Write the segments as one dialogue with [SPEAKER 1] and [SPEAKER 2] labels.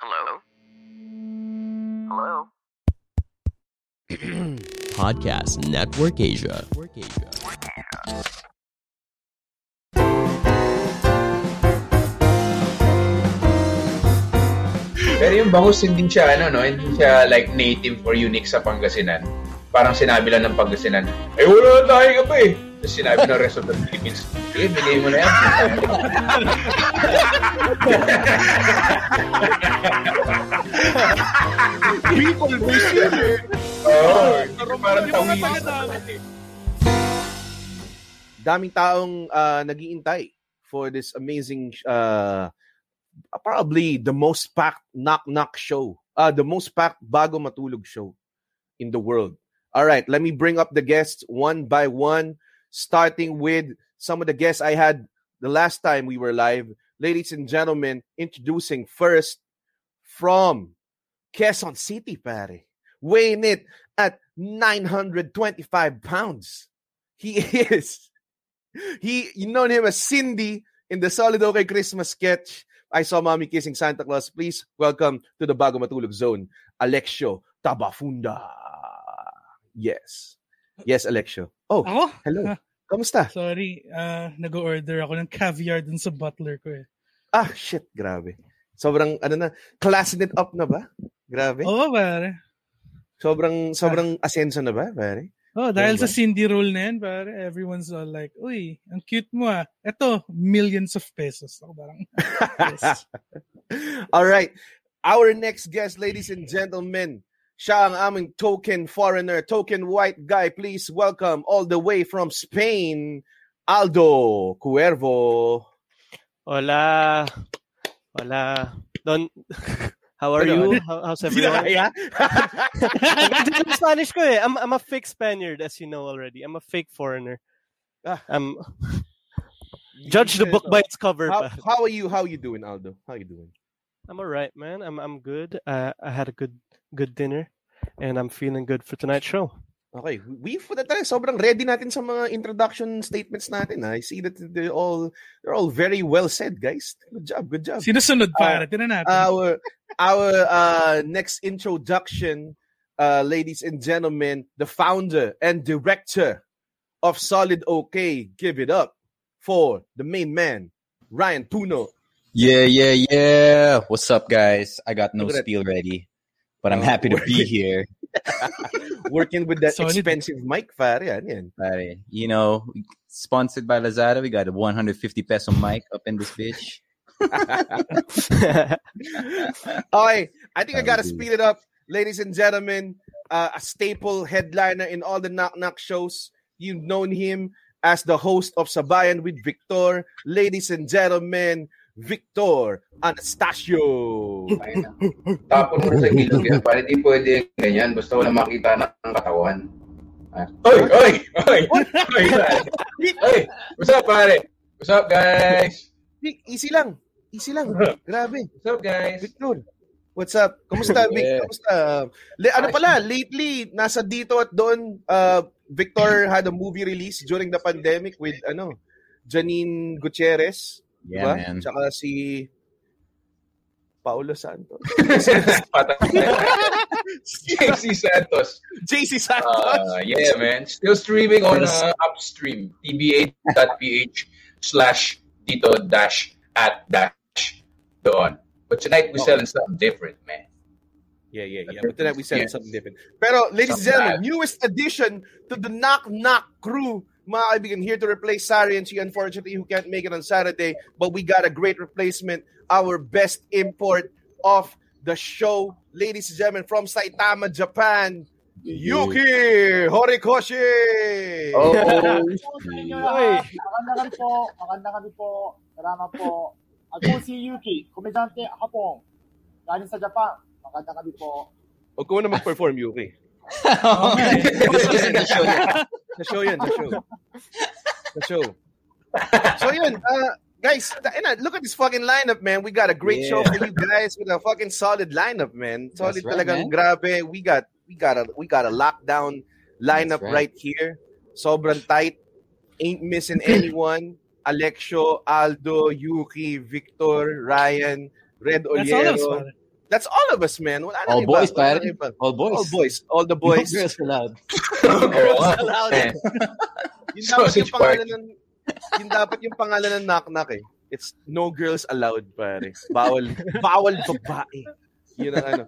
[SPEAKER 1] Hello? Hello?
[SPEAKER 2] Podcast Network Asia.
[SPEAKER 3] Pero yung bangus, hindi siya, ano, no? Hindi siya like native or unique sa Pangasinan. Parang sinabi lang ng Pangasinan, eh, wala na tayo ka pa eh. Tapos sinabi ng rest of the Philippines, eh, bigay mo na yan.
[SPEAKER 4] People Brazil.
[SPEAKER 3] Oo. Oh, parang
[SPEAKER 4] Yung mga
[SPEAKER 3] tawid.
[SPEAKER 4] taga-dagat.
[SPEAKER 5] daming taong uh, nagiintay for this amazing uh, probably the most packed knock knock show uh, the most packed bago matulog show in the world all right let me bring up the guests one by one starting with some of the guests i had the last time we were live ladies and gentlemen introducing first from quezon city pare weighing it at 925 pounds he is he you known him as Cindy in the Solid Okay Christmas sketch. I saw mommy kissing Santa Claus. Please welcome to the Bago Matulog Zone, Alexio Tabafunda. Yes. Yes, Alexio. Oh,
[SPEAKER 4] Ako?
[SPEAKER 5] hello. Kamusta?
[SPEAKER 4] Sorry, ah, nag-order ako ng caviar dun sa butler ko eh.
[SPEAKER 5] Ah, shit, grabe. Sobrang ano na, classing it up na ba? Grabe.
[SPEAKER 4] Oo, pare.
[SPEAKER 5] Sobrang sobrang asenso na ba, pare?
[SPEAKER 4] Oh, dahil
[SPEAKER 5] Ano ba?
[SPEAKER 4] sa Cindy rule na yan, pare, everyone's all like, uy, ang cute mo ah. Eto, millions of pesos. Ako parang, yes.
[SPEAKER 5] All right. Our next guest, ladies and gentlemen, siya ang aming token foreigner, token white guy. Please welcome all the way from Spain, Aldo Cuervo.
[SPEAKER 6] Hola. Hola. Don How are
[SPEAKER 5] Hello.
[SPEAKER 6] you? How, how's
[SPEAKER 5] Hindi na
[SPEAKER 6] everyone?
[SPEAKER 5] kaya?
[SPEAKER 6] Nandito yung Spanish ko eh. I'm, I'm a fake Spaniard as you know already. I'm a fake foreigner.
[SPEAKER 5] Ah.
[SPEAKER 6] I'm judge the book by its cover.
[SPEAKER 5] How,
[SPEAKER 6] pa.
[SPEAKER 5] how are you? How you doing, Aldo? How you doing?
[SPEAKER 6] I'm all right, man. I'm I'm good. Uh, I had a good good dinner and I'm feeling good for tonight's show.
[SPEAKER 5] Okay, we for the time, sobrang ready natin sa mga introduction statements natin. I see that they're all they're all very well said, guys. Good job, good job. Uh,
[SPEAKER 4] Sinusunod, pare. Tinan natin.
[SPEAKER 5] our our uh, next introduction, uh, ladies and gentlemen, the founder and director of Solid OK, give it up for the main man, Ryan Puno.
[SPEAKER 7] Yeah, yeah, yeah. What's up, guys? I got no
[SPEAKER 5] Look at that.
[SPEAKER 7] spiel ready, but
[SPEAKER 5] Oh,
[SPEAKER 7] I'm happy to
[SPEAKER 5] work
[SPEAKER 7] be
[SPEAKER 5] it.
[SPEAKER 7] here.
[SPEAKER 5] Working with that
[SPEAKER 4] Solid.
[SPEAKER 5] expensive mic, pare. Yan, yan.
[SPEAKER 7] Pare. You know, sponsored by Lazada, we got a 150 peso mic up in this bitch.
[SPEAKER 5] Okay, I think I
[SPEAKER 7] That
[SPEAKER 5] gotta
[SPEAKER 7] would be-
[SPEAKER 5] speed it up, ladies and gentlemen. Uh, a staple headliner in all the knock knock shows. You've known him as the host of Sabayan with Victor, ladies and gentlemen. Victor Anastasio.
[SPEAKER 3] Tapon mo sa ilog yan. Pare, di pwede ganyan. Basta wala makita ng katawan. Ah. Oy! Oy! Oy! Oy! pare. Oy! What's up, pare? What's up, guys?
[SPEAKER 5] Vic, Easy lang. Easy lang. Grabe.
[SPEAKER 3] What's up, guys?
[SPEAKER 5] Victor. What's up? Kumusta, Vic?
[SPEAKER 3] Yeah.
[SPEAKER 5] Kumusta? Le, ano pala, lately, nasa dito at doon, uh, Victor had a movie release during the pandemic with, ano, Janine Gutierrez. diba?
[SPEAKER 7] Yeah, man.
[SPEAKER 5] Tsaka si Paolo Santos.
[SPEAKER 3] JC Santos.
[SPEAKER 5] JC Santos.
[SPEAKER 3] Uh, yeah, man. Still streaming on uh, Upstream. tba.ph slash dito dash at dash doon. But tonight, we're selling something different,
[SPEAKER 5] Oh.
[SPEAKER 3] man.
[SPEAKER 5] yeah, yeah, yeah. But tonight we said
[SPEAKER 3] Yes.
[SPEAKER 5] something different. Pero, ladies and
[SPEAKER 3] Something
[SPEAKER 5] gentlemen, newest addition to the Knock Knock crew. Mga kaibigan, here to replace Sari and she unfortunately who can't make it on Saturday. But we got a great replacement. Our best import of the show. Ladies and gentlemen, from Saitama, Japan, Yuki Horikoshi!
[SPEAKER 7] Oh,
[SPEAKER 8] Maganda kami po. Maganda kami po. Salamat po.
[SPEAKER 1] Agusi Yuki, komedante Hapong. Galing sa Japan. Maganda kami po.
[SPEAKER 5] Huwag ko na mag-perform, Yuki.
[SPEAKER 7] This is the show.
[SPEAKER 5] Sa show yun, sa show. Sa show. So yun, uh, guys, th- and, uh, look at this fucking lineup, man. We got a great
[SPEAKER 7] Yeah.
[SPEAKER 5] show for you guys with a fucking solid lineup, man. Solid
[SPEAKER 7] That's right,
[SPEAKER 5] talagang
[SPEAKER 7] man.
[SPEAKER 5] grabe. We got we got a we got a lockdown lineup
[SPEAKER 7] That's
[SPEAKER 5] right.
[SPEAKER 7] right.
[SPEAKER 5] here. Sobrang tight. Ain't missing anyone. Alexio, Aldo, Yuki, Victor, Ryan, Red
[SPEAKER 4] That's all of us,
[SPEAKER 5] Oliero.
[SPEAKER 4] pare.
[SPEAKER 5] That's all of us, man. Wala na
[SPEAKER 7] All
[SPEAKER 5] iba.
[SPEAKER 7] boys,
[SPEAKER 5] Wala na
[SPEAKER 7] pare.
[SPEAKER 5] iba.
[SPEAKER 7] All boys.
[SPEAKER 5] All boys. All the boys. Oh,
[SPEAKER 7] No girls allowed.
[SPEAKER 3] Oo nga. Eh,
[SPEAKER 5] Yun dapat
[SPEAKER 3] Sausage
[SPEAKER 5] yung pangalan ng yun dapat yung pangalan ng knock knock eh. It's no girls allowed pare. Bawal bawal babae. Yun ang ano.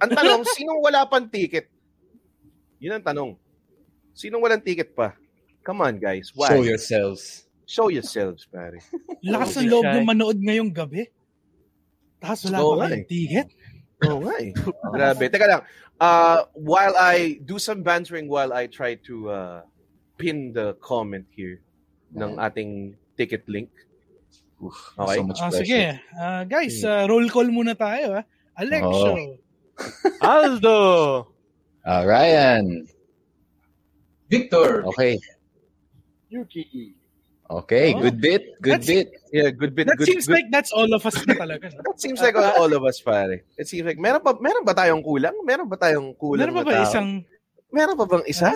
[SPEAKER 5] Ang tanong, sinong wala pang ticket? Yun ang tanong. Sinong walang ticket pa? Come on guys, why?
[SPEAKER 7] Show yourselves.
[SPEAKER 5] Show yourselves, pare.
[SPEAKER 6] Oh,
[SPEAKER 4] Lakas ng loob
[SPEAKER 6] shy.
[SPEAKER 4] ng manood ngayong gabi. Tapos wala
[SPEAKER 5] Oo
[SPEAKER 4] pa
[SPEAKER 5] nga
[SPEAKER 4] kayong
[SPEAKER 5] eh.
[SPEAKER 4] ticket.
[SPEAKER 5] Oo nga eh. Grabe. Teka lang. Uh, while I do some bantering while I try to uh, pin the comment here ng ating ticket link.
[SPEAKER 7] Oof,
[SPEAKER 5] Okay.
[SPEAKER 7] So much
[SPEAKER 4] Ah,
[SPEAKER 7] pressure.
[SPEAKER 4] sige. Ah, guys,
[SPEAKER 5] Hmm.
[SPEAKER 4] ah, roll call muna tayo. ah. Alexio.
[SPEAKER 6] Aldo!
[SPEAKER 7] Ah, Ryan.
[SPEAKER 3] Victor.
[SPEAKER 7] Okay.
[SPEAKER 1] Yuki.
[SPEAKER 7] Okay.
[SPEAKER 4] Oh.
[SPEAKER 7] Good bit. Good
[SPEAKER 4] That's-
[SPEAKER 7] bit.
[SPEAKER 5] Yeah, good bit.
[SPEAKER 4] That
[SPEAKER 5] good,
[SPEAKER 4] seems
[SPEAKER 5] good,
[SPEAKER 4] like that's all of us na talaga. no?
[SPEAKER 5] That seems like all of us, pare. It seems like, meron ba, meron ba tayong kulang? Meron ba tayong kulang
[SPEAKER 4] Meron pa
[SPEAKER 5] na
[SPEAKER 4] ba
[SPEAKER 5] tao?
[SPEAKER 4] isang...
[SPEAKER 5] Meron pa bang isa?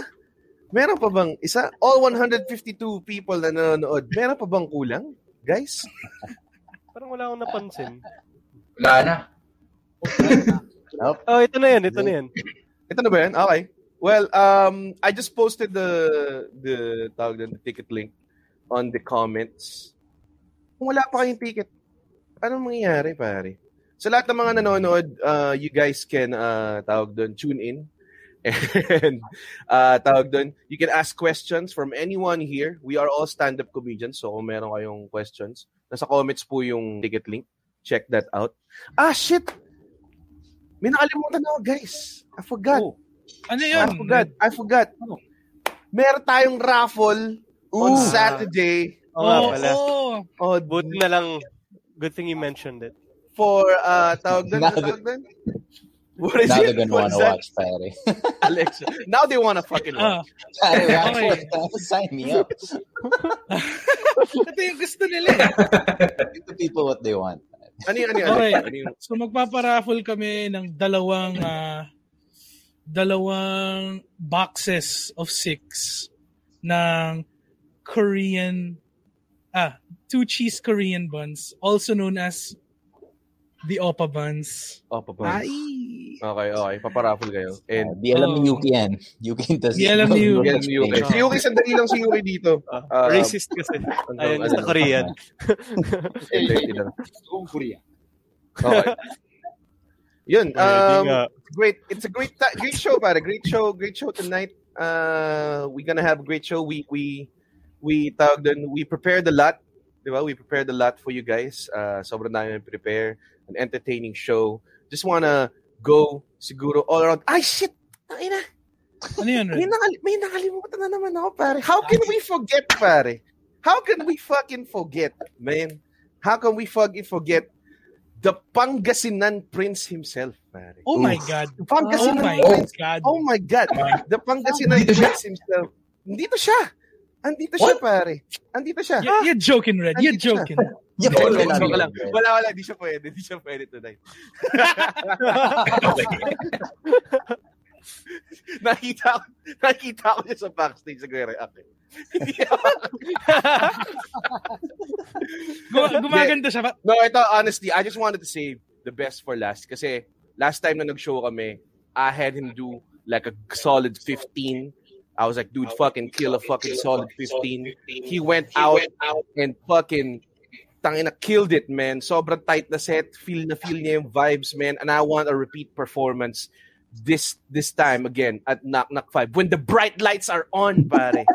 [SPEAKER 5] Meron pa bang isa? All 152 people na nanonood, meron pa bang kulang? Guys?
[SPEAKER 6] Parang wala akong napansin.
[SPEAKER 3] Wala na.
[SPEAKER 6] Oh, ito na yan, ito na yan.
[SPEAKER 5] Ito na ba yan? Okay. Well, um, I just posted the the tawag doon, the ticket link on the comments. Kung wala pa kayong ticket, anong mangyayari, pare? Sa lahat ng mga nanonood, uh, you guys can uh, tawag doon, tune in. And uh, tawag doon, you can ask questions from anyone here. We are all stand-up comedians, so kung meron kayong questions, nasa comments po yung ticket link. Check that out. Ah, shit! May nakalimutan ako, guys. I forgot.
[SPEAKER 4] Ano
[SPEAKER 5] I
[SPEAKER 4] yun? Oh.
[SPEAKER 5] forgot. I forgot. Meron tayong raffle on
[SPEAKER 6] Ooh.
[SPEAKER 5] Saturday
[SPEAKER 6] Oo nga
[SPEAKER 4] Oo,
[SPEAKER 6] pala.
[SPEAKER 4] oo.
[SPEAKER 5] oh,
[SPEAKER 6] Buti na lang, good thing you mentioned it.
[SPEAKER 5] for uh, tawag doon,
[SPEAKER 7] Now
[SPEAKER 5] tawag doon? What is
[SPEAKER 7] Now
[SPEAKER 5] it?
[SPEAKER 7] they're gonna
[SPEAKER 5] What
[SPEAKER 7] want
[SPEAKER 5] is
[SPEAKER 7] to
[SPEAKER 5] that?
[SPEAKER 7] watch, pare.
[SPEAKER 5] Alexa. Now they wanna fucking watch.
[SPEAKER 4] Ah,
[SPEAKER 7] Pare,
[SPEAKER 4] Okay.
[SPEAKER 7] Raffle, sign me up.
[SPEAKER 4] ito yung gusto nila eh.
[SPEAKER 7] Give the people what they want.
[SPEAKER 5] Ano yun, ano yun?
[SPEAKER 4] Okay.
[SPEAKER 5] Ano yun?
[SPEAKER 4] So magpaparaffle kami ng dalawang ah, dalawang boxes of six ng Korean ah two cheese Korean buns also known as the Opa buns.
[SPEAKER 5] Oh, papa. Okay, okay. Paparaffle kayo.
[SPEAKER 7] Uh,
[SPEAKER 5] And
[SPEAKER 7] di alam ni
[SPEAKER 4] Oh.
[SPEAKER 7] Yuki yan. Yuki
[SPEAKER 6] Oh.
[SPEAKER 7] does
[SPEAKER 4] Di alam ni Yuki.
[SPEAKER 5] yan si Yuki. Si Yuki, sandali lang si Yuki dito.
[SPEAKER 6] Ah,
[SPEAKER 5] Ah,
[SPEAKER 6] racist kasi. Ayun, sa Korean.
[SPEAKER 5] Wait, wait, wait lang.
[SPEAKER 1] Kung Korea.
[SPEAKER 5] Okay. Yun.
[SPEAKER 6] Ayun, di
[SPEAKER 5] Um,
[SPEAKER 6] nga.
[SPEAKER 5] great. It's a great ti- great show, pare. Great show. Great show tonight. Uh, we're gonna have a great show. We we we tawag dun, we prepared a lot. Di ba? We prepared a lot for you guys. Uh, sobrang dami namin prepare. An entertaining show. Just wanna go siguro all around. Ay, shit! Ay na,
[SPEAKER 4] Ano yun? Red?
[SPEAKER 5] may, nakal- may nakalimutan na naman ako, pare. How can we forget, pare? How can we fucking forget, man? How can we fucking forget the Pangasinan Prince himself, pare?
[SPEAKER 4] Oh my god. Oh
[SPEAKER 5] Pangasinan
[SPEAKER 4] my
[SPEAKER 5] Prince.
[SPEAKER 4] god.
[SPEAKER 5] Oh my God. The Pangasinan
[SPEAKER 3] Andito siya?
[SPEAKER 5] Prince himself. Andito siya. Andito siya, pare. Andito siya.
[SPEAKER 4] You're, you're joking, Red. You're
[SPEAKER 5] Andito siya.
[SPEAKER 4] joking.
[SPEAKER 7] Yeah,
[SPEAKER 3] No,
[SPEAKER 7] pero
[SPEAKER 3] no,
[SPEAKER 7] wala
[SPEAKER 3] no,
[SPEAKER 5] Wala,
[SPEAKER 7] naman.
[SPEAKER 5] wala, wala. Di siya pwede. Di siya pwede tonight. nakita ko, nakita ko siya sa backstage sa Guerre Ake.
[SPEAKER 4] Gu- gumaganda siya. ba?
[SPEAKER 5] No, ito, honestly, I just wanted to save the best for last. Kasi last time na nag-show kami, I had him do like a solid 15. I was like, dude, fucking kill a fucking solid 15. He went out and fucking tangina killed it, man. Sobrang tight na set. Feel na feel niya yung vibes, man. And I want a repeat performance this this time again at Knock Knock 5. When the bright lights are on, pare.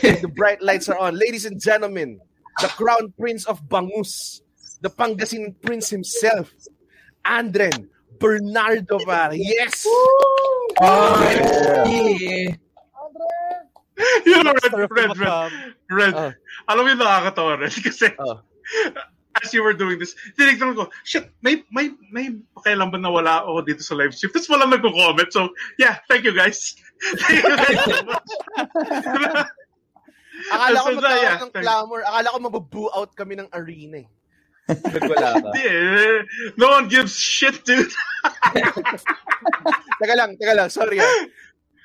[SPEAKER 5] When the bright lights are on. Ladies and gentlemen, the crown prince of Bangus, the Pangasinan prince himself, Andren Bernardo, pare. Yes!
[SPEAKER 3] Ay!
[SPEAKER 8] Yun, Red,
[SPEAKER 6] Master of
[SPEAKER 8] Red, Red.
[SPEAKER 6] Macab.
[SPEAKER 8] Red. Oh.
[SPEAKER 5] Ah.
[SPEAKER 4] Oh.
[SPEAKER 8] Alam mo yung nakakatawa, Red, kasi
[SPEAKER 5] Ah.
[SPEAKER 8] as you were doing this, tinignan ko, shit, may, may, may pakialam ba na wala ako dito sa live stream? Tapos walang nagko-comment. So, yeah, thank you guys. thank you guys so much.
[SPEAKER 5] Akala ko
[SPEAKER 8] So,
[SPEAKER 5] magkakaroon
[SPEAKER 8] yeah,
[SPEAKER 5] ng
[SPEAKER 8] thank-
[SPEAKER 5] clamor. Akala ko mababu out kami ng arena eh. Nagwala ka.
[SPEAKER 8] Hindi eh. No one gives shit, dude.
[SPEAKER 5] Teka lang, teka lang. Sorry ah.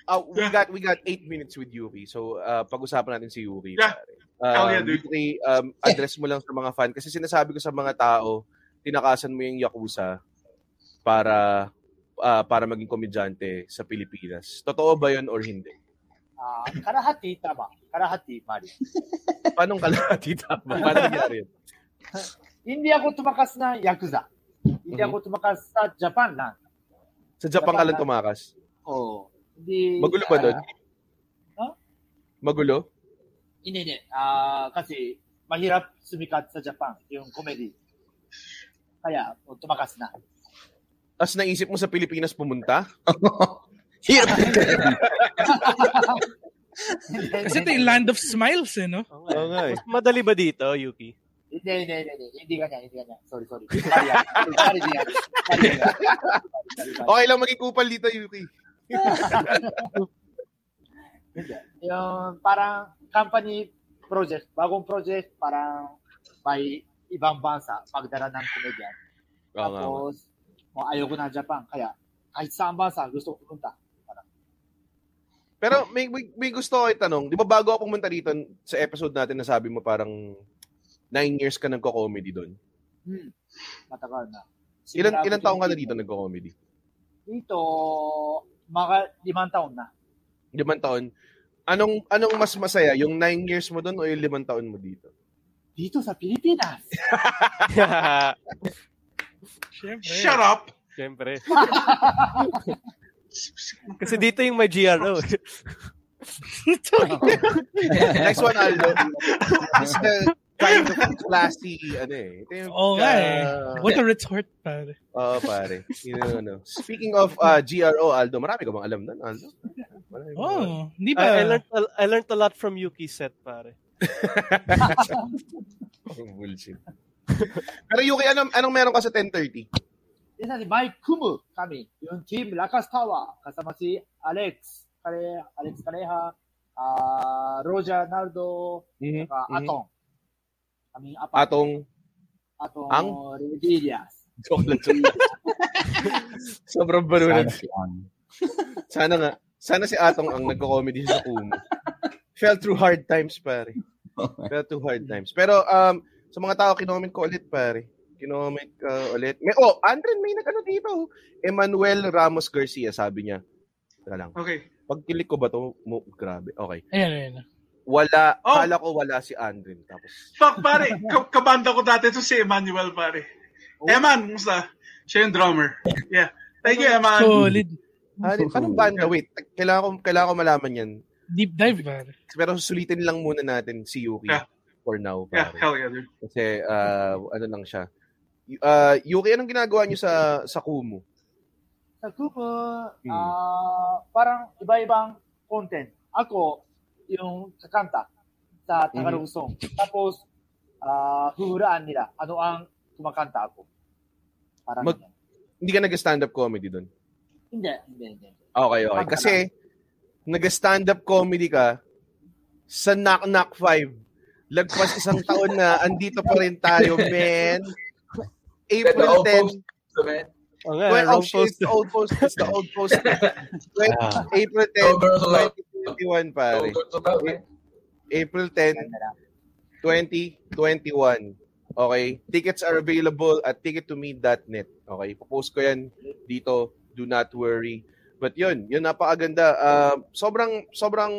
[SPEAKER 5] Ah, we got we got eight minutes with Yuri. So, ah, pag-usapan natin si Yuri.
[SPEAKER 8] Yeah.
[SPEAKER 5] pare.
[SPEAKER 8] Hell
[SPEAKER 5] Um,
[SPEAKER 8] yeah, dude.
[SPEAKER 5] Yuri, um, address mo lang sa mga fan. Kasi sinasabi ko sa mga tao, tinakasan mo yung Yakuza para ah, para maging komedyante sa Pilipinas. Totoo ba yun or hindi?
[SPEAKER 1] Ah, kalahati, tama. Kalahati, pare.
[SPEAKER 5] Paano kalahati tama? Paano nangyari yun?
[SPEAKER 1] Hindi ako tumakas na Yakuza. Hindi
[SPEAKER 5] Mhm.
[SPEAKER 1] ako tumakas sa Japan lang.
[SPEAKER 5] Sa Japan ka lang tumakas?
[SPEAKER 1] Oo. Hindi,
[SPEAKER 5] Magulo ba doon?
[SPEAKER 1] Ah?
[SPEAKER 5] Magulo?
[SPEAKER 1] Hindi, hindi. Ah, kasi mahirap sumikat sa Japan yung comedy. Kaya oh, tumakas na.
[SPEAKER 5] Tapos naisip mo sa Pilipinas pumunta?
[SPEAKER 4] Kasi ito yung land of smiles, eh, no?
[SPEAKER 6] Oo nga. Mas madali ba dito, Yuki?
[SPEAKER 1] Hindi, hindi, hindi. Hindi, hindi ganyan, hindi ganyan. Sorry, sorry. Sorry, ah. sorry, sorry. Sorry, sorry.
[SPEAKER 5] Okay lang maging kupal dito, Yuki.
[SPEAKER 1] Hindi. Yung parang company project, bagong project, parang may ibang bansa, pagdara ng komedyan.
[SPEAKER 5] Oo nga.
[SPEAKER 1] Tapos, oh, ayoko na Japan. Kaya, kahit saan bansa, gusto ko pumunta.
[SPEAKER 5] Pero may, may, may gusto ko itanong, di ba bago ako pumunta dito sa episode natin na sabi mo parang nine years ka nagko-comedy doon.
[SPEAKER 1] Hmm. Matagal na.
[SPEAKER 5] Ilan,
[SPEAKER 1] Simula
[SPEAKER 5] ilan
[SPEAKER 1] ako
[SPEAKER 5] taong ka na
[SPEAKER 1] dito.
[SPEAKER 5] dito nagko-comedy?
[SPEAKER 1] Dito, mga limang taon na.
[SPEAKER 5] Limang taon. Anong anong mas masaya, yung nine years mo doon o yung limang taon mo dito?
[SPEAKER 1] Dito sa Pilipinas.
[SPEAKER 4] Siyempre.
[SPEAKER 8] Shut up.
[SPEAKER 6] Siyempre. Kasi dito yung may GRO.
[SPEAKER 5] Next one, Aldo. It's the kind of classy, ano eh. Ito yung,
[SPEAKER 4] Oo nga eh.
[SPEAKER 5] uh,
[SPEAKER 4] What a retort, pare.
[SPEAKER 5] Oo, pare. Yun yung ano. Speaking of uh, GRO, Aldo, marami ka bang alam nun, Aldo? Marami ka bang alam?
[SPEAKER 4] Oh, di
[SPEAKER 6] I, I
[SPEAKER 4] ba?
[SPEAKER 6] learned, a- I learned a lot from Yuki set, pare.
[SPEAKER 5] Oh, Bullshit. Pero Yuki, anong, anong meron ka sa 10.30?
[SPEAKER 1] Yan natin, may Kumu kami. Yung team Lakas Tawa. Kasama si Alex. Kare, Alex Kareha. ah Roger Nardo.
[SPEAKER 5] Mhm,
[SPEAKER 1] Saka
[SPEAKER 5] mhm.
[SPEAKER 1] Atong. Kaming apat.
[SPEAKER 5] Atong
[SPEAKER 1] Atong
[SPEAKER 5] Ang?
[SPEAKER 1] Redillas.
[SPEAKER 5] Sobrang baro na.
[SPEAKER 7] Sana si On.
[SPEAKER 5] Sana nga. Sana si Atong ang nagko-comedy sa Kumu. Fell through hard times, pare. Fell through hard times. Pero um, sa mga tao, kinoment ko ulit, pare. Kinoment ka ulit. May, oh, Andren, may nag-ano dito. oh. Emmanuel Ramos Garcia, sabi niya. Teka lang.
[SPEAKER 8] Okay.
[SPEAKER 5] Pagkilik ko ba to? Mo, grabe. Okay.
[SPEAKER 4] Ayan, ayan.
[SPEAKER 5] Wala.
[SPEAKER 8] Oh!
[SPEAKER 5] Kala ko wala si Andren. Tapos,
[SPEAKER 8] Fuck, pare. Ka- kabanda ko dati to si Emmanuel, pare.
[SPEAKER 5] Oh.
[SPEAKER 8] Eman, kumusta? Siya yung drummer. Yeah. Thank you, Eman.
[SPEAKER 4] Solid.
[SPEAKER 5] ano, anong banda? Wait, kailangan ko, kailangan ko malaman yan.
[SPEAKER 4] Deep dive, pare.
[SPEAKER 5] Pero susulitin lang muna natin si Yuki
[SPEAKER 8] Yeah.
[SPEAKER 5] for now.
[SPEAKER 8] Yeah,
[SPEAKER 5] Pare.
[SPEAKER 8] hell yeah, dude.
[SPEAKER 5] Kasi ah, ano lang siya. Y- ah, Yuki, anong ginagawa niyo sa sa Kumu?
[SPEAKER 1] Sa Kumu,
[SPEAKER 5] Hmm.
[SPEAKER 1] ah, parang iba-ibang content. Ako, yung kakanta sa Tagalog song. Tapos, ah huhuraan nila. Ano ang kumakanta ako. Parang
[SPEAKER 5] Mag-
[SPEAKER 1] ganyan.
[SPEAKER 5] Hindi ka nag-stand up comedy doon.
[SPEAKER 1] hindi, hindi, hindi.
[SPEAKER 5] Okay, okay. Kasi nag-stand up comedy ka sa Knock Knock 5. Lagpas isang taon na andito pa rin tayo, man.
[SPEAKER 3] Pero
[SPEAKER 5] April
[SPEAKER 3] all
[SPEAKER 5] 10.
[SPEAKER 3] post, man.
[SPEAKER 6] Oo
[SPEAKER 5] Well,
[SPEAKER 6] nga, wrong
[SPEAKER 5] oh, shit,
[SPEAKER 6] post. Ah.
[SPEAKER 5] it's the old post. It's the old post. Well, April 10,
[SPEAKER 3] No girls allowed.
[SPEAKER 5] 2021, pare.
[SPEAKER 3] No girls allowed, man.
[SPEAKER 5] April 10, 2021. Okay? Tickets are available at tickettome.net. Okay? Popost ko yan dito. Do not worry. But yun, yun napakaganda. Ah, sobrang sobrang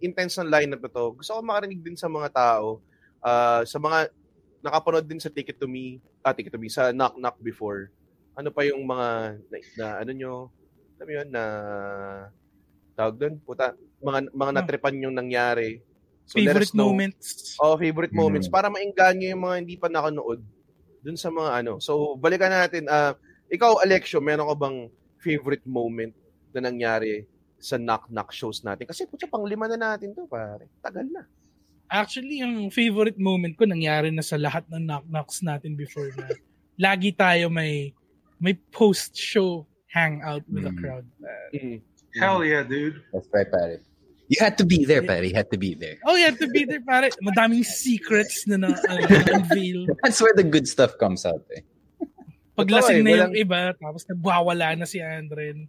[SPEAKER 5] intense ng lineup na to. Gusto ko makarinig din sa mga tao, ah, sa mga nakapanood din sa Ticket to Me, ah, Ticket to Me, sa Knock Knock before. Ano pa yung mga na, na ano nyo, alam mo yun, na tawag doon, puta, mga, mga natripan yung nangyari. So, let
[SPEAKER 4] Hmm.
[SPEAKER 5] us
[SPEAKER 4] Favorite
[SPEAKER 5] know.
[SPEAKER 4] moments.
[SPEAKER 5] Oh, favorite moments
[SPEAKER 7] Mm.
[SPEAKER 5] para maingganyo yung mga hindi pa nakanood dun sa mga ano. So, balikan natin. ah ikaw, Alexio, meron ka bang favorite moment na nangyari sa knock-knock shows natin? Kasi putya, pang lima na natin to, pare. Tagal na.
[SPEAKER 4] Actually, ang favorite moment ko nangyari na sa lahat ng knock-knocks natin before na lagi tayo may may post-show hangout with the
[SPEAKER 7] Mm.
[SPEAKER 4] crowd.
[SPEAKER 8] Hell yeah, dude.
[SPEAKER 7] That's right, Patty. You had to be there, Patty. You had to be there.
[SPEAKER 4] Oh, you have to be there, pare. Madaming secrets na na- ano, na-unveil.
[SPEAKER 7] That's where the good stuff comes out. Eh.
[SPEAKER 4] Paglasing na yung
[SPEAKER 5] Walang-
[SPEAKER 4] iba, tapos nagwawala na si Andren.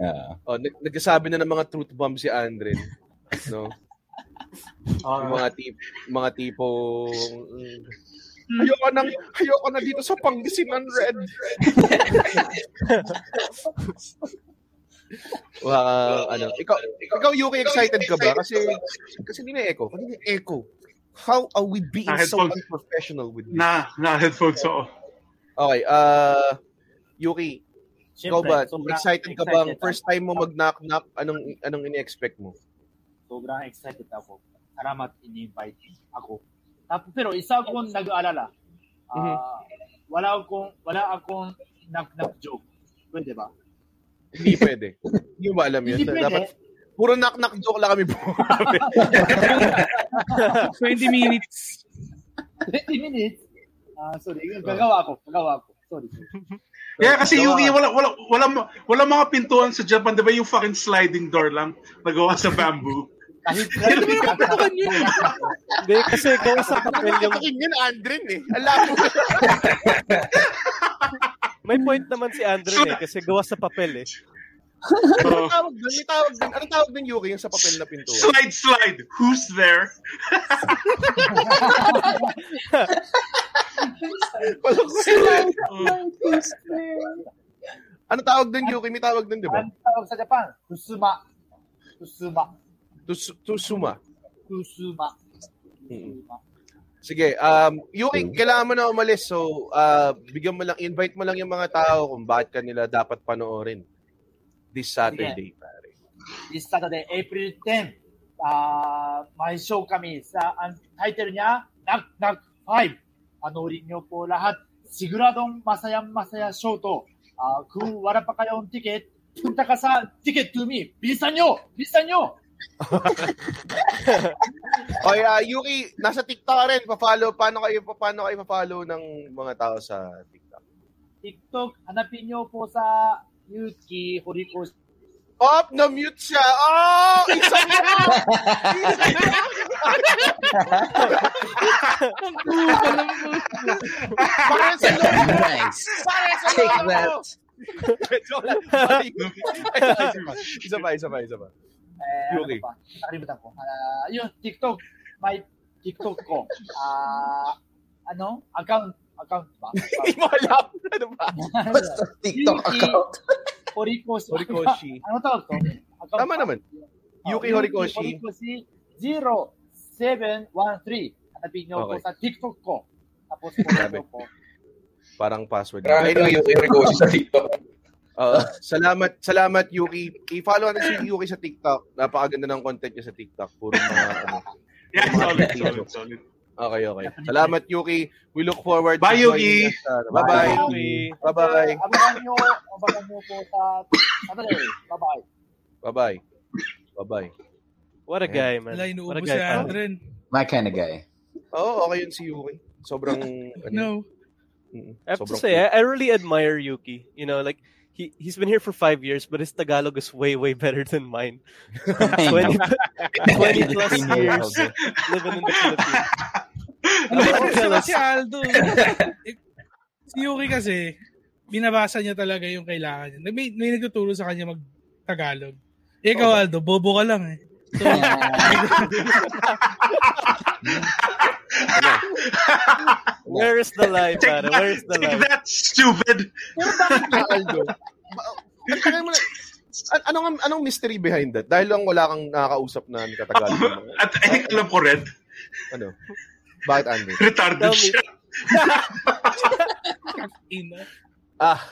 [SPEAKER 7] Yeah.
[SPEAKER 5] Oh, nag- nagsasabi na ng mga truth bomb si Andren. No? Yung mga tip, mga tipong mm, Ayoko na, ayoko na dito sa Pangasinan Red. Wow, ano, ikaw, ikaw UK excited ka ba? Kasi, kasi hindi na echo. Hindi na echo. How are we being
[SPEAKER 8] Ah,
[SPEAKER 5] so
[SPEAKER 8] headphones.
[SPEAKER 5] unprofessional with this?
[SPEAKER 8] Nah, nah, headphones ako.
[SPEAKER 5] Okay, uh, Yuki, ikaw
[SPEAKER 1] Siyempre,
[SPEAKER 5] ba?
[SPEAKER 1] sobra-
[SPEAKER 5] excited ka bang
[SPEAKER 1] excited
[SPEAKER 5] first time mo mag-knock-knock? Anong, anong ini-expect mo?
[SPEAKER 1] sobrang excited ako. Salamat in-invite ako. Tapos pero isa akong nag-aalala. Ah, wala akong wala akong knock-knock joke. Pwede ba?
[SPEAKER 5] Hindi pwede. Hindi mo alam yun.
[SPEAKER 1] Hindi pwede.
[SPEAKER 5] Dapat, puro knock-knock joke lang kami po.
[SPEAKER 4] 20 minutes.
[SPEAKER 1] 20 minutes. Ah, sorry. Gagawa ako. Gagawa ako. Sorry.
[SPEAKER 8] Yeah, kasi
[SPEAKER 5] Gawa
[SPEAKER 8] yung
[SPEAKER 5] ka.
[SPEAKER 8] wala, wala, wala, ma- wala mga pintuan sa Japan, di ba yung fucking sliding door lang nagawa sa bamboo?
[SPEAKER 1] Kahit kahit
[SPEAKER 4] Tukan yun.
[SPEAKER 6] Hindi, kasi kung sa papel yung...
[SPEAKER 5] yun, Andrin eh. Alam mo.
[SPEAKER 6] May point naman si Andrew eh, kasi gawa sa papel eh.
[SPEAKER 8] Oh.
[SPEAKER 5] Anong tawag dun? May tawag dun. Anong tawag dun, Yuki, yung sa papel na pintuan?
[SPEAKER 8] slide, slide. Who's there? Oh,
[SPEAKER 5] Anong tawag dun, Yuki? May tawag dun, di ba?
[SPEAKER 1] ang tawag sa Japan, kusuma. Kusuma.
[SPEAKER 5] Tus- Tusuma.
[SPEAKER 1] Kusuma.
[SPEAKER 5] Mm.
[SPEAKER 1] Kusuma.
[SPEAKER 5] Sige, um, Yuki, kailangan mo na umalis. So, uh, bigyan mo lang, invite mo lang yung mga tao kung bakit ka nila dapat panoorin this Saturday, pare.
[SPEAKER 1] This Saturday, April 10, ah, may show kami sa ang title niya, Knock Knock 5. Panoorin niyo po lahat. Siguradong masayang masaya show to. Ah, kung wala pa kayong ticket, punta ka sa Ticket to Me. Bilisan niyo! Bilisan niyo!
[SPEAKER 5] Okay, uh, Yuki, nasa TikTok ka rin. Pa-follow, paano kayo, paano kayo pa-follow ng mga tao sa TikTok?
[SPEAKER 1] TikTok, hanapin niyo po sa Yuki Horiko.
[SPEAKER 5] Op, na-mute siya. Oh, isa niya. isa niya. Para sa loob mo.
[SPEAKER 7] nice.
[SPEAKER 5] Para sa
[SPEAKER 7] Take
[SPEAKER 5] loob
[SPEAKER 7] that.
[SPEAKER 5] mo. Joke lang. isa pa, isa pa, isa pa.
[SPEAKER 1] Eh,
[SPEAKER 5] Yuki.
[SPEAKER 1] Ano pa? Nakalimutan ko. Ah, yun, TikTok. May TikTok ko. Ah, ano? Account. Account ba?
[SPEAKER 5] Hindi mo alam. Ano ba?
[SPEAKER 7] What's the TikTok
[SPEAKER 1] Yuki
[SPEAKER 7] account?
[SPEAKER 1] Horikoshi.
[SPEAKER 5] Horikoshi.
[SPEAKER 1] ano tawag to? Account
[SPEAKER 5] Tama
[SPEAKER 1] ba?
[SPEAKER 5] naman.
[SPEAKER 1] Ah,
[SPEAKER 5] Yuki Horikoshi.
[SPEAKER 1] Horikoshi 0713. Hanapin niyo
[SPEAKER 5] Okay.
[SPEAKER 1] po sa TikTok ko. Tapos po ano po.
[SPEAKER 5] Parang password.
[SPEAKER 3] Marami
[SPEAKER 5] Anyway,
[SPEAKER 3] lang yung Horikoshi sa TikTok.
[SPEAKER 5] Oo. salamat, salamat Yuki. I-follow natin si Yuki sa TikTok. Napakaganda ng content niya sa TikTok. Puro mga ano.
[SPEAKER 8] yeah, solid, solid, solid.
[SPEAKER 5] Okay, okay. Salamat Yuki. We look forward
[SPEAKER 8] Bye,
[SPEAKER 5] joining
[SPEAKER 8] Yuki.
[SPEAKER 5] us, uh, Bye-bye.
[SPEAKER 6] Yuki.
[SPEAKER 5] Bye-bye.
[SPEAKER 1] Abangan niyo, abangan niyo po sa Saturday. Bye-bye.
[SPEAKER 5] Bye-bye. Bye-bye.
[SPEAKER 6] What a guy, man. What
[SPEAKER 4] Wala,
[SPEAKER 6] a
[SPEAKER 4] inuubo si
[SPEAKER 6] guy, pare.
[SPEAKER 4] Andren.
[SPEAKER 7] My kind of guy.
[SPEAKER 5] Oo, okay yun si Yuki. Sobrang ano,
[SPEAKER 4] No.
[SPEAKER 5] mm,
[SPEAKER 6] I have to
[SPEAKER 5] sobrang
[SPEAKER 6] say, I, I really admire Yuki. You know, like he he's been here for five years, but his Tagalog is way way better than mine. 20, 20 plus
[SPEAKER 7] 15 years
[SPEAKER 6] years
[SPEAKER 7] old.
[SPEAKER 6] living in the Philippines.
[SPEAKER 4] Ano ba si Aldo? Eh, si Yuki kasi, binabasa niya talaga yung kailangan niya. May, may nagtuturo sa kanya mag-Tagalog. Eh, Ikaw, Aldo, bobo ka lang eh.
[SPEAKER 6] Where is the lie, pare?
[SPEAKER 8] Take that,
[SPEAKER 6] Where is the
[SPEAKER 8] take
[SPEAKER 6] lie?
[SPEAKER 8] that, stupid.
[SPEAKER 5] Aldo. Ba- ang tagal mo na- An- anong anong mystery behind that? Dahil lang wala kang nakakausap na katagal.
[SPEAKER 8] At I think alam ko red.
[SPEAKER 5] ano? Bakit Andrew?
[SPEAKER 8] Retarded
[SPEAKER 6] Tell me.
[SPEAKER 8] siya.
[SPEAKER 4] Ina.
[SPEAKER 5] Ah.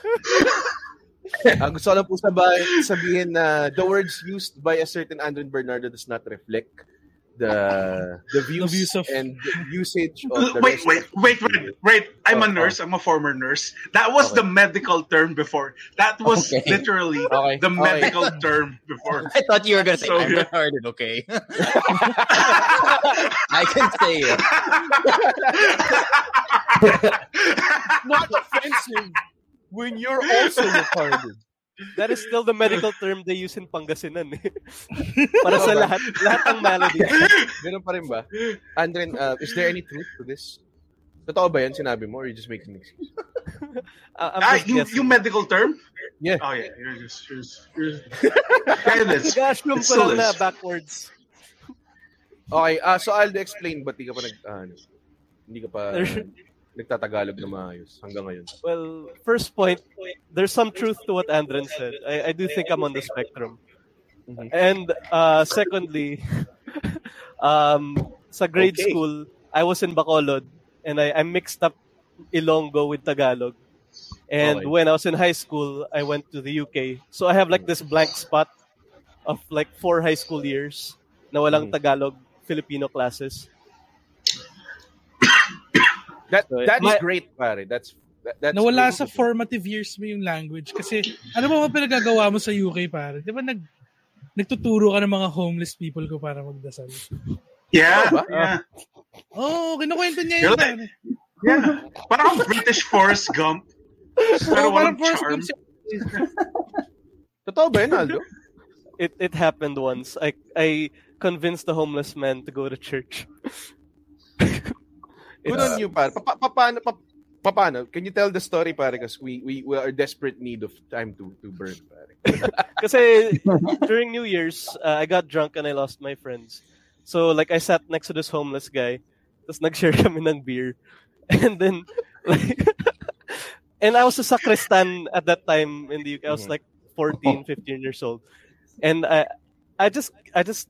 [SPEAKER 5] Ang gusto ko lang po sabay, sabihin na the words used by a certain Andrew Bernardo does not reflect the the views,
[SPEAKER 4] views of-
[SPEAKER 5] and the usage
[SPEAKER 7] Oh,
[SPEAKER 5] of the
[SPEAKER 8] Wait,
[SPEAKER 5] rest
[SPEAKER 8] wait,
[SPEAKER 5] of-
[SPEAKER 8] wait, wait, wait. I'm a
[SPEAKER 5] Oh,
[SPEAKER 8] nurse. I'm a former nurse. That was the medical term before. That was
[SPEAKER 7] Okay.
[SPEAKER 8] literally
[SPEAKER 5] Okay,
[SPEAKER 8] the
[SPEAKER 5] okay.
[SPEAKER 8] medical term before.
[SPEAKER 7] I thought you were gonna say
[SPEAKER 8] So
[SPEAKER 7] I'm
[SPEAKER 8] good.
[SPEAKER 7] retarded. Okay, I can say it.
[SPEAKER 5] Not offensive when you're also retarded.
[SPEAKER 6] That is still the medical term they use in Pangasinan. Eh. Para sa lahat, lahat ng malady.
[SPEAKER 5] Ganun pa rin ba? Andren, uh, is there any truth to this? Totoo ba yan sinabi mo or you just making excuses?
[SPEAKER 6] I- I'm
[SPEAKER 8] Ah,
[SPEAKER 6] just
[SPEAKER 8] you,
[SPEAKER 6] guessing.
[SPEAKER 8] you medical term?
[SPEAKER 5] Yeah.
[SPEAKER 8] Oh yeah, you're just you're, just- you're Kaya this.
[SPEAKER 6] Nag-assume ko
[SPEAKER 8] It's
[SPEAKER 6] lang
[SPEAKER 8] so
[SPEAKER 6] na
[SPEAKER 8] is.
[SPEAKER 6] backwards.
[SPEAKER 5] Okay, ah so I'll explain but di ka pa nag ah, ano, hindi ka pa nagtatagalog na maayos hanggang ngayon.
[SPEAKER 6] Well, first point, there's some truth to what Andren said. I, I do think I'm on the spectrum.
[SPEAKER 5] Mhm.
[SPEAKER 6] And uh, secondly, um, sa grade
[SPEAKER 5] Okay.
[SPEAKER 6] school, I was in Bacolod and I, I mixed up Ilonggo with Tagalog. And
[SPEAKER 5] Okay.
[SPEAKER 6] when I was in high school, I went to the UK. So I have like this blank spot of like four high school years na walang
[SPEAKER 5] Mhm.
[SPEAKER 6] Tagalog Filipino classes.
[SPEAKER 5] That
[SPEAKER 6] So,
[SPEAKER 5] that's
[SPEAKER 6] my-
[SPEAKER 5] great pare. That's that, that's
[SPEAKER 4] Nawala
[SPEAKER 5] great.
[SPEAKER 4] sa formative years mo yung language. Kasi ano ba mga pinagagawa mo sa UK, pare? Di ba nag, nagtuturo ka ng mga homeless people ko para magdasal?
[SPEAKER 8] Yeah, yeah,
[SPEAKER 4] Oo, oh, kinukwento niya yun,
[SPEAKER 8] You're
[SPEAKER 4] pare.
[SPEAKER 8] yeah. Parang British Forrest Gump. Pero
[SPEAKER 4] Oo, parang
[SPEAKER 8] walang
[SPEAKER 4] first
[SPEAKER 8] charm.
[SPEAKER 4] time siya.
[SPEAKER 5] Totoo ba yun, Aldo?
[SPEAKER 6] It it happened once. I I convinced the homeless man to go to church.
[SPEAKER 5] Good on you, pare. Pa, pa, paano, pa, pa, paano? Can you tell the story, pare? Because we, we, we are desperate need of time to, to burn, pare.
[SPEAKER 6] Kasi during New Year's, uh, I got drunk and I lost my friends. So like I sat next to this homeless guy, tapos nag-share kami ng beer. And then like and I was a sacristan at that time in the UK. I was
[SPEAKER 5] Mm-hmm.
[SPEAKER 6] like 14, 15 years old. And I I just I just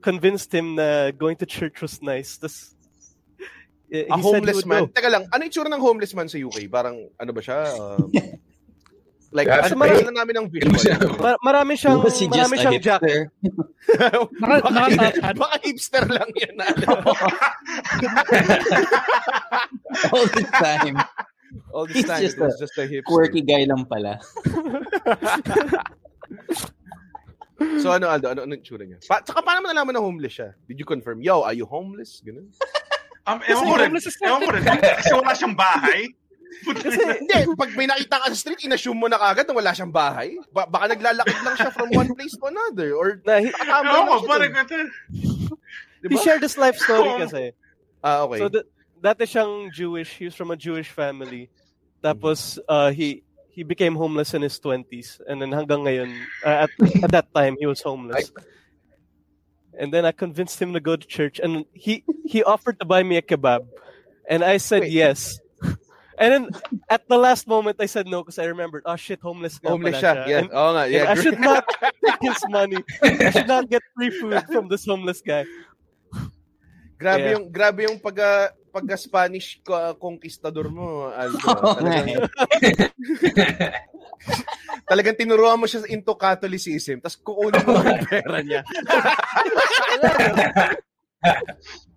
[SPEAKER 6] convinced him na going to church was nice. Tapos eh,
[SPEAKER 5] A
[SPEAKER 6] he said he
[SPEAKER 5] homeless
[SPEAKER 6] would
[SPEAKER 5] man.
[SPEAKER 6] go.
[SPEAKER 5] Teka lang, ano yung tsura ng homeless man sa UK? Parang, ano ba siya? Um, like,
[SPEAKER 3] Yeah,
[SPEAKER 5] ano
[SPEAKER 6] pare.
[SPEAKER 5] ba na namin ng visual?
[SPEAKER 6] Mar- marami siyang
[SPEAKER 7] Was he just
[SPEAKER 6] marami
[SPEAKER 7] a
[SPEAKER 6] siyang jacket.
[SPEAKER 7] hipster?
[SPEAKER 4] Naka, nakatapad.
[SPEAKER 5] Baka hipster lang ah. yan. Aldo.
[SPEAKER 7] all the time.
[SPEAKER 5] All this
[SPEAKER 7] He's
[SPEAKER 5] time,
[SPEAKER 7] just
[SPEAKER 5] it was just a hipster.
[SPEAKER 7] Quirky guy lang pala.
[SPEAKER 5] So ano, Aldo? Ano, ano yung tsura niya? Pa saka paano mo nalaman na homeless siya? Did you confirm? Yo, are you homeless? Ganun.
[SPEAKER 8] Um, ewan ko rin. Ewan ko rin. Kasi wala siyang bahay.
[SPEAKER 5] Hindi, pag may nakita ka sa street, inassume mo na kagad na wala siyang bahay. Ba- baka naglalakad lang siya from one place to another. Or
[SPEAKER 6] Na, he,
[SPEAKER 5] nakatama
[SPEAKER 8] Ewan
[SPEAKER 5] lang
[SPEAKER 8] ko,
[SPEAKER 5] siya
[SPEAKER 8] parang
[SPEAKER 5] dun. Di
[SPEAKER 6] he
[SPEAKER 5] ba?
[SPEAKER 6] shared his life story
[SPEAKER 8] Oh.
[SPEAKER 6] kasi.
[SPEAKER 5] Ah, okay.
[SPEAKER 6] So that dati siyang Jewish, he was from a Jewish family. Tapos
[SPEAKER 5] Mm-hmm.
[SPEAKER 6] uh, he he became homeless in his 20s and then hanggang ngayon uh, at at that time he was homeless. And then I convinced him to go to church and he he offered to buy me a kebab and I said
[SPEAKER 5] Wait.
[SPEAKER 6] yes. And then at the last moment I said no because I remembered oh shit homeless nga pala
[SPEAKER 5] homeless siya. Yeah.
[SPEAKER 6] And-
[SPEAKER 5] Oo nga.
[SPEAKER 6] and
[SPEAKER 5] Yeah.
[SPEAKER 6] I should not take his money. I should not get free food from this homeless guy.
[SPEAKER 5] grabe
[SPEAKER 6] Yeah.
[SPEAKER 5] yung grabe yung pag pagka Spanish uh, conquistador mo, Aldo. talagang, talagang tinuruan mo siya into Catholicism, tapos kukunin mo yung pera niya.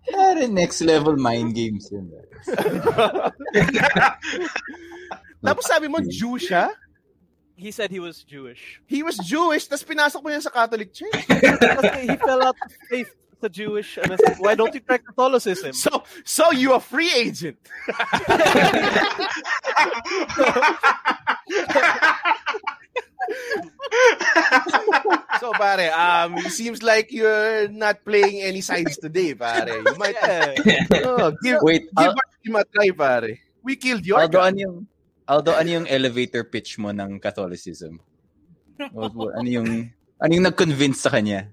[SPEAKER 7] Pare, next level mind games yun.
[SPEAKER 5] Tapos Ano sabi
[SPEAKER 7] Hmm.
[SPEAKER 5] mo, Jew siya?
[SPEAKER 6] He said he was Jewish.
[SPEAKER 5] He was Jewish, tapos pinasok mo niya sa Catholic Church.
[SPEAKER 6] Kasi he fell out of faith sa Jewish. And I said, why don't you try Catholicism?
[SPEAKER 5] So, so you a free agent. So, pare, um, it seems like you're not playing any sides today, pare. You might
[SPEAKER 6] yeah. uh,
[SPEAKER 5] oh, give,
[SPEAKER 7] Wait,
[SPEAKER 5] give
[SPEAKER 7] Al-
[SPEAKER 5] our team a try, pare. We killed your
[SPEAKER 7] Aldo,
[SPEAKER 5] guy.
[SPEAKER 7] ano yung, Aldo, ano yung elevator pitch mo ng Catholicism? What- what- ano yung, ano yung nag-convince sa kanya?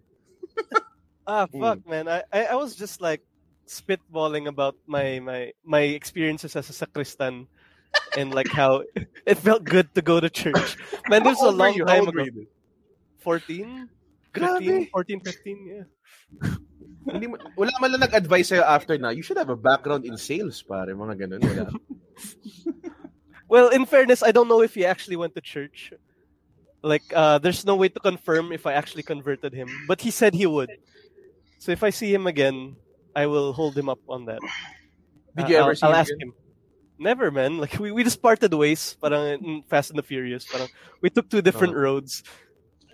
[SPEAKER 6] Ah, fuck, man. I, I, I was just like spitballing about my, my, my experiences as a sacristan and like how it felt good to go to church. Man, this was a
[SPEAKER 5] How old were
[SPEAKER 6] long
[SPEAKER 5] you? How
[SPEAKER 6] time
[SPEAKER 5] old
[SPEAKER 6] ago.
[SPEAKER 5] were you then?
[SPEAKER 6] 14? 15,
[SPEAKER 5] Grabe.
[SPEAKER 6] 14, 15, yeah.
[SPEAKER 5] Hindi mo, wala man lang nag-advise sa'yo after na, you should have a background in sales, pare. Mga ganun. Wala.
[SPEAKER 6] Well, in fairness, I don't know if he actually went to church. Like, uh, there's no way to confirm if I actually converted him, but he said he would. So if I see him again, I will hold him up on that. Uh,
[SPEAKER 5] Did you ever
[SPEAKER 6] I'll,
[SPEAKER 5] see
[SPEAKER 6] I'll
[SPEAKER 5] him
[SPEAKER 6] ask
[SPEAKER 5] again?
[SPEAKER 6] him. Never, man. Like we, we just parted ways, parang in Fast and the Furious. Parang we took two different
[SPEAKER 5] Oh.
[SPEAKER 6] roads.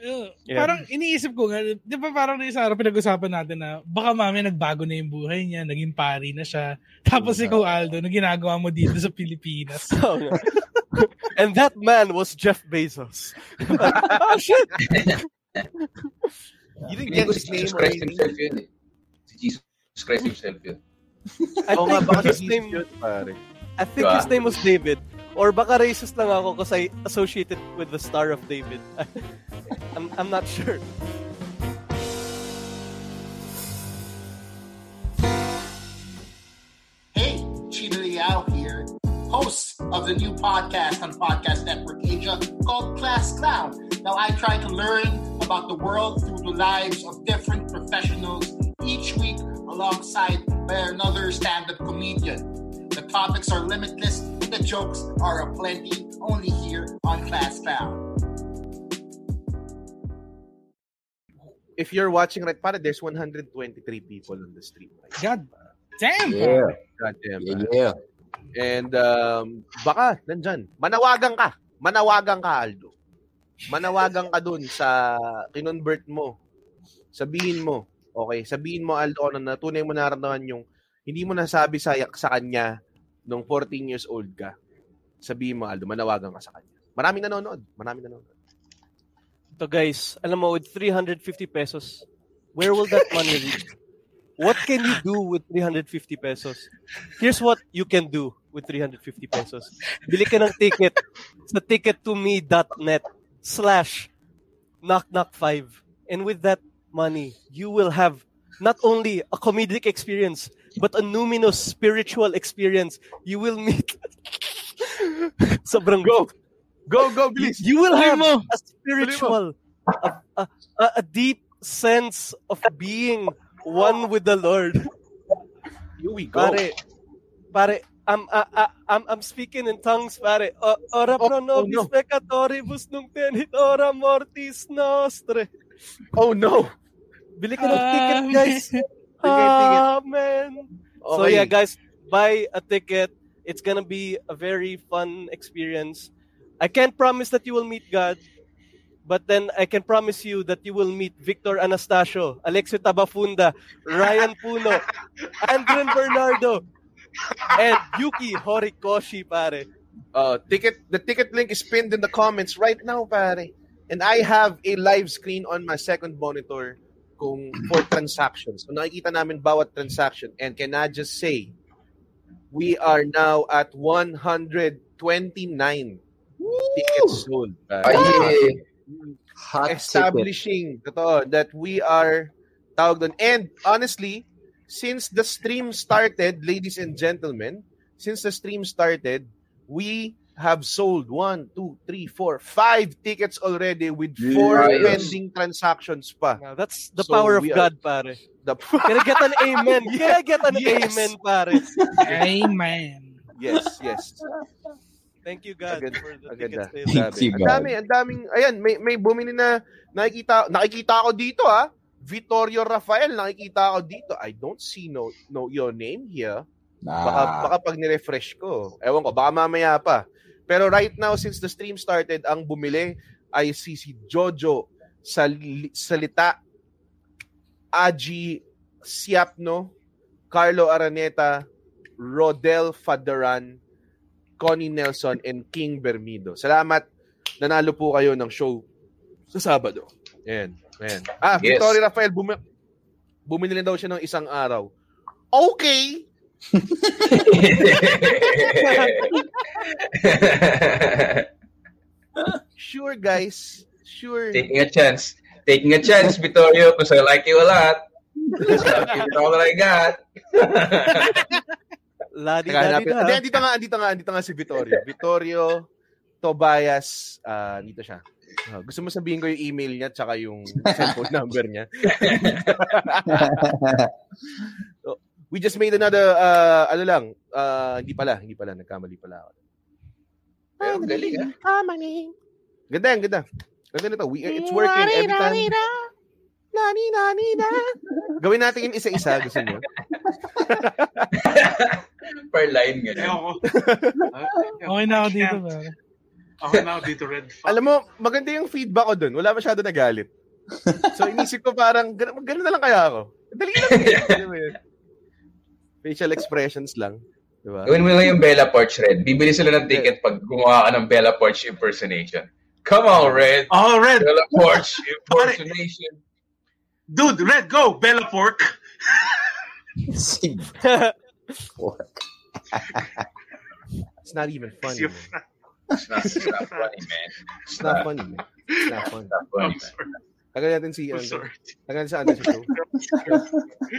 [SPEAKER 4] Uh,
[SPEAKER 6] Yeah.
[SPEAKER 4] Parang iniisip ko nga, di ba parang yung sa araw pinag-usapan natin na baka mami nagbago na yung buhay niya, naging pari na siya. Tapos ikaw Aldo, na ginagawa mo dito sa Pilipinas.
[SPEAKER 5] Oh,
[SPEAKER 6] Oo nga. And that man was Jeff Bezos. oh shit!
[SPEAKER 5] You didn't
[SPEAKER 3] Hindi
[SPEAKER 5] get
[SPEAKER 3] ko si
[SPEAKER 5] his name
[SPEAKER 3] Jesus
[SPEAKER 5] or
[SPEAKER 3] Christ
[SPEAKER 5] anything.
[SPEAKER 3] himself yun eh. Si Jesus Christ himself yun.
[SPEAKER 6] I
[SPEAKER 5] Oo Oh, nga,
[SPEAKER 6] think
[SPEAKER 5] baka
[SPEAKER 6] his
[SPEAKER 5] si
[SPEAKER 6] name-
[SPEAKER 5] Jesus yun, pare.
[SPEAKER 6] I think
[SPEAKER 3] Diba?
[SPEAKER 6] his name was David. Or baka racist lang ako because I associated with the Star of David. I'm, I'm not sure.
[SPEAKER 9] Hey, Cheetah Liao here, host of the new podcast on Podcast Network Asia called Class Clown. Now, I try to learn about the world through the lives of different professionals each week alongside by another stand up comedian. The topics are limitless, the jokes are aplenty, only here on Class Clown.
[SPEAKER 5] If you're watching right, pare, there's 123 people on the street.
[SPEAKER 4] God damn!
[SPEAKER 3] Yeah.
[SPEAKER 4] pare.
[SPEAKER 5] Goddamn,
[SPEAKER 3] Yeah,
[SPEAKER 5] pare.
[SPEAKER 3] yeah.
[SPEAKER 5] And um, baka, nandyan. Manawagan ka. Manawagan ka, Aldo. Manawagan ka dun sa kinonvert mo. Sabihin mo. Okay, sabihin mo, Aldo, ano na tunay mo nararamdaman yung hindi mo nasabi sa, sa kanya nung 14 years old ka. Sabihin mo, Aldo, manawagan ka sa kanya. Maraming nanonood. Maraming nanonood.
[SPEAKER 6] So guys, alam mo, with 350 pesos, where will that money reach? What can you do with 350 pesos? Here's what you can do with 350 pesos. Bili ka ng ticket sa tickettome.net slash knock knock 5. And with that money, you will have not only a comedic experience, but a numinous spiritual experience. You will meet... Sobrang go!
[SPEAKER 5] Go, go, bilis!
[SPEAKER 6] You will
[SPEAKER 4] Tuloy
[SPEAKER 6] have
[SPEAKER 4] mo.
[SPEAKER 6] a spiritual, a, a, a, a deep sense of being one with the Lord.
[SPEAKER 5] Here we go.
[SPEAKER 6] Pare, pare, I'm, I, I, I'm, I'm speaking in tongues, pare. O, ora pro
[SPEAKER 5] Oh, oh,
[SPEAKER 6] nobis
[SPEAKER 5] no.
[SPEAKER 6] peccatoribus nunc tenit ora mortis nostre.
[SPEAKER 5] Oh, no!
[SPEAKER 6] Bili ka ng
[SPEAKER 4] Ah,
[SPEAKER 6] ticket, guys. Ah,
[SPEAKER 5] Ticket, ticket.
[SPEAKER 6] Amen. So
[SPEAKER 5] Okay.
[SPEAKER 6] yeah, guys, buy a ticket. It's gonna be a very fun experience. I can't promise that you will meet God, but then I can promise you that you will meet Victor Anastasio, Alexio Tabafunda, Ryan Puno, Andren Bernardo, and Yuki Horikoshi, pare.
[SPEAKER 5] Uh, ticket the ticket link is pinned in the comments right now, pare. And I have a live screen on my second monitor kung for transactions. So nakikita namin bawat transaction. And can I just say, we are now at 129 tickets sold. pare.
[SPEAKER 3] Ay, eh,
[SPEAKER 7] Hot
[SPEAKER 5] establishing totoo, that we are tawag doon. And honestly, since the stream started, ladies and gentlemen, since the stream started, we have sold one, two, three, four, five tickets already with four
[SPEAKER 3] Ayos.
[SPEAKER 5] pending transactions pa.
[SPEAKER 6] Now, that's the
[SPEAKER 5] So
[SPEAKER 6] power of
[SPEAKER 5] we are-
[SPEAKER 6] God, pare.
[SPEAKER 5] The,
[SPEAKER 6] Can I get an amen? Can I get an
[SPEAKER 5] Yes.
[SPEAKER 6] amen, pare?
[SPEAKER 4] Amen.
[SPEAKER 5] yes, yes.
[SPEAKER 6] Thank you, God,
[SPEAKER 5] Agad-
[SPEAKER 6] for the
[SPEAKER 5] agad
[SPEAKER 6] ticket
[SPEAKER 5] na.
[SPEAKER 6] sale.
[SPEAKER 7] Thank you,
[SPEAKER 5] Ang
[SPEAKER 7] God.
[SPEAKER 5] dami, ang daming, ayan, may, may bumili na, nakikita, nakikita ako dito, ha? Vittorio Rafael, nakikita ako dito. I don't see no, no your name here. Baka, baka pag nirefresh ko. Ewan ko, baka mamaya pa. Pero right now, since the stream started, ang bumili ay si, si Jojo Sal- Salita, Aji Siapno, Carlo Araneta, Rodel Fadaran, Connie Nelson, and King Bermido. Salamat. Nanalo po kayo ng show sa Sabado. Ayan. Ayan. Ah,
[SPEAKER 3] Yes.
[SPEAKER 5] Victoria Rafael, bumi- bumili na daw siya ng isang araw. Okay! Sure, guys. Sure.
[SPEAKER 3] Taking a chance. Taking a chance, Vittorio, because I like you a lot. So I'll give it all that I got.
[SPEAKER 6] Ladi,
[SPEAKER 5] Teka, hanapin. Hindi, andito nga, andito nga, andito nga si Vittorio. Vittorio Tobias, ah, dito siya. Ah, gusto mo sabihin ko yung email niya tsaka yung cellphone number niya. So, we just made another, ah, ano lang, ah, hindi pala, hindi pala, nagkamali pala ako.
[SPEAKER 3] Pero galing, ah.
[SPEAKER 5] Ganda, ang ganda. Ganda nito. We, it's working every time. Nani, nani, na. Gawin natin yun isa-isa. Gusto mo?
[SPEAKER 3] Per line, ganun.
[SPEAKER 4] Okay na ako dito, ba?
[SPEAKER 8] Okay na ako dito, Red.
[SPEAKER 5] Alam mo, maganda yung feedback ko dun. Wala masyado nagalit. So, inisip ko parang, gan- ganun na lang kaya ako. Dali lang. eh. Alam mo yun? Facial expressions lang. Diba?
[SPEAKER 3] Gawin mo lang yung Bella Porch Red. Bibili sila ng ticket pag gumawa ka ng Bella Porch impersonation. Come on, Red.
[SPEAKER 8] Oh, Red.
[SPEAKER 3] Bella Porch impersonation.
[SPEAKER 8] Dude, Red, go! Bella Pork!
[SPEAKER 7] Si
[SPEAKER 5] It's not even funny. man.
[SPEAKER 3] It's not, it's not funny, man.
[SPEAKER 5] It's not funny. man. It's not funny.
[SPEAKER 3] funny,
[SPEAKER 5] Tagal natin si
[SPEAKER 8] I'm
[SPEAKER 5] ano,
[SPEAKER 8] sorry.
[SPEAKER 5] Tagal natin sa ano si Joe.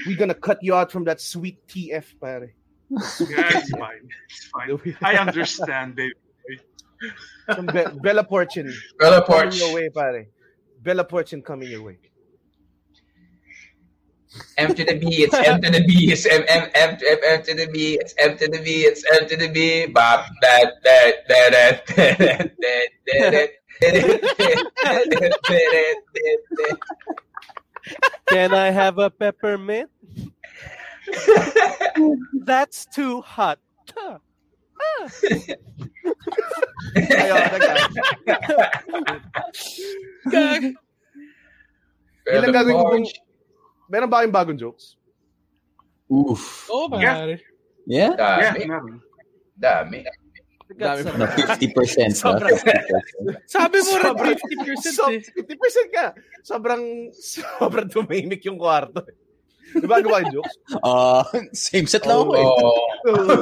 [SPEAKER 5] We gonna cut you out from that sweet TF, pare. Ano
[SPEAKER 8] Yeah, it's fine. It's fine. I understand, baby.
[SPEAKER 5] From Be- Bella Porchin.
[SPEAKER 3] Bella Porch.
[SPEAKER 5] Coming your way, pare. Bella Porchin coming your way.
[SPEAKER 3] M to the B, it's M to the B, it's M, M, M to M, M to the B, it's M to the B, it's M to the B, bop, that, that, that, that, that, that, that, that,
[SPEAKER 6] Can I have a peppermint? That's too hot. Ah. Ah.
[SPEAKER 4] Gag.
[SPEAKER 5] Yun lang
[SPEAKER 3] Bella
[SPEAKER 5] gagawin ko kung...
[SPEAKER 3] Porch.
[SPEAKER 5] Meron ba kayong bagong jokes?
[SPEAKER 7] Oof.
[SPEAKER 4] Oo, pare.
[SPEAKER 7] Yeah?
[SPEAKER 8] Yeah,
[SPEAKER 3] Dami,
[SPEAKER 8] meron.
[SPEAKER 3] dami.
[SPEAKER 5] Dami
[SPEAKER 7] Na ah. 50%. Na 50%.
[SPEAKER 4] Sabi mo rin,
[SPEAKER 5] Sobrang-
[SPEAKER 4] 50% eh.
[SPEAKER 5] 50% ka. Sobrang, sobrang tumimik yung kwarto. eh. Di ba, gawa yung jokes?
[SPEAKER 7] Ah, same set lang ako eh.
[SPEAKER 3] Oh,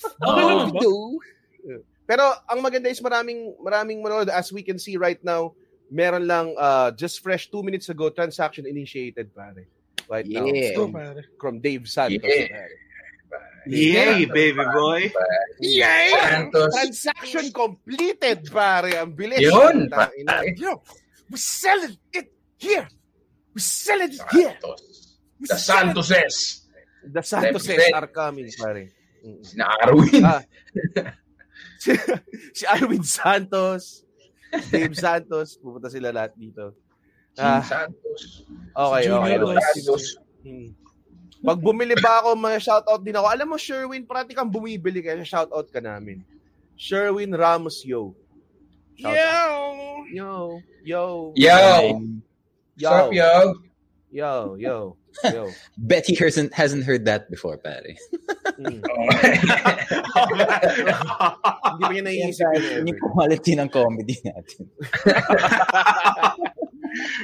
[SPEAKER 4] Okay naman ba?
[SPEAKER 5] Pero ang maganda is maraming maraming manood as we can see right now, meron lang uh, just fresh two minutes ago transaction initiated pare. Right
[SPEAKER 7] Yeah.
[SPEAKER 5] now
[SPEAKER 4] Go,
[SPEAKER 5] from,
[SPEAKER 4] pare.
[SPEAKER 5] from Dave Santos.
[SPEAKER 3] Yeah.
[SPEAKER 5] pare.
[SPEAKER 8] Yay, baby boy!
[SPEAKER 5] Yay!
[SPEAKER 3] Santos.
[SPEAKER 5] Transaction completed pare. Ang bilis.
[SPEAKER 3] Yun,
[SPEAKER 5] Tang ina.
[SPEAKER 3] pare.
[SPEAKER 5] Yo, we selling it here. We selling it here.
[SPEAKER 3] Santos. The Santoses.
[SPEAKER 5] The Santos
[SPEAKER 3] Represent.
[SPEAKER 5] are coming pare. Mm.
[SPEAKER 3] Si Arwin.
[SPEAKER 5] Ah. si, si Arwin Santos, Dave Santos, pupunta sila lahat dito. Ah,
[SPEAKER 3] Santos.
[SPEAKER 5] okay, okay.
[SPEAKER 4] Junior
[SPEAKER 5] okay.
[SPEAKER 3] Santos.
[SPEAKER 5] Hmm. Pag bumili ba ako, mga shoutout din ako. Alam mo, Sherwin, parati kang bumibili kaya shoutout ka namin. Sherwin Ramos, yo. Shout
[SPEAKER 4] Yo!
[SPEAKER 5] Yo, yo,
[SPEAKER 3] Yo! What's
[SPEAKER 5] yo,
[SPEAKER 3] up, yo?
[SPEAKER 5] yo, yo, yo.
[SPEAKER 7] Bet he hasn't, hasn't heard that before, pare.
[SPEAKER 5] Hmm.
[SPEAKER 8] Alright.
[SPEAKER 5] Hindi pa niya naiisip yun.
[SPEAKER 7] Yan
[SPEAKER 5] Ever.
[SPEAKER 7] yung quality ng comedy natin.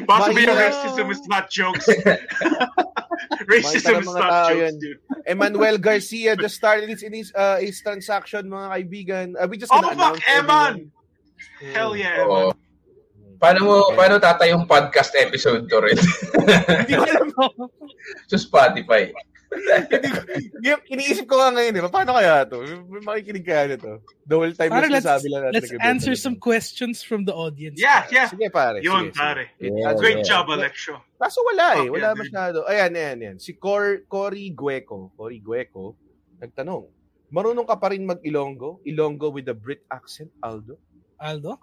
[SPEAKER 8] Possibly
[SPEAKER 5] Mahirap.
[SPEAKER 8] racism is not jokes. racism is
[SPEAKER 5] Mahirap mga
[SPEAKER 8] not
[SPEAKER 5] tao
[SPEAKER 8] jokes,
[SPEAKER 5] yun.
[SPEAKER 8] dude.
[SPEAKER 5] Emmanuel Garcia just started his, his, uh, his transaction, mga kaibigan. Uh, we just
[SPEAKER 8] Oh,
[SPEAKER 5] gonna
[SPEAKER 8] fuck,
[SPEAKER 5] announce
[SPEAKER 8] Eman!
[SPEAKER 5] everyone.
[SPEAKER 8] Hell yeah,
[SPEAKER 3] Oo.
[SPEAKER 8] Eman.
[SPEAKER 3] Paano mo, paano tatayong podcast episode to rin?
[SPEAKER 5] Hindi ko alam.
[SPEAKER 3] Sa Spotify.
[SPEAKER 5] Yung Iniisip ko nga ngayon, eh, paano kaya to? May makikinig kaya nito? The whole time
[SPEAKER 4] Pare,
[SPEAKER 5] na
[SPEAKER 4] let's,
[SPEAKER 5] sinasabi lang natin.
[SPEAKER 4] let's
[SPEAKER 5] nag-event
[SPEAKER 4] answer
[SPEAKER 5] na
[SPEAKER 4] some
[SPEAKER 5] ganun.
[SPEAKER 4] questions from the audience.
[SPEAKER 8] Yeah, yeah.
[SPEAKER 5] Sige, pare.
[SPEAKER 8] Yun,
[SPEAKER 5] sige,
[SPEAKER 8] pare.
[SPEAKER 5] sige.
[SPEAKER 7] Yeah,
[SPEAKER 5] That's
[SPEAKER 8] Great
[SPEAKER 7] yeah.
[SPEAKER 8] job, Alexio.
[SPEAKER 5] Kaso wala
[SPEAKER 8] Fuck
[SPEAKER 5] eh. Wala
[SPEAKER 8] yeah, dude.
[SPEAKER 5] masyado. Ayan, ayan, ayan. Si Cor Cory Gueco, Cory Gueco, nagtanong, marunong ka pa rin mag-Ilonggo? Ilonggo with a Brit accent, Aldo?
[SPEAKER 4] Aldo?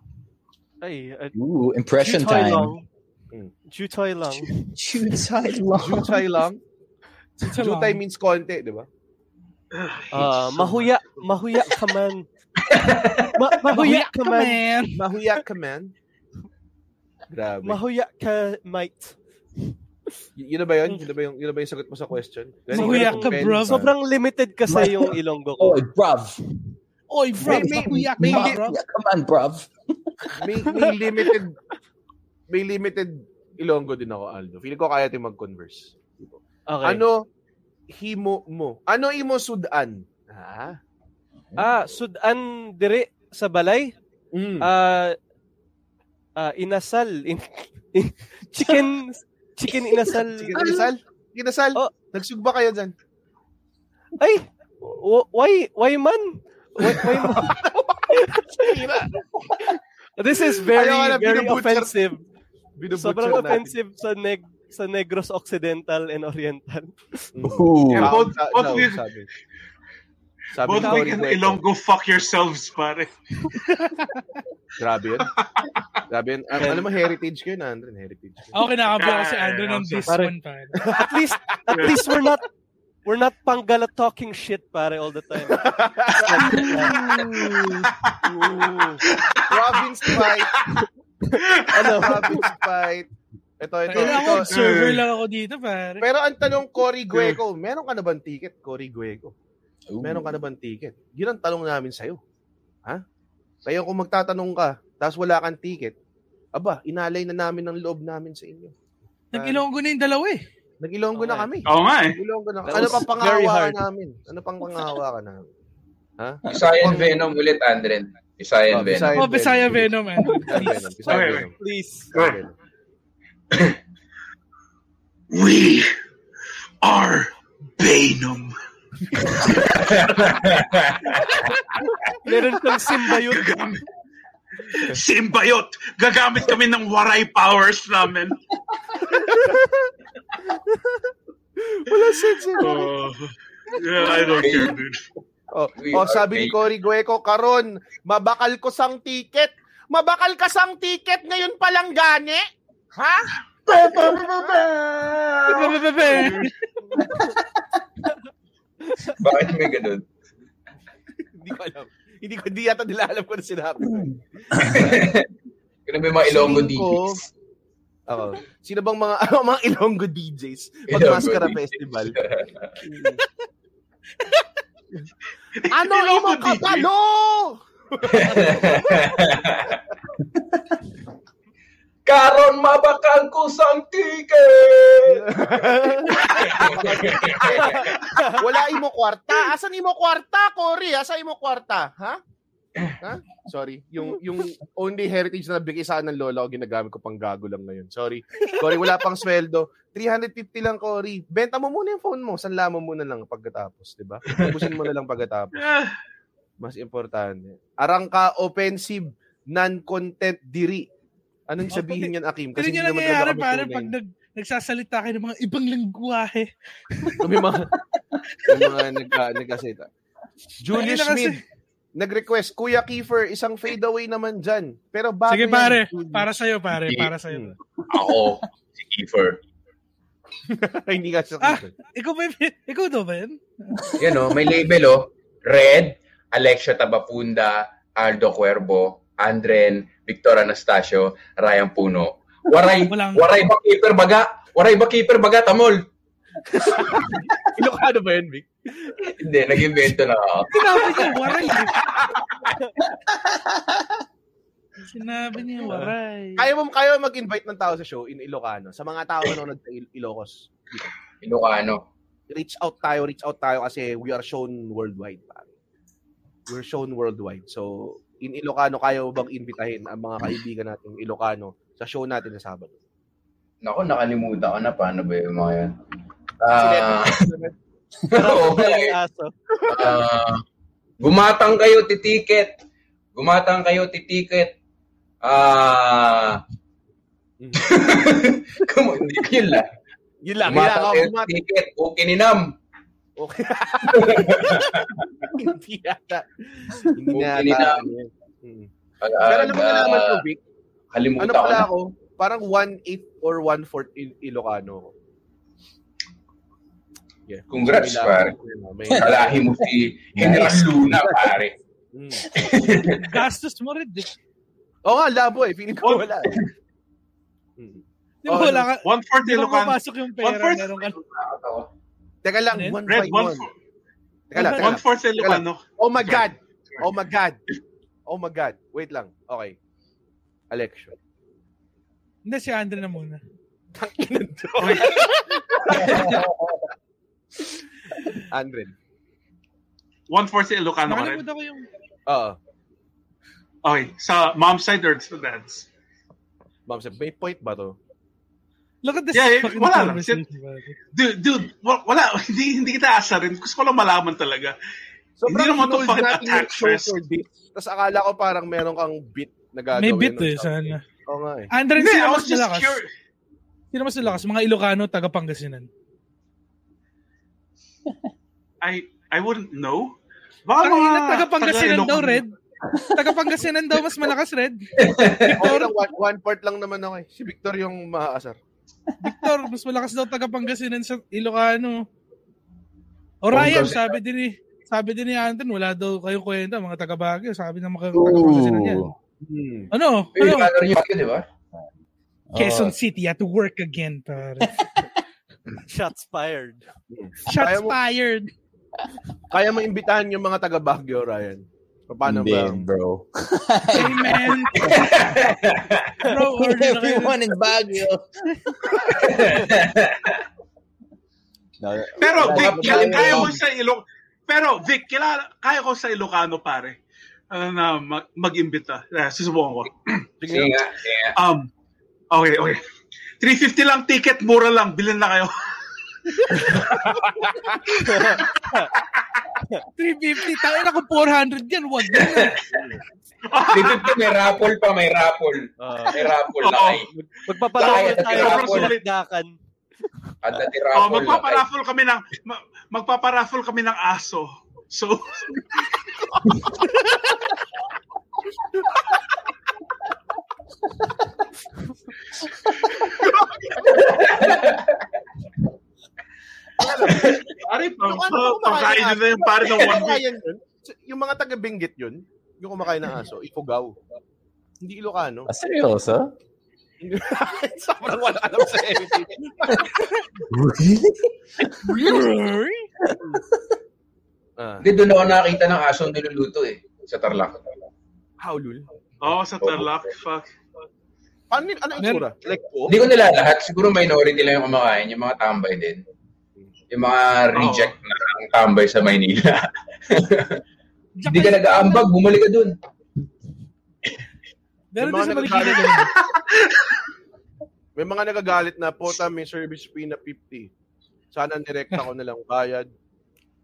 [SPEAKER 6] Ay, uh,
[SPEAKER 7] Ooh, impression
[SPEAKER 6] Jutoy
[SPEAKER 7] time.
[SPEAKER 6] lang.
[SPEAKER 5] Mm.
[SPEAKER 6] Jutoy lang.
[SPEAKER 7] Jutay lang.
[SPEAKER 5] Jutay lang.
[SPEAKER 4] Ito lang.
[SPEAKER 5] Jutay means konti, di ba?
[SPEAKER 4] Uh,
[SPEAKER 6] Ah, mahuya, mahuya ka man. Ma- mahuya ka man.
[SPEAKER 4] man.
[SPEAKER 5] Mahuya ka, man. Grabe.
[SPEAKER 6] Mahuya ka, mate.
[SPEAKER 5] Y- yun na ba yun? Yun na ba yung, yun na ba yung sagot mo sa question?
[SPEAKER 4] Mahuya ka, bro.
[SPEAKER 5] Sobrang...
[SPEAKER 6] Sobrang limited kasi yung ilonggo ko.
[SPEAKER 7] Oh, bruv.
[SPEAKER 4] Oy, bro,
[SPEAKER 5] May- may-
[SPEAKER 4] makuya ka,
[SPEAKER 5] may-
[SPEAKER 4] bro.
[SPEAKER 7] Yeah, Come on, bruv.
[SPEAKER 5] May, may limited, may limited Ilonggo din ako, Aldo. Feeling ko kaya tayong mag-converse.
[SPEAKER 6] Okay.
[SPEAKER 5] Ano himo mo? Ano imo sudan? Ha?
[SPEAKER 6] Ah, sudan dire sa balay.
[SPEAKER 5] Mm.
[SPEAKER 6] Ah, ah, inasal. In, in- chicken, chicken inasal.
[SPEAKER 5] Sige, Ginasal? Ginasal?
[SPEAKER 6] Oh.
[SPEAKER 5] Nagsugba kayo dyan.
[SPEAKER 6] Ay, w- why, why man? Why, why man? This is very,
[SPEAKER 5] Ayaw ka na,
[SPEAKER 6] very
[SPEAKER 5] binubutcher.
[SPEAKER 6] offensive.
[SPEAKER 5] Binubutcher
[SPEAKER 6] Sobrang
[SPEAKER 5] natin.
[SPEAKER 6] offensive sa neg sa Negros Occidental and Oriental.
[SPEAKER 5] Mm.
[SPEAKER 7] Ooh.
[SPEAKER 8] Yeah, both-
[SPEAKER 5] Sa-
[SPEAKER 8] both
[SPEAKER 5] no,
[SPEAKER 8] with-
[SPEAKER 5] sabi. Sabi
[SPEAKER 8] Both
[SPEAKER 5] ni
[SPEAKER 8] Wig
[SPEAKER 5] Cory
[SPEAKER 8] and
[SPEAKER 5] Cueto.
[SPEAKER 8] Ilonggo, fuck yourselves, pare.
[SPEAKER 5] Grabe yun. Grabe yun. Ang- Alam mo, heritage ko yun, Andren. Heritage ko.
[SPEAKER 4] Ako kinakabahan ko si Andrew
[SPEAKER 5] Ah,
[SPEAKER 4] ng this
[SPEAKER 6] Pare,
[SPEAKER 4] one, pare.
[SPEAKER 6] At least, at least we're not we're not panggala talking shit pare all the time.
[SPEAKER 5] Province fight. ano? Province fight. Ito, ito.
[SPEAKER 4] Kaya ako,
[SPEAKER 5] ito.
[SPEAKER 4] observer lang ako dito, pare.
[SPEAKER 5] Pero ang tanong, Cory Gueco, meron ka na bang ticket, Cory Gueco? Meron ka na bang ticket? Yun ang tanong namin sa'yo. Ha? Kaya kung magtatanong ka, tapos wala kang ticket, aba, inalay na namin ang loob namin sa inyo.
[SPEAKER 4] Nag-ilonggo na yung dalawa eh.
[SPEAKER 5] Nag-ilonggo na kami.
[SPEAKER 8] Oo nga eh.
[SPEAKER 5] Nag-ilonggo na
[SPEAKER 8] That
[SPEAKER 5] Ano
[SPEAKER 8] was
[SPEAKER 5] pa
[SPEAKER 8] very
[SPEAKER 5] pangawa ka
[SPEAKER 8] hard.
[SPEAKER 5] namin? Ano pang pangawa ka namin? Ha?
[SPEAKER 3] Bisayan Venom ulit, Andren. Bisayan Venom.
[SPEAKER 4] Oh, Bisaya Venom, man.
[SPEAKER 6] Please.
[SPEAKER 8] We are Venom.
[SPEAKER 6] Meron kang simbayot.
[SPEAKER 8] Simbayot! Gagamit kami ng waray powers namin.
[SPEAKER 5] Wala sense yun.
[SPEAKER 8] Oh. Yeah, I don't care, dude.
[SPEAKER 5] Oh, oh, sabi ni Cory Gueco, Karon, mabakal ko sang ticket. Mabakal ka sang ticket ngayon palang gani? Ha?
[SPEAKER 3] Bakit may ganun?
[SPEAKER 5] Hindi ko alam. Hindi ko, di yata nila alam ko na sinabi. ko.
[SPEAKER 3] Ganun may mga Ilonggo
[SPEAKER 5] Feeling ko-
[SPEAKER 3] DJs.
[SPEAKER 5] Oo. Sino bang mga, mga Ilonggo DJs? Pag
[SPEAKER 3] Ilonggo
[SPEAKER 5] Mascara
[SPEAKER 3] DJs.
[SPEAKER 5] Festival.
[SPEAKER 9] Ano
[SPEAKER 5] imong kabalo?
[SPEAKER 3] Karon mabakal ko sang ticket!
[SPEAKER 5] Wala imo kwarta. Asan imo kwarta, Cory? Asan imo kwarta? Ha? Ha? Sorry. Yung yung only heritage na nabigay sa akin ng lola ko, ginagamit ko pang gago lang ngayon. Sorry. Cory, wala pang sweldo. 350 lang, Cory. Benta mo muna yung phone mo. Sanla mo muna lang pagkatapos, di ba? Ubusin mo na lang pagkatapos. Mas importante. Arangka offensive, non-content diri. Anong sabihin yan, Akim?
[SPEAKER 4] Kasi
[SPEAKER 5] Kasi hindi
[SPEAKER 4] yun ang
[SPEAKER 5] naman talaga
[SPEAKER 4] nangyayari,
[SPEAKER 5] kami
[SPEAKER 4] pare,
[SPEAKER 5] tunay.
[SPEAKER 4] pag nag, nagsasalita kayo ng mga ibang lingwahe.
[SPEAKER 5] May mga, may mga nagka, nagkasita.
[SPEAKER 4] Ayun
[SPEAKER 5] Julius
[SPEAKER 4] na kasi.
[SPEAKER 5] Schmid, nag-request, Kuya Kiefer, isang fadeaway naman dyan. Pero bago
[SPEAKER 4] Sige,
[SPEAKER 5] yan,
[SPEAKER 4] pare.
[SPEAKER 5] Julius.
[SPEAKER 4] Para sa'yo, pare. Para sa'yo.
[SPEAKER 3] Ako, si Kiefer.
[SPEAKER 5] Hindi ka siya.
[SPEAKER 4] Ah, ikaw ba, yun? ikaw daw ba yun?
[SPEAKER 3] Yan o, may label o. Red, Alexia Tabapunda, Aldo Cuervo, Andren, Victor Anastasio, Ryan Puno. Waray,
[SPEAKER 4] Walang-
[SPEAKER 3] waray ba keeper baga? Waray ba keeper baga, Tamol?
[SPEAKER 5] Ilocano ba yun, Vic?
[SPEAKER 3] Hindi, nag-invento na ako.
[SPEAKER 4] Sinabi niya, waray. eh. Sinabi niya,
[SPEAKER 5] Diba?
[SPEAKER 4] waray.
[SPEAKER 5] Ah. Kaya mo kayo mag-invite ng tao sa show in Ilocano. Sa mga tao na nag Ilocos.
[SPEAKER 3] Ilocano.
[SPEAKER 5] Reach out tayo, reach out tayo kasi we are shown worldwide. Pare. We're shown worldwide. So, in Ilocano, kayo bang invitahin ang mga kaibigan natin Ilocano sa show natin na Sabado?
[SPEAKER 3] Nako, nakalimutan ko na. Paano ba yung mga yan? Ah,
[SPEAKER 5] Sinetong-
[SPEAKER 3] oo.
[SPEAKER 6] aso.
[SPEAKER 3] Ah, gumatang kayo, titiket. Gumatang kayo, titiket. Ah, Come on, yun lang.
[SPEAKER 5] Mm-hmm. Yun lang, yun lang.
[SPEAKER 3] Gumatang
[SPEAKER 5] Oh,
[SPEAKER 3] kayo,
[SPEAKER 5] gumat-
[SPEAKER 3] titiket. O kininam.
[SPEAKER 5] Okay. Hindi yata. Hindi
[SPEAKER 3] Okay,
[SPEAKER 5] yata.
[SPEAKER 3] hindi na.
[SPEAKER 5] ano yun. Mm.
[SPEAKER 3] Pero
[SPEAKER 5] Pero alam mo na naman ko, Vic,
[SPEAKER 3] Kalimutan
[SPEAKER 5] ano
[SPEAKER 3] ko
[SPEAKER 5] pala
[SPEAKER 3] na.
[SPEAKER 5] ako, parang 1-8 or 1-4 Il- Ilocano ako. Yeah.
[SPEAKER 3] Congrats,
[SPEAKER 5] May
[SPEAKER 3] pare.
[SPEAKER 5] laban. May-
[SPEAKER 3] Kalahi mo si General Luna, pare.
[SPEAKER 5] Mm.
[SPEAKER 4] Gastos mo rin. Di, Oh.
[SPEAKER 5] Oo nga, labo eh. Feeling ko wala. Eh. Mm.
[SPEAKER 4] di ba
[SPEAKER 5] Oh,
[SPEAKER 4] wala ka?
[SPEAKER 8] One fourth
[SPEAKER 4] Di ba
[SPEAKER 8] Ilocano.
[SPEAKER 4] mapasok yung pera? ano?
[SPEAKER 8] One-fourth-
[SPEAKER 4] Meron ka
[SPEAKER 3] Nakakatawa.
[SPEAKER 5] Teka lang,
[SPEAKER 4] Red,
[SPEAKER 5] 1
[SPEAKER 8] Red,
[SPEAKER 5] by
[SPEAKER 8] one
[SPEAKER 5] 1. Teka lang, teka
[SPEAKER 8] one
[SPEAKER 5] lang.
[SPEAKER 8] fourth Ilocano.
[SPEAKER 5] Oh my God! Oh my God! Oh my God! Wait lang. Okay. Election.
[SPEAKER 4] Hindi, si Andre na muna.
[SPEAKER 5] Oh, Andren.
[SPEAKER 8] One fourth
[SPEAKER 5] Ano
[SPEAKER 8] Ilocano ka rin.
[SPEAKER 4] Nakalimutan ko yung...
[SPEAKER 5] Oo.
[SPEAKER 8] Okay, sa mom's side or sa dad's?
[SPEAKER 5] Ma'am, Sir, may point ba to?
[SPEAKER 4] Look at this
[SPEAKER 8] Yeah, yeah,
[SPEAKER 4] fucking
[SPEAKER 8] wala lang.
[SPEAKER 4] conversation.
[SPEAKER 8] Dude, dude wa- wala, hindi, hindi kita asa rin. Gusto ko lang malaman talaga. Hindi naman to
[SPEAKER 5] hinold
[SPEAKER 8] fucking
[SPEAKER 5] natin
[SPEAKER 8] attack
[SPEAKER 5] yung show
[SPEAKER 8] fest.
[SPEAKER 5] for this. Tapos akala ko parang meron kang beat na gagawin.
[SPEAKER 4] May bit
[SPEAKER 5] or
[SPEAKER 4] eh,
[SPEAKER 5] something.
[SPEAKER 4] sana.
[SPEAKER 5] Oo nga eh.
[SPEAKER 4] Andre,
[SPEAKER 8] Hindi, I
[SPEAKER 4] sino mas
[SPEAKER 8] was just
[SPEAKER 4] malakas?
[SPEAKER 8] curious.
[SPEAKER 4] Sino mas malakas? Mga Ilocano, taga Pangasinan.
[SPEAKER 8] I, I wouldn't know. Baka
[SPEAKER 4] Ang
[SPEAKER 8] mga-
[SPEAKER 4] ina, taga Pangasinan
[SPEAKER 8] taga
[SPEAKER 4] daw,
[SPEAKER 8] Ilocano.
[SPEAKER 4] Red. Taga Pangasinan daw, mas malakas, Red.
[SPEAKER 5] Okay lang, one, one part lang naman ako eh. Si Victor yung maaasar.
[SPEAKER 4] Victor, mas malakas daw taga Pangasinan sa Ilocano. O Ryan,
[SPEAKER 5] Pangasinan.
[SPEAKER 4] sabi din ni sabi din ni Anton, wala daw kayong kwenta, mga taga Baguio. Sabi ng mga taga Pangasinan yan.
[SPEAKER 7] Ooh.
[SPEAKER 5] Hmm.
[SPEAKER 4] Ano?
[SPEAKER 3] Yung
[SPEAKER 4] Ano?
[SPEAKER 3] Ilocano rin yung Baguio, di ba?
[SPEAKER 4] Quezon
[SPEAKER 3] Oo.
[SPEAKER 4] City, you have to work again, pare.
[SPEAKER 6] Oh, Shots fired.
[SPEAKER 4] Shots
[SPEAKER 5] Hmm. Kaya mo-
[SPEAKER 4] fired.
[SPEAKER 5] Kaya mo imbitahan yung mga taga Baguio, Ryan. Paano
[SPEAKER 7] Hindi,
[SPEAKER 5] Ano ba?
[SPEAKER 7] bro.
[SPEAKER 4] Amen. Bro,
[SPEAKER 5] Ano
[SPEAKER 4] order na kayo.
[SPEAKER 7] Everyone in Baguio. No,
[SPEAKER 8] Pero
[SPEAKER 7] wala
[SPEAKER 8] Vic,
[SPEAKER 7] pa
[SPEAKER 8] kaya,
[SPEAKER 7] tayo.
[SPEAKER 8] kaya ko sa Ilocano. Pero Vic, kilala, kaya ko sa Ilocano pare. Ano na mag- mag-imbita. Eh, susubukan ko.
[SPEAKER 3] Sige nga, sige nga.
[SPEAKER 8] Um, okay, okay. 350 lang ticket, mura lang. Bilhin na kayo.
[SPEAKER 4] 350 tayo na kung 400 yan, wag na.
[SPEAKER 3] Dito dito, may raffle pa, may raffle.
[SPEAKER 5] Ah.
[SPEAKER 3] May raffle,
[SPEAKER 5] Oh.
[SPEAKER 3] lakay.
[SPEAKER 6] Magpapalawa
[SPEAKER 3] Lakay at
[SPEAKER 6] tayo
[SPEAKER 3] raffle.
[SPEAKER 6] sa lakdakan.
[SPEAKER 3] At dati
[SPEAKER 8] Oh,
[SPEAKER 3] raffle, lakay.
[SPEAKER 8] magpaparaffle kami ng ma- magpaparaffle kami ng aso. So Pare, pang, pang,
[SPEAKER 5] Ano ba
[SPEAKER 8] pangkain
[SPEAKER 5] kumakain ng
[SPEAKER 8] nyo na yung pare ng one
[SPEAKER 5] aso?
[SPEAKER 8] week.
[SPEAKER 5] Kumakain yun? So, Yung mga taga Benguet yun, yung kumakain ng aso, Ifugao. Hindi Ilocano.
[SPEAKER 7] Ah, seryoso?
[SPEAKER 5] Sobrang wala alam sa everything.
[SPEAKER 4] Really?
[SPEAKER 5] Ah,
[SPEAKER 3] Hindi, doon ako nakakita ng aso niluluto eh. Sa Tarlac.
[SPEAKER 5] how, Lul?
[SPEAKER 8] Oo, sa Tarlac. Fuck.
[SPEAKER 5] Paano yun? Ano yung itsura? Like, oh?
[SPEAKER 3] Hindi ko nila lahat. Siguro minority lang yung kumakain. Yung mga tambay din. Yung mga reject na ang tambay sa Maynila. Hindi ka nag-aambag, bumalik ka dun.
[SPEAKER 4] Meron din
[SPEAKER 5] Yung mga
[SPEAKER 4] sa Marikina
[SPEAKER 5] nagagalit.
[SPEAKER 4] ganun.
[SPEAKER 5] May mga nagagalit na, puta, may service fee na 50. Sana nirekta ko na lang bayad.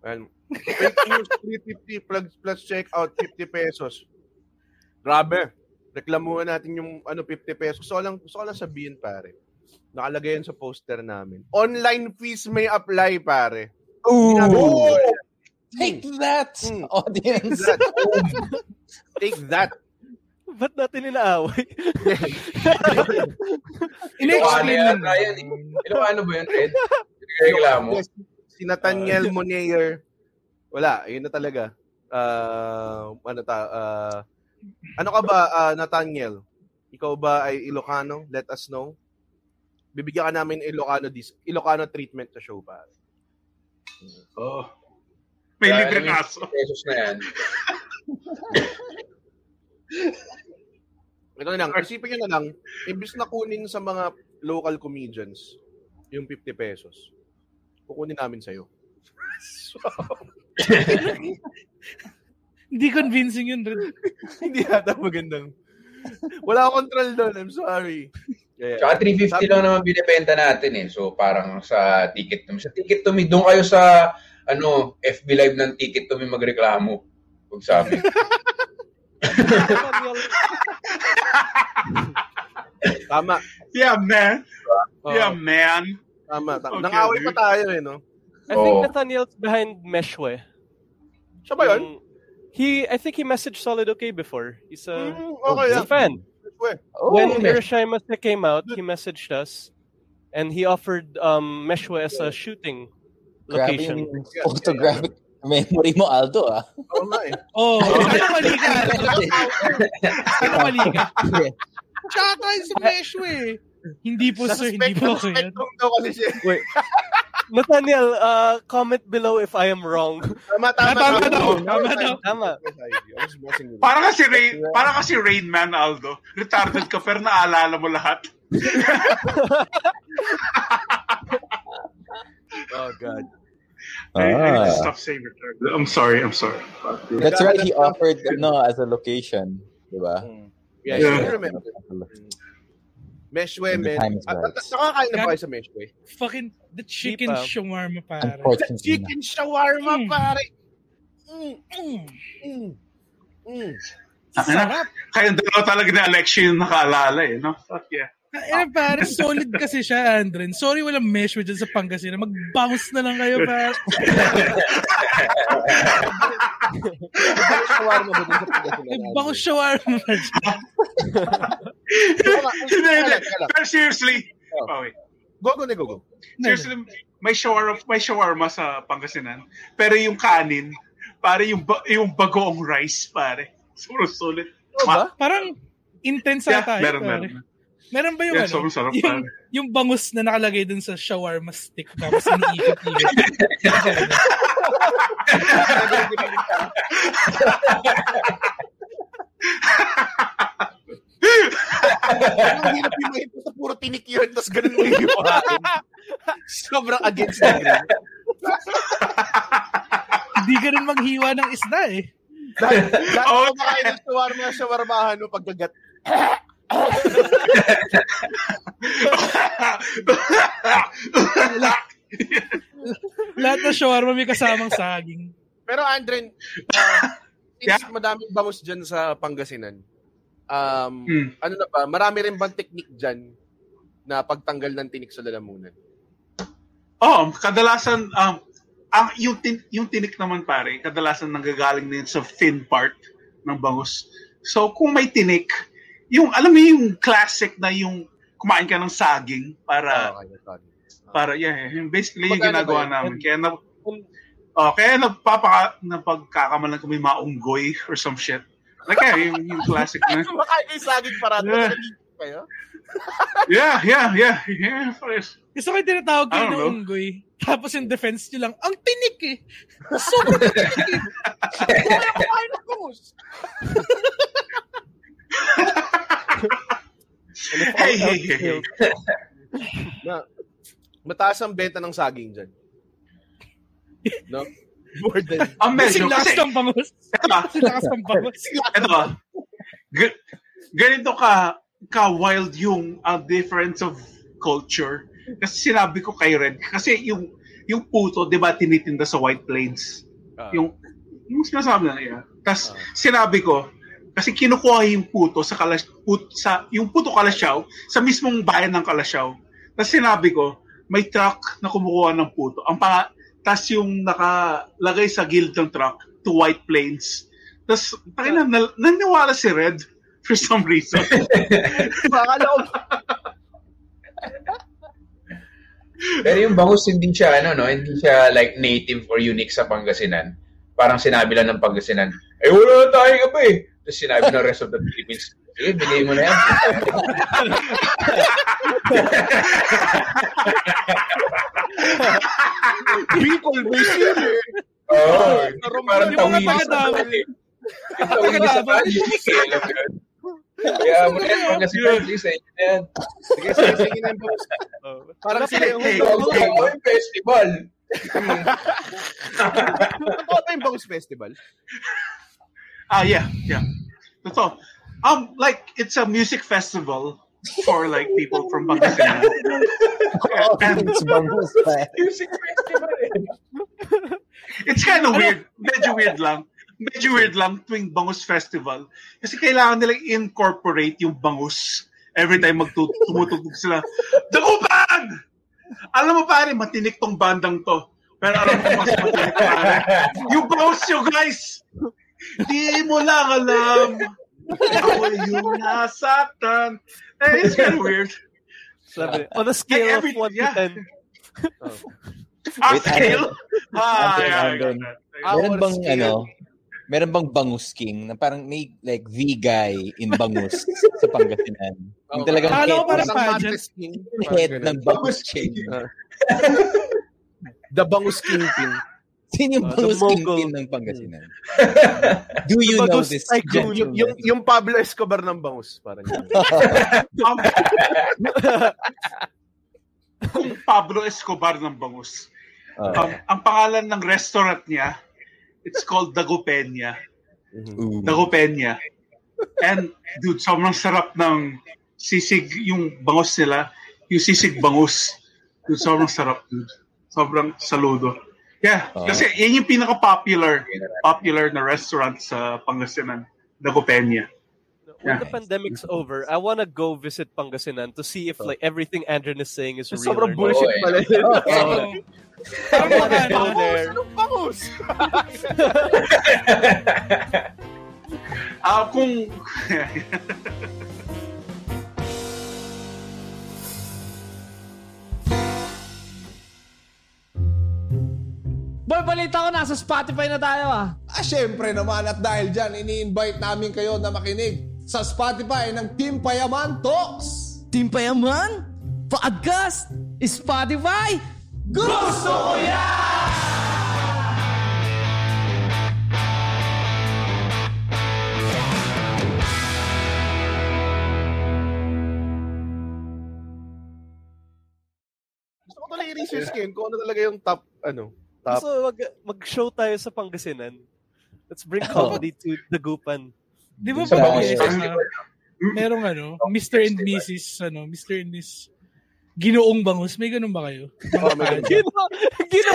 [SPEAKER 5] And, fake news, 350 plus, plus checkout, 50 pesos. Grabe. Reklamuhan natin yung ano 50 pesos. So lang, gusto ko lang sabihin, pare. Nakalagay yun sa poster namin. Online fees may apply, pare.
[SPEAKER 7] Ooh.
[SPEAKER 5] Sinabi-
[SPEAKER 7] Take that, audience.
[SPEAKER 5] Hmm. Take that. oh. Take that.
[SPEAKER 6] Ba't natin inaaway?
[SPEAKER 4] Ina-explain
[SPEAKER 3] Ilocano yan,
[SPEAKER 4] lang.
[SPEAKER 3] Ryan. Ilocano ba yun, Red? Reklamo.
[SPEAKER 5] Yes, ano Si Nathaniel Monayer. Wala, yun na talaga. Ah, ano ta? ah, ano ka ba, ah, Nathaniel? Ikaw ba ay Ilocano? Let us know. Bibigyan ka namin ng Ilocano disc, Ilocano treatment sa show pa.
[SPEAKER 8] Oh. May
[SPEAKER 3] Kaya
[SPEAKER 8] libre
[SPEAKER 3] yung
[SPEAKER 8] na aso.
[SPEAKER 3] Pesos na yan.
[SPEAKER 5] Ito na lang, isipin nyo na lang, imbis na kunin sa mga local comedians yung 50 pesos, kukunin namin sa'yo.
[SPEAKER 4] Hindi convincing yun, Red.
[SPEAKER 5] Hindi yata magandang. Wala akong control doon, I'm sorry. Yeah.
[SPEAKER 3] Tsaka 350 lang naman binibenta natin eh. So parang sa ticket to me. Sa ticket to me, doon kayo sa ano, FB Live ng ticket to me magreklamo. Huwag sa amin.
[SPEAKER 5] Tama.
[SPEAKER 8] Yeah, man.
[SPEAKER 5] Oo,
[SPEAKER 8] Yeah, man.
[SPEAKER 5] Tama. tama.
[SPEAKER 8] Okay,
[SPEAKER 5] Nang-away pa
[SPEAKER 8] dude.
[SPEAKER 5] tayo eh, no?
[SPEAKER 6] I think
[SPEAKER 3] Oo.
[SPEAKER 6] Nathaniel's behind Meshwe.
[SPEAKER 5] Siya ba yun?
[SPEAKER 6] Yung- He, I think he messaged Solid OK before. He's a,
[SPEAKER 5] Mm, okay
[SPEAKER 6] he's Oh, a
[SPEAKER 5] lang.
[SPEAKER 6] fan.
[SPEAKER 5] Pwede.
[SPEAKER 3] Oh,
[SPEAKER 6] when
[SPEAKER 3] okay.
[SPEAKER 6] Hiroshima came out, he messaged us, and he offered um, Meshwe as a shooting
[SPEAKER 7] Grabe
[SPEAKER 6] location.
[SPEAKER 7] yung photographic memory mo, Aldo, ah.
[SPEAKER 5] Oo nga eh.
[SPEAKER 4] Oh, ano mali ka? Ano mali ka? Tsaka yung sa Mesho eh. Hindi po, sir. Hindi po ako yan.
[SPEAKER 5] Spectrum daw kasi siya.
[SPEAKER 6] Wait. Nathaniel, uh, comment below if I am wrong.
[SPEAKER 5] Tama,
[SPEAKER 4] Ah,
[SPEAKER 5] tama.
[SPEAKER 4] Tama daw, tama daw.
[SPEAKER 6] Tama.
[SPEAKER 5] I was messing with you.
[SPEAKER 8] Para kasi Rain, para kasi Rain Man Aldo. Retarded ka pero naalala mo lahat.
[SPEAKER 6] Oh, God.
[SPEAKER 8] I, I need to
[SPEAKER 7] Ah.
[SPEAKER 8] stop saying retarded. I'm sorry, I'm sorry.
[SPEAKER 7] That's right, he offered no as a location, di ba?
[SPEAKER 5] Mm. Yeah,
[SPEAKER 8] Yeah.
[SPEAKER 5] I remember. Meshwe,
[SPEAKER 7] In the
[SPEAKER 5] men.
[SPEAKER 7] times
[SPEAKER 5] At- at-
[SPEAKER 7] right.
[SPEAKER 5] at- Nakakain na ba kayo sa Meshwe?
[SPEAKER 4] Fucking the chicken
[SPEAKER 5] ah.
[SPEAKER 6] Hindi pa.
[SPEAKER 4] shawarma, pare.
[SPEAKER 7] Unfortunately.
[SPEAKER 5] Chicken shawarma,
[SPEAKER 4] Mm.
[SPEAKER 5] pare.
[SPEAKER 4] Mm.
[SPEAKER 5] Mm. Mm.
[SPEAKER 8] Ano? Kayong dalawa talaga ni Alexia yung nakaalala eh, no? Fuck yeah.
[SPEAKER 4] Eh, pare, solid kasi siya, Andren. Sorry walang mesh with dyan sa Pangasinan. Mag-bounce na lang kayo, pare.
[SPEAKER 5] shawarma ba dun sa Pangasinan?
[SPEAKER 4] Bounce shawarma ba dyan?
[SPEAKER 8] Hindi, hindi. Pero seriously. Oh, wait.
[SPEAKER 5] Go, go, go, go.
[SPEAKER 8] Seriously, may shawarma, may shawarma sa Pangasinan. Pero yung kanin, pare yung, ba- yung bagoong rice, pare. Sobrang solid.
[SPEAKER 5] Oh,
[SPEAKER 8] Ma-
[SPEAKER 4] Parang intense
[SPEAKER 8] Yeah,
[SPEAKER 4] ata tayo.
[SPEAKER 8] meron,
[SPEAKER 4] pare.
[SPEAKER 8] meron.
[SPEAKER 4] Meron ba yung
[SPEAKER 8] Yeah,
[SPEAKER 4] ano?
[SPEAKER 8] sobrang sarap,
[SPEAKER 4] yung,
[SPEAKER 8] pare.
[SPEAKER 4] yung bangus na nakalagay dun sa shawarma stick tapos iniikot-ikot.
[SPEAKER 5] Ang hirap yung mahit sa puro tinik yun, tapos ganun mo yung hiwain. Sobrang against na grain.
[SPEAKER 4] Hindi ka rin maghiwa ng isda eh.
[SPEAKER 5] Lahat oh, kumakain ng shawarma, shawarmahan mo pagkagat.
[SPEAKER 4] Lahat ng shawarma may kasamang saging.
[SPEAKER 5] Pero Andren, uh, since madaming bangus dyan sa Pangasinan, um, ano na ba, marami rin bang technique dyan na pagtanggal ng tinik sa lalamunan?
[SPEAKER 8] Oh, kadalasan um ang yung tin, yung tinik naman pare, kadalasan nanggagaling na yun sa thin part ng bangus. So kung may tinik, yung alam mo yung classic na yung kumain ka ng saging para
[SPEAKER 3] Ah,
[SPEAKER 8] para yeah, yung basically yung
[SPEAKER 3] Magkano
[SPEAKER 8] ginagawa
[SPEAKER 3] ba yun?
[SPEAKER 8] namin. Kaya na oh, kaya nagpapaka napagkakamalan kami maunggoy or some shit. Like yeah, yung, yung classic na.
[SPEAKER 5] Kumakain kayo saging para
[SPEAKER 8] Yeah.
[SPEAKER 5] kayo?
[SPEAKER 8] Yeah, yeah, yeah. Yeah, pare.
[SPEAKER 4] Gusto ko yung tinatawag
[SPEAKER 8] I
[SPEAKER 4] kayo
[SPEAKER 8] don't
[SPEAKER 4] ng
[SPEAKER 8] know.
[SPEAKER 4] unggoy. Tapos yung defense nyo lang, ang tinik eh. Sobrang tinik eh. Wala kumain ng bangus.
[SPEAKER 5] Hey, hey, hey, hey. Ano na, mataas ang benta ng saging dyan. No? More than...
[SPEAKER 8] Ang medyo kasi-
[SPEAKER 4] bangus.
[SPEAKER 8] Kasi lakas ng
[SPEAKER 4] bangus.
[SPEAKER 8] Ito ba? G- ganito ka ka wild yung uh, difference of culture. Kasi sinabi ko kay Red, kasi yung yung puto, 'di ba, tinitinda sa White Plains.
[SPEAKER 5] Ah.
[SPEAKER 8] yung yung sinasabi na niya. Tapos sinabi ko, kasi kinukuha yung puto sa kalas put, sa yung puto Kalasyaw sa mismong bayan ng Kalasyaw. Tapos sinabi ko, may truck na kumukuha ng puto. Ang pa tas yung nakalagay sa guild ng truck to White Plains. Tapos, takin na, naniwala si Red for some reason.
[SPEAKER 5] Akala ko,
[SPEAKER 3] Pero yung bangus, hindi siya, ano, no? Hindi siya like native or unique sa Pangasinan. Parang sinabi lang ng Pangasinan, eh, wala na tayong abe. eh. Tapos sinabi ng rest of the Philippines, eh, bilhin mo na yan.
[SPEAKER 5] Bicol, may sili.
[SPEAKER 3] Oo.
[SPEAKER 5] Parang
[SPEAKER 3] Yung mga taga-Davao. Yung tawag eh. sa Bali, eh, alam mo yun. Kaya mo na yan, Pangasinan, please, eh, yun na yan.
[SPEAKER 5] Sige, sige, sige na yung bangus. Parang sila yung...
[SPEAKER 3] eh. Hey, okay, okay, festival.
[SPEAKER 5] Totoo ba yung bangus festival?
[SPEAKER 8] Ah, yeah, yeah. Totoo. Um, like, it's a music festival for, like, people from Oh, Pangasinan. and,
[SPEAKER 3] Music festival eh.
[SPEAKER 8] it's kind of weird. Medyo weird lang. Medyo weird lang tuwing Bangus Festival. Kasi kailangan nilang incorporate yung Bangus every time magtu- tumutugtog sila. Dagupan! Alam mo pare, matinik tong bandang to. Pero alam mo mas matinik pare. You Bangus you guys! Di mo lang alam. Ako yung nasaktan. Eh, it's kind of weird.
[SPEAKER 6] Sabi, on a scale of
[SPEAKER 8] Like every-
[SPEAKER 6] 1
[SPEAKER 8] yeah.
[SPEAKER 6] to 10.
[SPEAKER 8] Ah,
[SPEAKER 10] Wait,
[SPEAKER 8] scale? Ah,
[SPEAKER 10] Andun,
[SPEAKER 8] yeah, I
[SPEAKER 10] andun.
[SPEAKER 8] got that.
[SPEAKER 10] Meron
[SPEAKER 8] Our
[SPEAKER 10] bang
[SPEAKER 8] scale.
[SPEAKER 10] ano? Meron bang bangus king na parang may like the guy in bangus sa Pangasinan? Yung talagang
[SPEAKER 4] Akala ko parang
[SPEAKER 10] ng-
[SPEAKER 4] pageant.
[SPEAKER 10] yung head ng bangus king.
[SPEAKER 5] The bangus king king.
[SPEAKER 10] Sino yung
[SPEAKER 5] Oh, the
[SPEAKER 10] bangus
[SPEAKER 5] Mongol.
[SPEAKER 10] king king ng Pangasinan? Do you
[SPEAKER 5] The
[SPEAKER 10] know
[SPEAKER 5] bangus
[SPEAKER 10] this?
[SPEAKER 5] tycoon. Yung, yung, yung Pablo Escobar ng bangus. Parang yun.
[SPEAKER 8] kung Pablo Escobar ng bangus.
[SPEAKER 10] Ah.
[SPEAKER 8] Um, ang pangalan ng restaurant niya, it's called Dagopeña.
[SPEAKER 10] Ooh.
[SPEAKER 8] Dagopeña. And dude, sobrang sarap ng sisig yung bangus nila. Yung sisig bangus. Dude, sobrang sarap, dude. Sobrang saludo. Yeah,
[SPEAKER 3] Ah.
[SPEAKER 8] kasi yun yung pinaka-popular popular na restaurant sa Pangasinan. Dagopeña.
[SPEAKER 6] when the pandemic's over, I wanna go visit Pangasinan to see if like everything Andren is saying is real. or
[SPEAKER 5] Sobrang
[SPEAKER 6] not.
[SPEAKER 5] bullshit pala yun.
[SPEAKER 7] Oh,
[SPEAKER 6] Oo. I
[SPEAKER 5] Sobrang-
[SPEAKER 6] wanna go
[SPEAKER 5] Bangus,
[SPEAKER 4] eh.
[SPEAKER 6] there.
[SPEAKER 5] anong bangus?
[SPEAKER 8] Ah, kung...
[SPEAKER 11] Boy, balita ko, nasa Spotify na tayo ah.
[SPEAKER 12] Ah, syempre naman at dahil dyan, ini-invite namin kayo na makinig sa Spotify ng Team Payaman Talks!
[SPEAKER 11] Team Payaman? Podcast? Spotify?
[SPEAKER 12] Gusto ko yan!
[SPEAKER 5] Gusto ko talaga i-research ko yun kung ano talaga yung top, ano, top.
[SPEAKER 6] So mag, mag-show tayo sa Pangasinan. Let's bring comedy to Dagupan.
[SPEAKER 4] Di ba
[SPEAKER 6] Sa
[SPEAKER 4] ba
[SPEAKER 6] Bangus
[SPEAKER 4] eh,
[SPEAKER 6] Festival.
[SPEAKER 4] ah, merong ano, Mr. and Mrs. ano, Mr. and Miss Ginoong Bangus. May ganun ba kayo?
[SPEAKER 6] Gino, gino.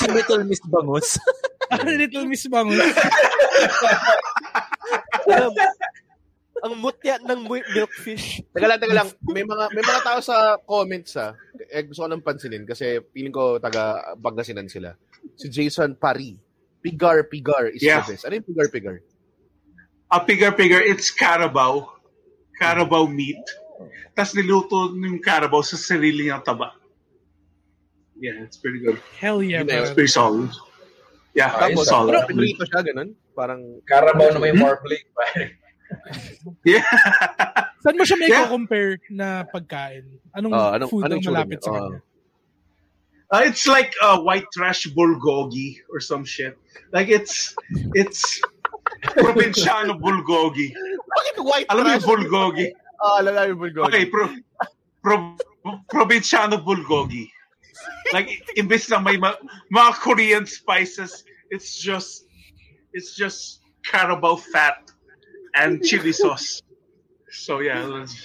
[SPEAKER 10] Si Little Miss Bangus.
[SPEAKER 4] Little Miss Bangus.
[SPEAKER 6] Alam, ang mutya ng mu- milkfish.
[SPEAKER 5] Teka lang, teka lang. May mga, may mga tao sa comments ah. Eh, gusto ko lang pansinin kasi feeling ko taga Pangasinan sila. Si Jason Pari. Pigar, pigar is
[SPEAKER 8] Yeah.
[SPEAKER 5] the best. Ano yung pigar, pigar?
[SPEAKER 8] A bigger bigger, it's Carabao. Carabao meat. Tapos niluto yung Carabao sa sarili niyang taba. Yeah, it's pretty good.
[SPEAKER 4] Hell yeah,
[SPEAKER 8] Yun Ah, na yun,
[SPEAKER 4] bro.
[SPEAKER 8] it's pretty solid. Yeah,
[SPEAKER 5] Ah, Tapos,
[SPEAKER 8] it's solid.
[SPEAKER 5] pero pinrito siya, ganun. Parang...
[SPEAKER 3] Carabao na may
[SPEAKER 5] Hmm?
[SPEAKER 3] more plate, pare.
[SPEAKER 4] Saan mo siya may
[SPEAKER 8] Yeah.
[SPEAKER 4] compare na pagkain? Anong
[SPEAKER 5] Ah, anong-
[SPEAKER 4] food
[SPEAKER 5] anong
[SPEAKER 4] ang malapit
[SPEAKER 5] tsura
[SPEAKER 4] sa kanya?
[SPEAKER 5] niya?
[SPEAKER 8] Uh, it's like a white trash bulgogi or some shit. Like it's it's provinciano bulgogi.
[SPEAKER 5] Bakit white
[SPEAKER 8] Alam mo
[SPEAKER 5] trash?
[SPEAKER 8] yung bulgogi?
[SPEAKER 5] Ah, alam namin bulgogi.
[SPEAKER 8] Okay, pro, pro, provinciano bulgogi. Like imbes na may ma, mga Korean spices, it's just it's just Carabao fat and chili sauce. So yeah, let's,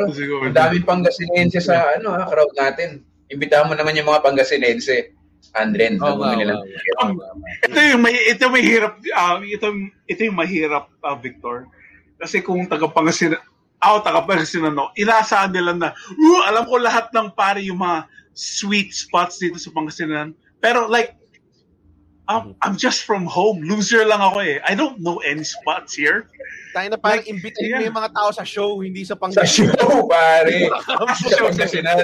[SPEAKER 8] let's go with
[SPEAKER 3] Ang dami
[SPEAKER 8] that.
[SPEAKER 3] Pangasinense sa ano ha, crowd natin. Imbitahan mo naman yung mga Pangasinense. Andren, oh, bumili lang.
[SPEAKER 8] Ang- ito yung may ito yung mahirap ah, ito ito yung mahirap ah, Victor. Kasi kung taga Pangasinan ako taga Pangasinan no, inaasahan nila na "Woo, alam ko lahat ng pare yung mga sweet spots dito sa Pangasinan. Pero like I'm, I'm just from home. Loser lang ako eh. I don't know any spots here.
[SPEAKER 5] Tayo na parang imbitahin mo
[SPEAKER 8] yeah.
[SPEAKER 5] yung mga tao sa show, hindi sa
[SPEAKER 3] Sa
[SPEAKER 5] Pangasinan.
[SPEAKER 3] show, pare.
[SPEAKER 5] Sa
[SPEAKER 3] Sa Pangasinan.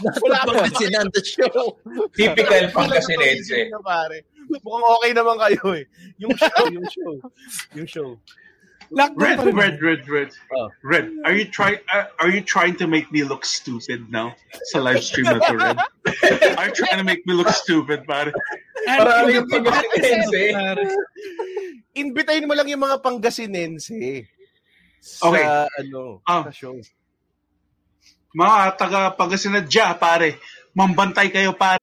[SPEAKER 5] Wala pa.
[SPEAKER 10] Pangasinan, the show.
[SPEAKER 3] Typical
[SPEAKER 8] eh.
[SPEAKER 3] Pangasinense.
[SPEAKER 5] Na, pare. Mukhang okay naman kayo eh. Yung show, yung show. Yung show.
[SPEAKER 8] Red, red, red, red,
[SPEAKER 5] Oh.
[SPEAKER 8] red. Are you trying? Are, are you trying to make me look stupid now? It's a live stream at the red. Are you trying to make me look stupid, pare?
[SPEAKER 5] Marami
[SPEAKER 8] yung Pangasinense.
[SPEAKER 5] Imbitahin mo lang yung mga Pangasinense.
[SPEAKER 8] Okay.
[SPEAKER 5] Sa, ano,
[SPEAKER 8] Ah.
[SPEAKER 5] sa show.
[SPEAKER 8] Mga taga Pangasinadya, pare. Mambantay kayo, pare.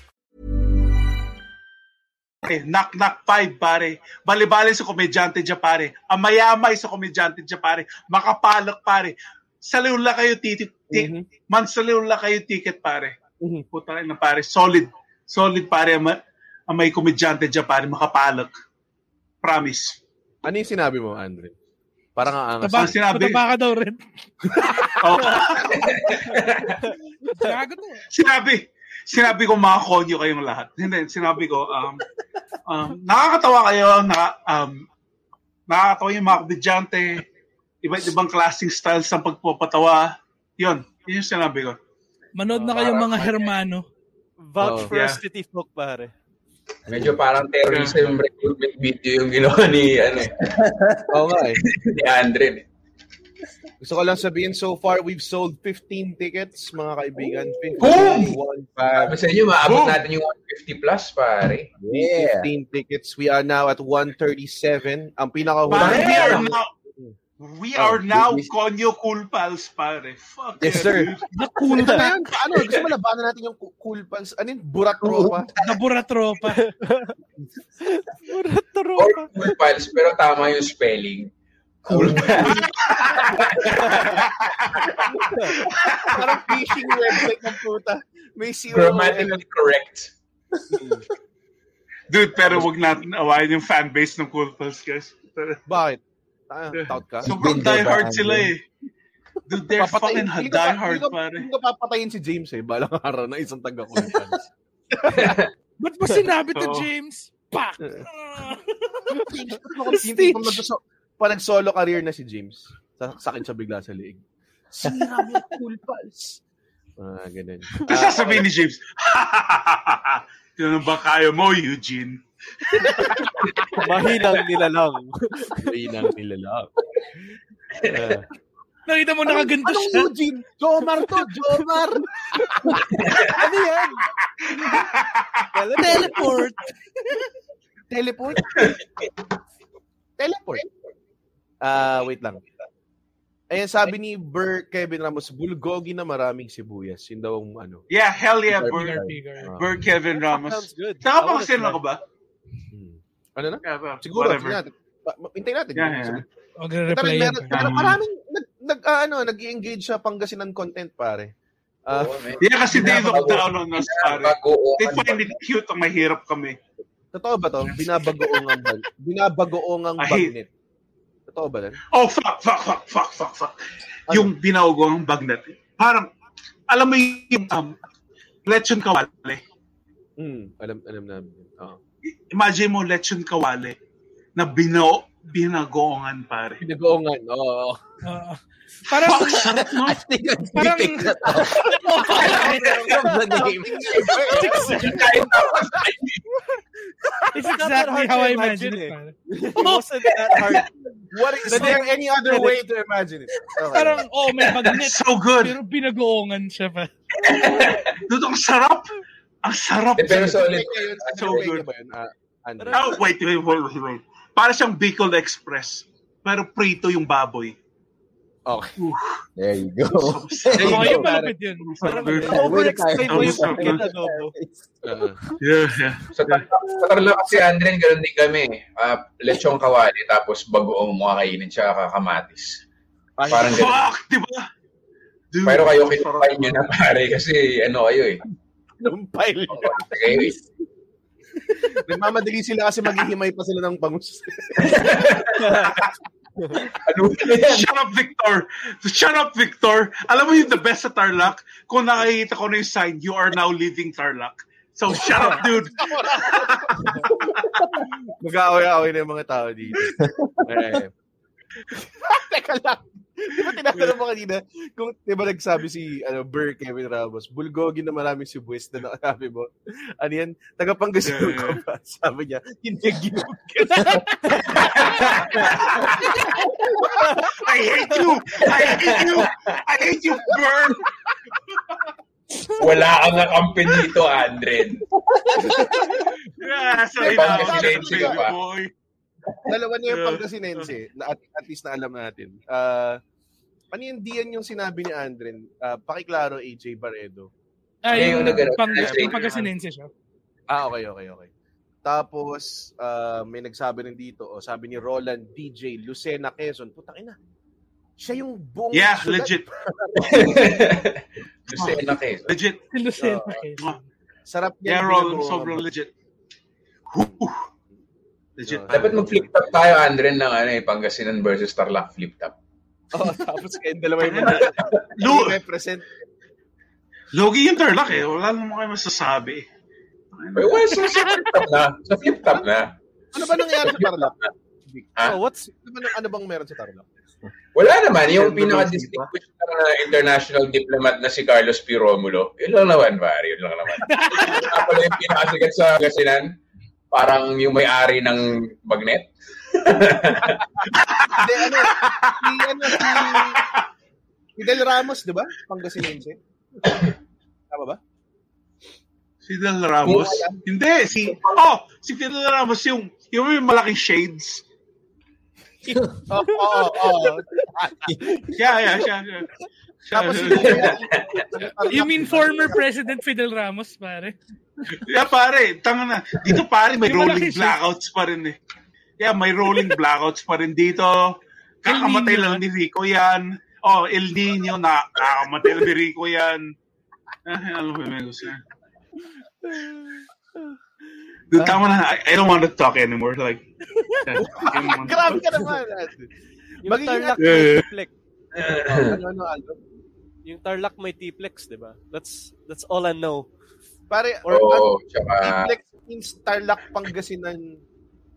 [SPEAKER 8] Eh, knock knock five, pare. Balibali sa komedyante dyan, pare. Ang mayamay sa komedyante dyan, pare. Makapalak, pare. Saliw lang kayo, titi. ti- Mansaliw lang kayo, ticket, pare. Puta na, pare. Solid. Solid, pare. Ang, ma- ang may komedyante dyan, pare. Makapalak. Promise.
[SPEAKER 5] Ano yung sinabi mo, Andre? Parang aangas.
[SPEAKER 8] Taba- Ang sinabi- Oh. taba
[SPEAKER 4] ka daw rin.
[SPEAKER 8] Sinabi, sinabi ko mga konyo kayong lahat. Hindi, sinabi ko, um, um, nakakatawa kayo, na, um, nakakatawa yung mga komedyante, iba't ibang klaseng styles ng pagpapatawa. Yun, yun yung sinabi ko.
[SPEAKER 4] Manood na kayo mga Hermano.
[SPEAKER 6] Oh, Vouch
[SPEAKER 8] Oh.
[SPEAKER 3] Oo.
[SPEAKER 6] for
[SPEAKER 3] Yeah.
[SPEAKER 6] Steve Hook, pare.
[SPEAKER 3] Medyo parang terrorism recruitment video yung ginawa ni, ano eh.
[SPEAKER 5] Oo nga eh.
[SPEAKER 3] ni Andre.
[SPEAKER 5] Gusto ko lang sabihin, so far, we've sold 15 tickets, mga kaibigan. 15,
[SPEAKER 3] Sabi sa inyo, maabot natin yung 150 plus, pare.
[SPEAKER 5] Yeah. 15 tickets. We are now at 137. Ang pinakahuli.
[SPEAKER 8] Pare, we are now, we
[SPEAKER 5] Oh,
[SPEAKER 8] are now
[SPEAKER 5] we-
[SPEAKER 8] Konyo Cool Pals, pare. Fuck yeah,
[SPEAKER 5] Yes, sir.
[SPEAKER 8] dude.
[SPEAKER 5] Cool pa yan. Ano, gusto mo labanan natin yung cu- cool pants? Ano yun? Burat tropa?
[SPEAKER 4] Na burat tropa.
[SPEAKER 3] Cool files, pero tama yung spelling. Cool files.
[SPEAKER 5] Parang phishing website ng puta. May zero.
[SPEAKER 4] eh.
[SPEAKER 3] Grammatically correct.
[SPEAKER 8] Dude, pero wag natin awayin yung fanbase ng Cool Pals, guys.
[SPEAKER 5] Bakit? Taut ka?
[SPEAKER 8] Sobrang diehard sila eh. Dude, they're fucking
[SPEAKER 5] Papatayin- Hindi ko pa-
[SPEAKER 8] diehard,
[SPEAKER 5] hindi ko-
[SPEAKER 8] pare.
[SPEAKER 5] Hindi ko papatayin si James eh. Balang araw na isang taga cool pants.
[SPEAKER 4] Ba't mo sinabi to,
[SPEAKER 8] Oh.
[SPEAKER 5] Oo.
[SPEAKER 4] James? Pak!
[SPEAKER 5] Hindi kung nagso- pa nag-solo career na si James. Sa, sakit siya bigla sa liig. Sira mo yung cool pals. Ah, ganun.
[SPEAKER 8] Tapos sasabihin ni James, Tinanong ba kayo mo, Eugene?
[SPEAKER 6] Mahinang nilalang.
[SPEAKER 5] Mahinang nilalang.
[SPEAKER 4] Nakita mo nakaganto
[SPEAKER 5] Anong
[SPEAKER 4] siya.
[SPEAKER 5] Eugene? Jomar to, Jomar! ano yan?
[SPEAKER 4] Teleport.
[SPEAKER 5] Teleport? Teleport. Ah, wait lang. Ayan, sabi ni Burr Kevin Ramos, bulgogi na maraming sibuyas. Yun daw ang ano.
[SPEAKER 8] Yeah, hell yeah,
[SPEAKER 5] Peter
[SPEAKER 8] Burr.
[SPEAKER 5] Peter. Ah.
[SPEAKER 8] Burr Kevin Ramos.
[SPEAKER 5] Sounds good. I
[SPEAKER 8] Tama
[SPEAKER 5] wanna
[SPEAKER 8] pa kasi
[SPEAKER 5] try.
[SPEAKER 8] ako ba?
[SPEAKER 5] Ano na?
[SPEAKER 8] Yeah,
[SPEAKER 5] Siguro,
[SPEAKER 8] whatever.
[SPEAKER 5] tingnan natin. Pa- ma- Hintayin natin.
[SPEAKER 8] Yeah, yeah.
[SPEAKER 5] Pero
[SPEAKER 4] Magre-reply yan.
[SPEAKER 5] meron, meron maraming nag, nag, ah, ano, nag-engage sa Pangasinan content, pare. Ah,
[SPEAKER 8] Yeah, kasi they look down on us, pare. They find it cute ang mahirap kami.
[SPEAKER 5] Totoo ba to? Binabagoong ang bag. Binabagoong ang
[SPEAKER 8] I hate-
[SPEAKER 5] bagnet. Totoo ba Ano? yan?
[SPEAKER 8] Oh, fuck, fuck, fuck, fuck, fuck, fuck. Yung binago ang bag natin. Parang, alam mo yung um, lechon kawale.
[SPEAKER 5] Hmm, alam, alam namin. yun. Oo.
[SPEAKER 8] Imagine mo lechon kawale na binao, binagoongan, pare.
[SPEAKER 5] Binagoongan, oo.
[SPEAKER 4] Oo. Parang,
[SPEAKER 8] Oh,
[SPEAKER 4] parang, It's exactly how I imagine eh. it. pare.
[SPEAKER 6] wasn't that hard.
[SPEAKER 5] eh. What is
[SPEAKER 4] But
[SPEAKER 5] there
[SPEAKER 4] then-
[SPEAKER 5] any other way to imagine it? Okay.
[SPEAKER 4] Parang, oh, may magnet.
[SPEAKER 8] That's so good.
[SPEAKER 4] Pero binagoongan siya pa.
[SPEAKER 8] Dude, ang sarap! Ang sarap!
[SPEAKER 3] Depende sa ulit.
[SPEAKER 8] So good.
[SPEAKER 5] Andre?
[SPEAKER 8] Oh, wait, wait, wait, wait, wait. Para siyang Bicol Express. Pero prito yung baboy.
[SPEAKER 5] Okay.
[SPEAKER 10] There you go.
[SPEAKER 4] Oh, yun malapit yun.
[SPEAKER 8] Parang
[SPEAKER 6] over-explain mo yung
[SPEAKER 8] pagkain
[SPEAKER 6] adobo.
[SPEAKER 8] Uh-huh. Yeah, yeah.
[SPEAKER 3] Sa Tarlac- sa Tarlac kasi, Andren, ganun din kami. Uh, lechong kawali, tapos bagoong mga kainin, tsaka kakamatis. Parang ganun.
[SPEAKER 8] Fuck, di ba? Dude,
[SPEAKER 3] Pero kayo, kinumpain nyo na pare kasi ano kayo eh.
[SPEAKER 5] Numpay.
[SPEAKER 3] Kayo eh.
[SPEAKER 5] Nagmamadali sila kasi maghihimay pa sila ng pangus.
[SPEAKER 8] Shut up, Victor! Shut up, Victor! Alam mo yung the best sa Tarlac? Kung nakikita ko na yung sign, you are now leaving Tarlac. So, shut up, dude!
[SPEAKER 5] Mag-aaway-aaway na yung mga tao dito. Eh. Teka lang. Di ba tinatanong mo kanina, kung di ba nagsabi si ano, Burr Kevin Ramos, bulgogi na maraming sibwis na nakasabi mo. Ano yan? Tagapanggasinan ka ba? Sabi niya, hindi ginog ka na.
[SPEAKER 8] I hate you! I hate you! I hate you, Burn!
[SPEAKER 3] Wala kang kakampi dito, Andren.
[SPEAKER 8] Yeah, so,
[SPEAKER 5] Di ba,
[SPEAKER 8] ina,
[SPEAKER 5] sabi ko
[SPEAKER 8] baby
[SPEAKER 5] ba?
[SPEAKER 8] boy.
[SPEAKER 5] Dalawa na yung
[SPEAKER 8] Yeah.
[SPEAKER 5] Pangasinense, na at, at least na alam natin. Ah, ano yung diyan yung sinabi ni Andren? Ah, pakiklaro, AJ Barredo.
[SPEAKER 4] Ay, Ah, yung
[SPEAKER 5] nag-
[SPEAKER 4] pang,
[SPEAKER 5] nag-
[SPEAKER 4] pagkasinense siya.
[SPEAKER 5] Ah, okay, okay, okay. Tapos, ah, may nagsabi rin dito, oh, sabi ni Roland DJ Lucena Quezon, putang ina. Siya yung buong...
[SPEAKER 8] Yeah,
[SPEAKER 5] sulat.
[SPEAKER 8] legit.
[SPEAKER 3] Lucena Quezon.
[SPEAKER 8] Legit.
[SPEAKER 4] Lucena
[SPEAKER 5] Ah, Sarap niya.
[SPEAKER 8] Yeah, Roland, sobrang legit. Legit.
[SPEAKER 3] Dapat mag-flip top tayo, Andren, ng ano eh, Pangasinan versus Tarlac flip top.
[SPEAKER 5] Oh, tapos kayo dalawa yung
[SPEAKER 8] Ano? Lu-
[SPEAKER 5] mga represent.
[SPEAKER 8] Logi yung Tarlac eh. Wala naman kayo masasabi.
[SPEAKER 3] Pero wala sa sa flip top na. Sa flip top na.
[SPEAKER 5] Ano ba nangyari sa Tarlac? Oh, what's, ano, ba- ano bang meron sa Tarlac?
[SPEAKER 3] Wala naman. Yung pinaka-distinguished na international diplomat na si Carlos P. Romulo, yun lang naman, pare. Yun lang naman. Ako pala yung pinakasigat sa Gasinan. Parang yung may-ari ng magnet.
[SPEAKER 5] Hindi, ano, si, ano, si, si Del Ramos, di ba? Pangasinense. Tama ba?
[SPEAKER 8] Si Del Ramos? Hindi, si... Oh, si Del Ramos yung, yung may malaking shades.
[SPEAKER 5] Oo, oo, oo.
[SPEAKER 8] Siya, yeah, siya, siya. Siya,
[SPEAKER 4] Tapos
[SPEAKER 8] siya,
[SPEAKER 4] yung-
[SPEAKER 8] siya.
[SPEAKER 4] You mean former President Fidel Ramos, pare?
[SPEAKER 8] Yeah, pare, tanga na. Dito pare, may
[SPEAKER 4] Yung
[SPEAKER 8] rolling
[SPEAKER 4] malaking shades.
[SPEAKER 8] blackouts pa rin eh. Yeah, may rolling blackouts pa rin dito. Kakamatay lang ni Rico yan. Oh, El Nino, na, kakamatay lang ni Rico yan. Ah, alam mo yun, gusto yan. Dude, tama na. I, I don't want to talk anymore. Like, yeah, I don't want to
[SPEAKER 5] Grabe
[SPEAKER 8] talk.
[SPEAKER 5] ka naman.
[SPEAKER 6] Yung Tarlac
[SPEAKER 8] Yeah,
[SPEAKER 6] may
[SPEAKER 8] yeah.
[SPEAKER 6] T-Plex.
[SPEAKER 8] Yeah.
[SPEAKER 5] Ano, ano, Aldo?
[SPEAKER 6] Yung Tarlac may T-Plex, di ba? That's, that's all I know.
[SPEAKER 5] Pare,
[SPEAKER 6] Or-
[SPEAKER 3] Oo, tsaka-
[SPEAKER 5] Netflix means Tarlac, Pangasinan,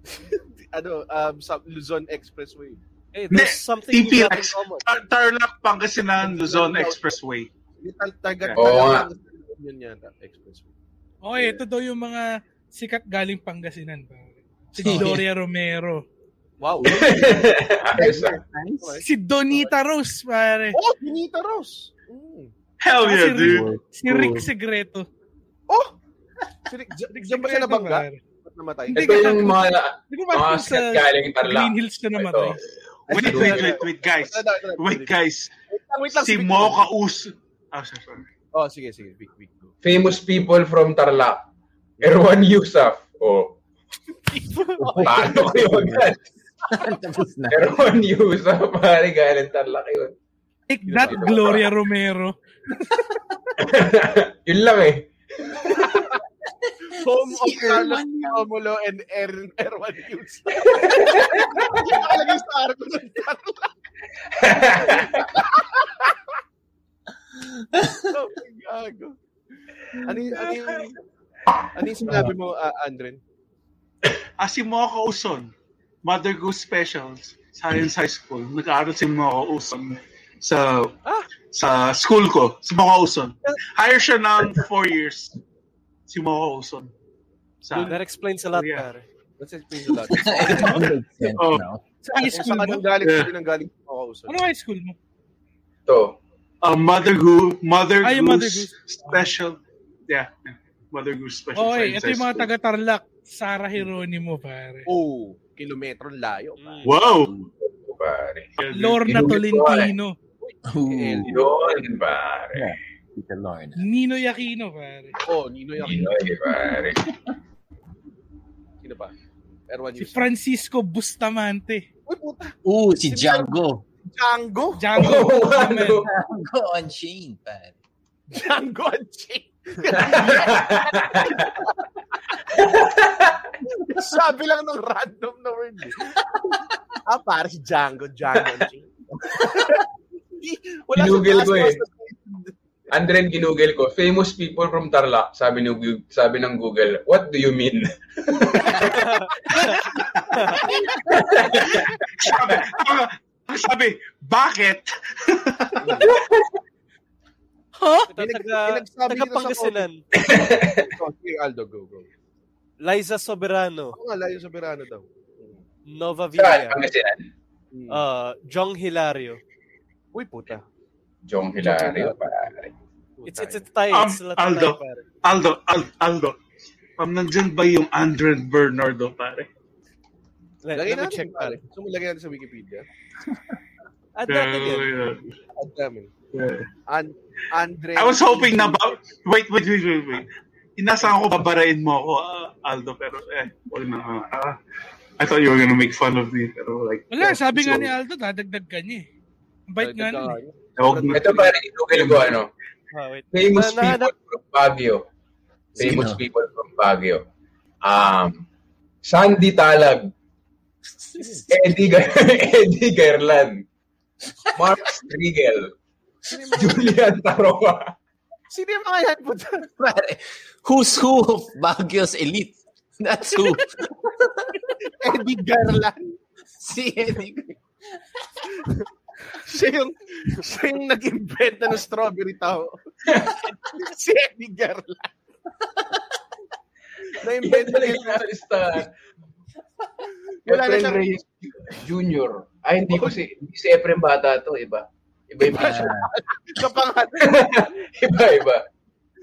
[SPEAKER 5] ano, um, sa Luzon Expressway.
[SPEAKER 6] Hey,
[SPEAKER 8] Hindi, TPX. Tar- Tarlac, Pangasinan, Luzon Expressway.
[SPEAKER 5] Tarlac,
[SPEAKER 8] Oo nga.
[SPEAKER 5] Tarlac, Pangasinan, yun yata, Expressway.
[SPEAKER 4] Okay, ito daw yung mga sikat galing Pangasinan. pare. Si Gloria Romero.
[SPEAKER 5] Wow.
[SPEAKER 4] si Donita Rose, pare.
[SPEAKER 5] Oh, Donita Rose. Mm. Oh.
[SPEAKER 8] Hell yeah,
[SPEAKER 4] Saka si Rick-
[SPEAKER 8] dude.
[SPEAKER 4] Si Rick Segreto.
[SPEAKER 5] Si Rick, diyan ba siya nabangga? Ba't namatay?
[SPEAKER 3] Ito yung mga,
[SPEAKER 4] Hindi ko
[SPEAKER 3] mga
[SPEAKER 4] matanong sa
[SPEAKER 3] sikat galing Tarlac.
[SPEAKER 4] Green Hills na namatay.
[SPEAKER 8] Wait, wait, wait, wait, guys. Wait, guys. Si Mo Kaus. Ah, sorry, sorry.
[SPEAKER 5] Oh, sige, sige. Big, big.
[SPEAKER 3] Famous people from Tarlac. Erwan Yusuf. Oh. Paano ko yun? Erwan Yusuf, pare, galing Tarlac yun.
[SPEAKER 4] Take that, Gloria Romero.
[SPEAKER 3] Yun lang eh.
[SPEAKER 5] Home of Carlos Romulo and Er Erwan Hughes. Hindi nakalagay sa arko ng Tarlac. oh my gago. Ano yung, ano yung, ano yung sinabi mo, ah, Andren?
[SPEAKER 8] Ah, si Mo Kauson. Mother Goose Specials. Science High School. Nag-aaral si Mo Kauson sa
[SPEAKER 4] Ah!
[SPEAKER 8] sa school ko. Si Mo Kauson. Hire siya ng four years. Si Mo Kauson. Sa,
[SPEAKER 6] Dude, that explains a lot, pare.
[SPEAKER 5] That explains a lot.
[SPEAKER 8] Oh.
[SPEAKER 4] Sa high school
[SPEAKER 5] Saan
[SPEAKER 4] mo?
[SPEAKER 5] ang galing?
[SPEAKER 8] Yeah.
[SPEAKER 5] Saan ang galing? Oo, sorry.
[SPEAKER 4] Ano high school mo?
[SPEAKER 3] Ito.
[SPEAKER 8] Uh, Mother Goose. Mother
[SPEAKER 4] Ah,
[SPEAKER 8] Goose,
[SPEAKER 4] yung Mother
[SPEAKER 8] Special. Yeah. Mother Goose Special. Science
[SPEAKER 4] Okay, ito
[SPEAKER 8] High
[SPEAKER 4] yung mga
[SPEAKER 8] School.
[SPEAKER 4] taga-Tarlac. Sarah Geronimo, pare.
[SPEAKER 5] Oh, kilometro layo. pare.
[SPEAKER 8] Wow!
[SPEAKER 3] Pare.
[SPEAKER 4] Lorna Tolentino.
[SPEAKER 3] Yun, pare.
[SPEAKER 10] Tita Lorna.
[SPEAKER 4] Nino Aquino, pare.
[SPEAKER 5] Oh, Nino Yakino.
[SPEAKER 3] Yun, pare.
[SPEAKER 5] Sino pa? Erwan
[SPEAKER 4] Si
[SPEAKER 5] Hughes.
[SPEAKER 4] Francisco Bustamante.
[SPEAKER 5] Uy, puta.
[SPEAKER 10] Oh, si Django.
[SPEAKER 5] Django.
[SPEAKER 4] Django
[SPEAKER 3] Oh,
[SPEAKER 4] Bustamante.
[SPEAKER 3] ano?
[SPEAKER 10] Django Unchained, pare.
[SPEAKER 5] Django and Chain. Sabi lang ng random na word. eh. ah, para si Django, Django and Chain. Di- Wala
[SPEAKER 3] Ginugil ko eh.
[SPEAKER 5] taas-taas na-
[SPEAKER 3] Andren, ginugel ko, famous people from Tarlac, sabi, ni, Gu- sabi ng Google, what do you mean?
[SPEAKER 8] sabi, sabi- sabi, bakit?
[SPEAKER 5] Huh?
[SPEAKER 6] Ito, taga,
[SPEAKER 5] Pinagsabi
[SPEAKER 6] taga
[SPEAKER 5] nito sa
[SPEAKER 6] Pangasinan.
[SPEAKER 5] Oh, sige, Aldo, go, go.
[SPEAKER 6] Liza Soberano.
[SPEAKER 5] Ako nga, layo sa Verano daw.
[SPEAKER 6] Nova
[SPEAKER 5] ah.
[SPEAKER 3] Saan?
[SPEAKER 6] Villa.
[SPEAKER 3] Pangasinan?
[SPEAKER 6] Uh, Jong Hilario.
[SPEAKER 5] Uy, puta.
[SPEAKER 3] Jong Hilario, pare.
[SPEAKER 6] It's, it's, it's tayo.
[SPEAKER 8] Um,
[SPEAKER 6] it's lahat tayo,
[SPEAKER 8] Aldo,
[SPEAKER 6] pare.
[SPEAKER 8] Aldo, Al- Aldo. Pam, nandyan ba yung Andren Bernardo, pare?
[SPEAKER 6] Let,
[SPEAKER 5] Lagay
[SPEAKER 6] let me
[SPEAKER 5] natin,
[SPEAKER 6] check,
[SPEAKER 5] pare.
[SPEAKER 6] pare.
[SPEAKER 5] Gusto mo lagay natin sa Wikipedia?
[SPEAKER 6] Add natin yun.
[SPEAKER 5] Add namin. An- Andre.
[SPEAKER 8] I was hoping na ba... Wait, wait, wait, wait, wait. Inasa ko babarain mo ako, ah, Aldo, pero eh, wala na. ah, ah. I thought you were gonna make fun of me, pero like...
[SPEAKER 4] Wala, sabi nga ni Aldo, dadagdag ka niya eh. Ang bait nga nun. eh.
[SPEAKER 3] Ito pare, ginugel ko, ano,
[SPEAKER 6] Ah, wait.
[SPEAKER 3] famous
[SPEAKER 6] Na- na-
[SPEAKER 3] people from Baguio. Famous
[SPEAKER 10] Sino?
[SPEAKER 3] people from Baguio. Um, Sandy Talag, Eddie, Gar- Eddie Garland, Mark Striegel, Julian Taroa.
[SPEAKER 5] Sino yung mga yan, puta?
[SPEAKER 10] Pare, who's who of Baguio's elite? That's who.
[SPEAKER 5] Eddie Garland. Si Henning. siya yung, siya yung nag-invent na ng strawberry tao. si Henning Garland. Na-invent na
[SPEAKER 3] Talaga yung artista.
[SPEAKER 5] Wala na
[SPEAKER 3] Efren
[SPEAKER 5] siyang-
[SPEAKER 3] Reyes Jr. Ay, hindi ko si, hindi si Efren Bata to, iba. Iba yung picture. iba, iba.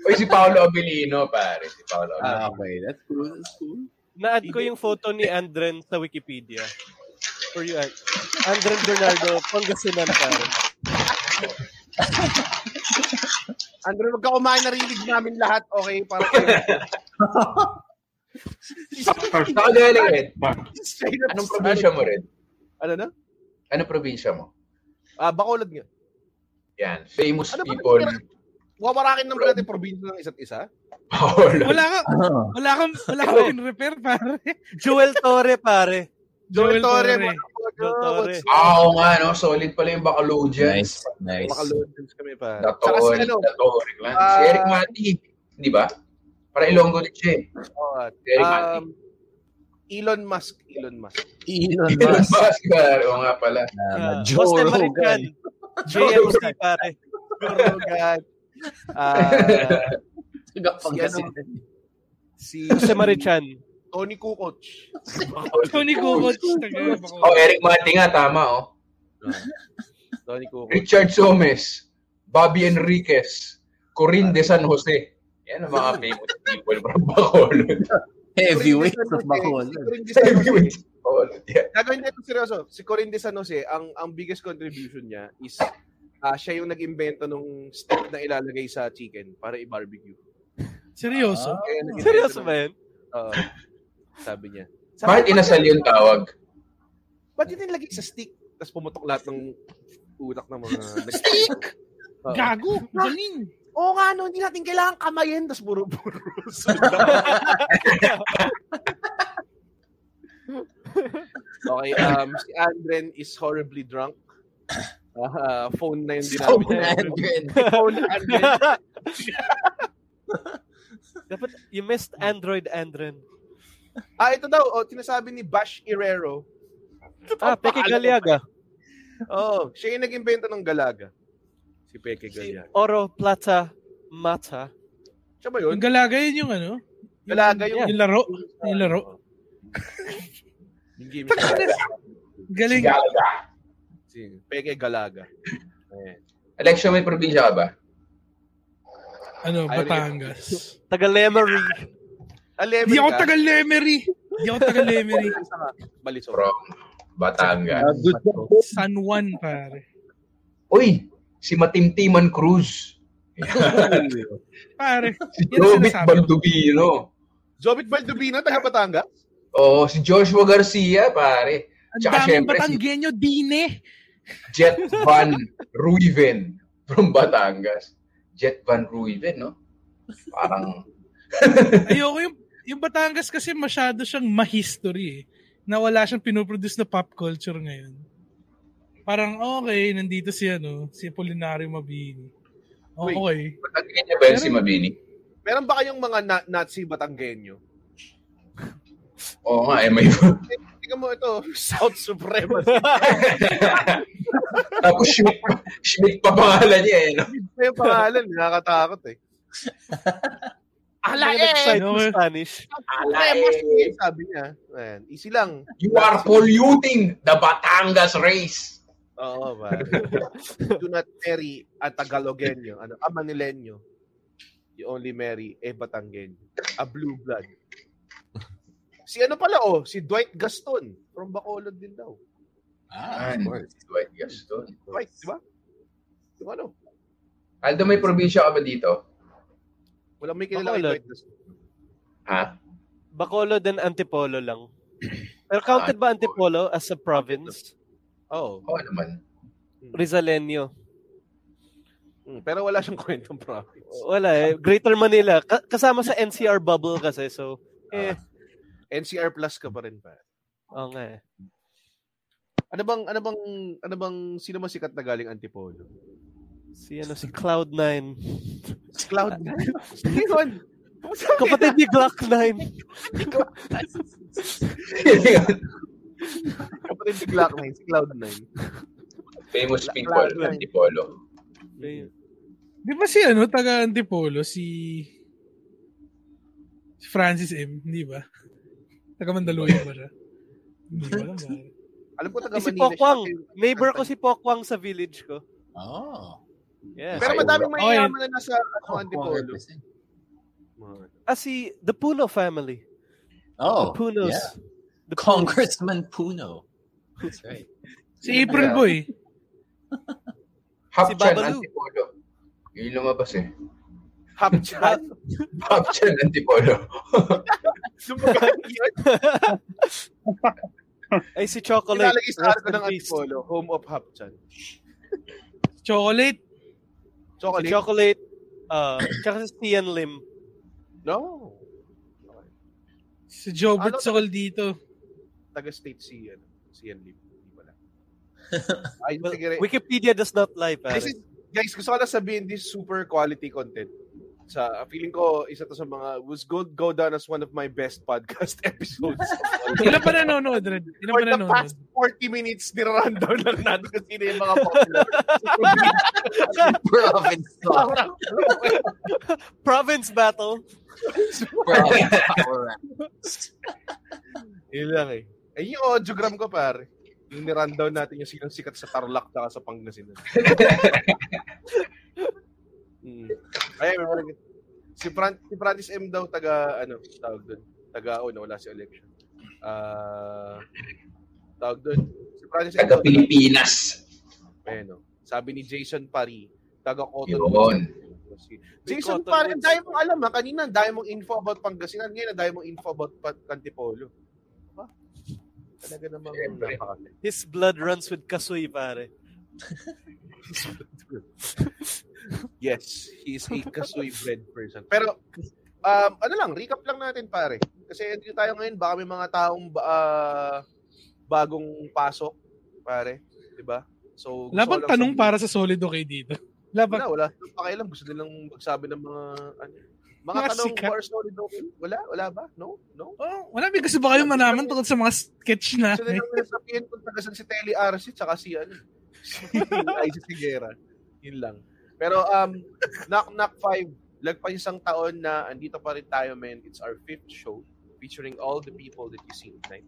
[SPEAKER 3] Oy, si Paolo Abilino, pare. Si Paolo Abilino.
[SPEAKER 7] Ah, okay. That's cool. That's cool.
[SPEAKER 6] Na-add ko yung photo ni Andren sa Wikipedia. For you, An- Andren Bernardo, Pangasinan pa.
[SPEAKER 5] Andrew, wag ka kumain, narinig namin lahat, okay? Para
[SPEAKER 3] Saan ka galing, Red?
[SPEAKER 5] Straight up
[SPEAKER 3] Anong probinsya mo, Red?
[SPEAKER 5] Ano na?
[SPEAKER 3] Ano probinsya mo?
[SPEAKER 5] Ah, Bacolod nga.
[SPEAKER 3] Yan. Famous
[SPEAKER 5] Ano ba
[SPEAKER 3] people.
[SPEAKER 5] nangyari? Wawarakin ng natin probinsya ng isa't isa.
[SPEAKER 4] Wala ka, wala kang, wala kang in-repair, pare.
[SPEAKER 6] Joel Torre, pare.
[SPEAKER 5] Joel Torre,
[SPEAKER 6] Joel Torre.
[SPEAKER 3] Ah, Oo nga, no? Solid pala yung Bacolodians.
[SPEAKER 7] Nice, nice.
[SPEAKER 5] Bacolodians kami pa. Saka
[SPEAKER 3] Datol,
[SPEAKER 5] si ano,
[SPEAKER 3] Datol. Clan.
[SPEAKER 5] Ah.
[SPEAKER 3] Si Eric Mati, di ba? Para Ilonggo din siya eh.
[SPEAKER 5] oh, at,
[SPEAKER 3] Si Eric Mati.
[SPEAKER 5] um, Elon Musk. Elon Musk.
[SPEAKER 7] Elon
[SPEAKER 3] Elon Musk, pare. Oo nga pala.
[SPEAKER 7] Ah, Joe Jose Rogan. Marican.
[SPEAKER 6] JMC, pare.
[SPEAKER 5] Joe Rogan. Ah, si, ano, si
[SPEAKER 6] Jose Marichan.
[SPEAKER 5] Tony Kukoc.
[SPEAKER 4] Tony Kukoc.
[SPEAKER 3] Oh, Eric Mati nga, tama, oh.
[SPEAKER 5] Tony Kukoc.
[SPEAKER 3] Richard Somes, Bobby Enriquez, Corinne de San Jose. Yan ang mga famous people from Bacolod.
[SPEAKER 7] Heavyweights of Bacolod.
[SPEAKER 3] Heavyweight of Bacolod. Yeah.
[SPEAKER 5] eh. Gagawin natin seryoso. Si Corinne de San Jose, ang, ang biggest contribution niya is ah, siya yung nag-invento nung stick na ilalagay sa chicken para i-barbecue. Ah,
[SPEAKER 4] Seryoso?
[SPEAKER 5] Kaya nag-invento
[SPEAKER 6] Seryoso
[SPEAKER 5] ng-
[SPEAKER 6] ba yan?
[SPEAKER 5] Oo. sabi niya.
[SPEAKER 3] Bakit inasal yung tawag?
[SPEAKER 5] Ba't yun nilagay sa stick? Tapos pumutok lahat ng utak ng mga... stick! Ah.
[SPEAKER 4] Gago, galing.
[SPEAKER 5] Oo nga, no, hindi natin kailangan kamayin. Tapos puro-puro. okay, um, si Andren is horribly drunk. Ah, phone na yung dinamit.
[SPEAKER 7] Phone Andren.
[SPEAKER 5] phone Andren.
[SPEAKER 6] Dapat, you missed Android Andren.
[SPEAKER 5] ah, ito daw, oh, tinasabi ni Bash Herrero.
[SPEAKER 6] Ah, Peke Galiaga.
[SPEAKER 5] Oo, oh, siya yung nag-invento ng Galaga. Si Peke Galiaga.
[SPEAKER 6] Oro, plata, mata.
[SPEAKER 5] Siya ba yun?
[SPEAKER 4] Yung galaga yun yung ano?
[SPEAKER 5] Galaga
[SPEAKER 4] yung, yung laro. Yung laro.
[SPEAKER 5] Yung game
[SPEAKER 4] Galing.
[SPEAKER 5] Si Peke Galaga. Ayan.
[SPEAKER 3] Election may probinsya ka ba?
[SPEAKER 4] Ano,
[SPEAKER 5] Ayaw
[SPEAKER 4] Batangas.
[SPEAKER 6] Tagalemery.
[SPEAKER 4] Di ako tagal Lemery. Di ako tagal Lemery.
[SPEAKER 5] Balisor.
[SPEAKER 3] From kan? Batangas.
[SPEAKER 4] San Juan, pare.
[SPEAKER 3] Uy! Si Matimtiman Cruz.
[SPEAKER 4] Pare.
[SPEAKER 3] si
[SPEAKER 4] Yan ang
[SPEAKER 3] Jobit
[SPEAKER 4] sinasabi.
[SPEAKER 3] Baldubino.
[SPEAKER 5] Jobit Baldubino, taga Batangas.
[SPEAKER 3] Oo, si Joshua Garcia, pare.
[SPEAKER 4] Ang
[SPEAKER 3] Tsaka
[SPEAKER 4] daming
[SPEAKER 3] syempre si
[SPEAKER 4] Batanggenyo, Dine.
[SPEAKER 3] Jet Van Ruiven from Batangas. Jet Van Ruiven, no? Parang
[SPEAKER 4] Ayoko yung, yung Batangas kasi masyado siyang ma-history eh. Na wala siyang pinoproduce na pop culture ngayon. Parang okay, nandito si ano, si Polinario Mabini. Oh, Okay.
[SPEAKER 3] Batangueño ba yan si Mabini?
[SPEAKER 5] Meron ba kayong mga na- Nazi Batanggenyo?
[SPEAKER 3] Oo nga, eh, may...
[SPEAKER 5] Tingnan mo ito, South Supremacy.
[SPEAKER 3] Tapos Schmidt, pa, Schmidt pa pangalan niya, eh, no?
[SPEAKER 5] Ito yung pangalan, nakakatakot eh.
[SPEAKER 6] Alain! Nag-side to Spanish.
[SPEAKER 5] Supremacy, sabi niya. Ayan, easy lang.
[SPEAKER 3] You are polluting the Batangas race.
[SPEAKER 5] Oo, ba. Do not marry a Tagalogenyo. Ano, a Manilenyo. You only marry a Batanggenyo. A blue blood. Si ano pala oh, si Dwight Gaston from Bacolod din daw.
[SPEAKER 3] Ah, of course. Dwight Gaston.
[SPEAKER 5] Dwight, di ba? Yung ano,
[SPEAKER 3] Aldo, may probinsya ka ba dito?
[SPEAKER 5] walang may kilala kay
[SPEAKER 6] Bacolod.
[SPEAKER 5] Dwight Gaston.
[SPEAKER 3] Ha?
[SPEAKER 6] Bacolod and Antipolo lang. Pero counted ba Antipolo as a province?
[SPEAKER 5] Oh,
[SPEAKER 3] Oo naman.
[SPEAKER 6] Rizalenyo.
[SPEAKER 5] Hmm, pero wala siyang kwentong province.
[SPEAKER 6] Wala eh. Greater Manila. Ka- kasama sa NCR bubble kasi. So, eh.
[SPEAKER 5] Ah, NCR Plus ka pa rin pa.
[SPEAKER 6] Oo nga eh.
[SPEAKER 5] Ano bang ano bang ano bang sino mas sikat na galing Antipolo?
[SPEAKER 6] Si ano, si Cloud9.
[SPEAKER 5] Si Cloud9. Sino yun?
[SPEAKER 6] Kapatid ni Glock9.
[SPEAKER 5] Kapatid si Glock 9, si Cloud 9.
[SPEAKER 3] Famous people, Antipolo.
[SPEAKER 4] Di ba si ano, taga Antipolo, si si Francis M, di ba? Taga Mandaluyong ba siya? Hindi ko alam. ba?
[SPEAKER 5] Alam ko taga
[SPEAKER 6] Eh, si
[SPEAKER 5] Manila
[SPEAKER 6] Pokwang.
[SPEAKER 5] siya.
[SPEAKER 6] Neighbor ko si Pokwang sa village ko.
[SPEAKER 7] Oh.
[SPEAKER 6] Yeah.
[SPEAKER 5] Pero madaming may
[SPEAKER 6] Oh,
[SPEAKER 5] yaman
[SPEAKER 6] and-
[SPEAKER 5] na nasa ano, Antipolo.
[SPEAKER 6] Ah, si the Puno family.
[SPEAKER 7] Oh,
[SPEAKER 6] The Punos.
[SPEAKER 7] yeah. Congressman Puno. That's right.
[SPEAKER 4] Si April Boy.
[SPEAKER 3] Hapchan,
[SPEAKER 6] Babalu.
[SPEAKER 3] Antipolo. Yun yung lumabas eh.
[SPEAKER 5] Hapchan.
[SPEAKER 3] Hapchan, Antipolo.
[SPEAKER 6] Ay, si Chocolate.
[SPEAKER 5] Nilalagay sa
[SPEAKER 6] Rest
[SPEAKER 5] arko
[SPEAKER 6] in
[SPEAKER 5] ng
[SPEAKER 6] peace.
[SPEAKER 5] Antipolo, home of Hapchan.
[SPEAKER 4] Chocolate.
[SPEAKER 5] Chocolate.
[SPEAKER 6] Si Chocolate. Uh, tsaka si Tian Lim.
[SPEAKER 5] No.
[SPEAKER 4] Si
[SPEAKER 5] Ano?
[SPEAKER 4] Jobert Sol dito.
[SPEAKER 5] Taga state si, ano, si Yan Lim. Hindi pala.
[SPEAKER 6] Ay,
[SPEAKER 5] sige.
[SPEAKER 6] Wikipedia does not lie, pare.
[SPEAKER 5] This is, guys, gusto ko lang sabihin this is super quality content. Sa feeling ko, isa to sa mga was good go down as one of my best podcast episodes.
[SPEAKER 4] Ilan pa nanonood, Red? Ilan
[SPEAKER 5] For
[SPEAKER 4] pa
[SPEAKER 5] the
[SPEAKER 4] nanonood?
[SPEAKER 5] past 40 minutes, nirarundown lang natin kung sino yung mga popular.
[SPEAKER 7] Province
[SPEAKER 5] Power
[SPEAKER 7] Talk.
[SPEAKER 6] Province Battle.
[SPEAKER 7] Province Power
[SPEAKER 5] Yun lang eh. Eh, yung audiogram ko, pare. Yung nirundown natin yung sinong sikat sa Tarlac at sa Pangasinan. mm. Ay, may mga Si, Fran si Francis M. daw, taga, ano, tawag doon. Taga, oh, nawala si election. Ah, tawag doon. Si Francis M.
[SPEAKER 3] Taga
[SPEAKER 5] daw,
[SPEAKER 3] Pilipinas.
[SPEAKER 5] Bueno, sabi ni Jason Pari, taga Cotton.
[SPEAKER 3] Yun.
[SPEAKER 5] Jason
[SPEAKER 6] Cotton
[SPEAKER 5] Pari, ang
[SPEAKER 6] Woods.
[SPEAKER 5] dami mong alam ha. Kanina, ang dami mong info about Pangasinan. Ngayon, ang dami mong info about Pat- Antipolo. Diba? Talaga namang napakali.
[SPEAKER 6] His blood runs with Kasuy, pare.
[SPEAKER 5] Yes, he is a kasoy bread person. Pero, um, ano lang, recap lang natin pare. Kasi andito tayo ngayon, baka may mga taong ba- ah, bagong pasok, pare. Diba? So, gusto
[SPEAKER 4] Wala
[SPEAKER 5] ko
[SPEAKER 4] bang
[SPEAKER 5] lang
[SPEAKER 4] tanong
[SPEAKER 5] sabihin-
[SPEAKER 4] para sa solid okay dito? Wala bang-
[SPEAKER 5] Wala, wala. Walang pakialam. Gusto nilang magsabi ng mga, ano, mga
[SPEAKER 4] Mga
[SPEAKER 5] tanong
[SPEAKER 4] sikat. Oh,
[SPEAKER 5] more solid okay? Wala? Wala ba? No? No?
[SPEAKER 4] Wala, may gusto ba kayong manaman tungkol sa mga sketch na?
[SPEAKER 5] Gusto nilang sabihin kung tagasan si Telly RC tsaka si, ano, si Isaac Higuera. Yun lang. Pero, um, Knock Knock 5, lagpas isang taon na andito pa rin tayo, man. It's our fifth show featuring all the people that you see tonight.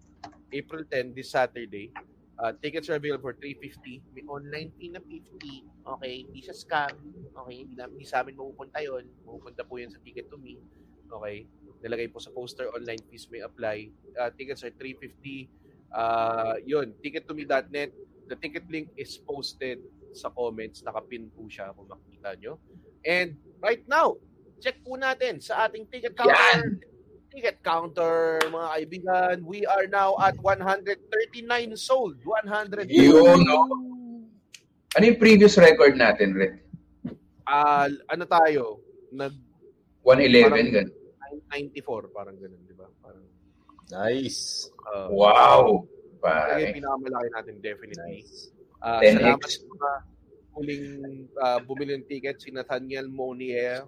[SPEAKER 5] April 10, this Saturday. Uh, tickets are available for 350. May online fee na 50. Okay, hindi siya scam. Okay, hindi, na, hindi sa amin mapupunta yun. Mapupunta po yun sa Ticket to Me. Okay, nalagay po sa poster online fees may apply. Uh, tickets are 350. Uh, yun, tickettome.net. The ticket link is posted sa comments. Nakapin po siya kung makikita nyo. And right now, check po natin sa ating ticket counter. Ticket counter, mga kaibigan. We are now at 139 sold. 100.
[SPEAKER 3] Yun, no? Ano yung previous record natin, Red?
[SPEAKER 5] Ah, ano tayo? Nag
[SPEAKER 3] 111, ganun.
[SPEAKER 5] 94, parang ganun, di ba? Parang,
[SPEAKER 7] Nice.
[SPEAKER 5] uh,
[SPEAKER 3] Wow!
[SPEAKER 5] Talaga yung
[SPEAKER 3] Pare.
[SPEAKER 5] pinakamalaki natin, definitely. Ah,
[SPEAKER 3] 10x.
[SPEAKER 5] salamat sa mga huling ah, bumili ng ticket, si Nathaniel Monier,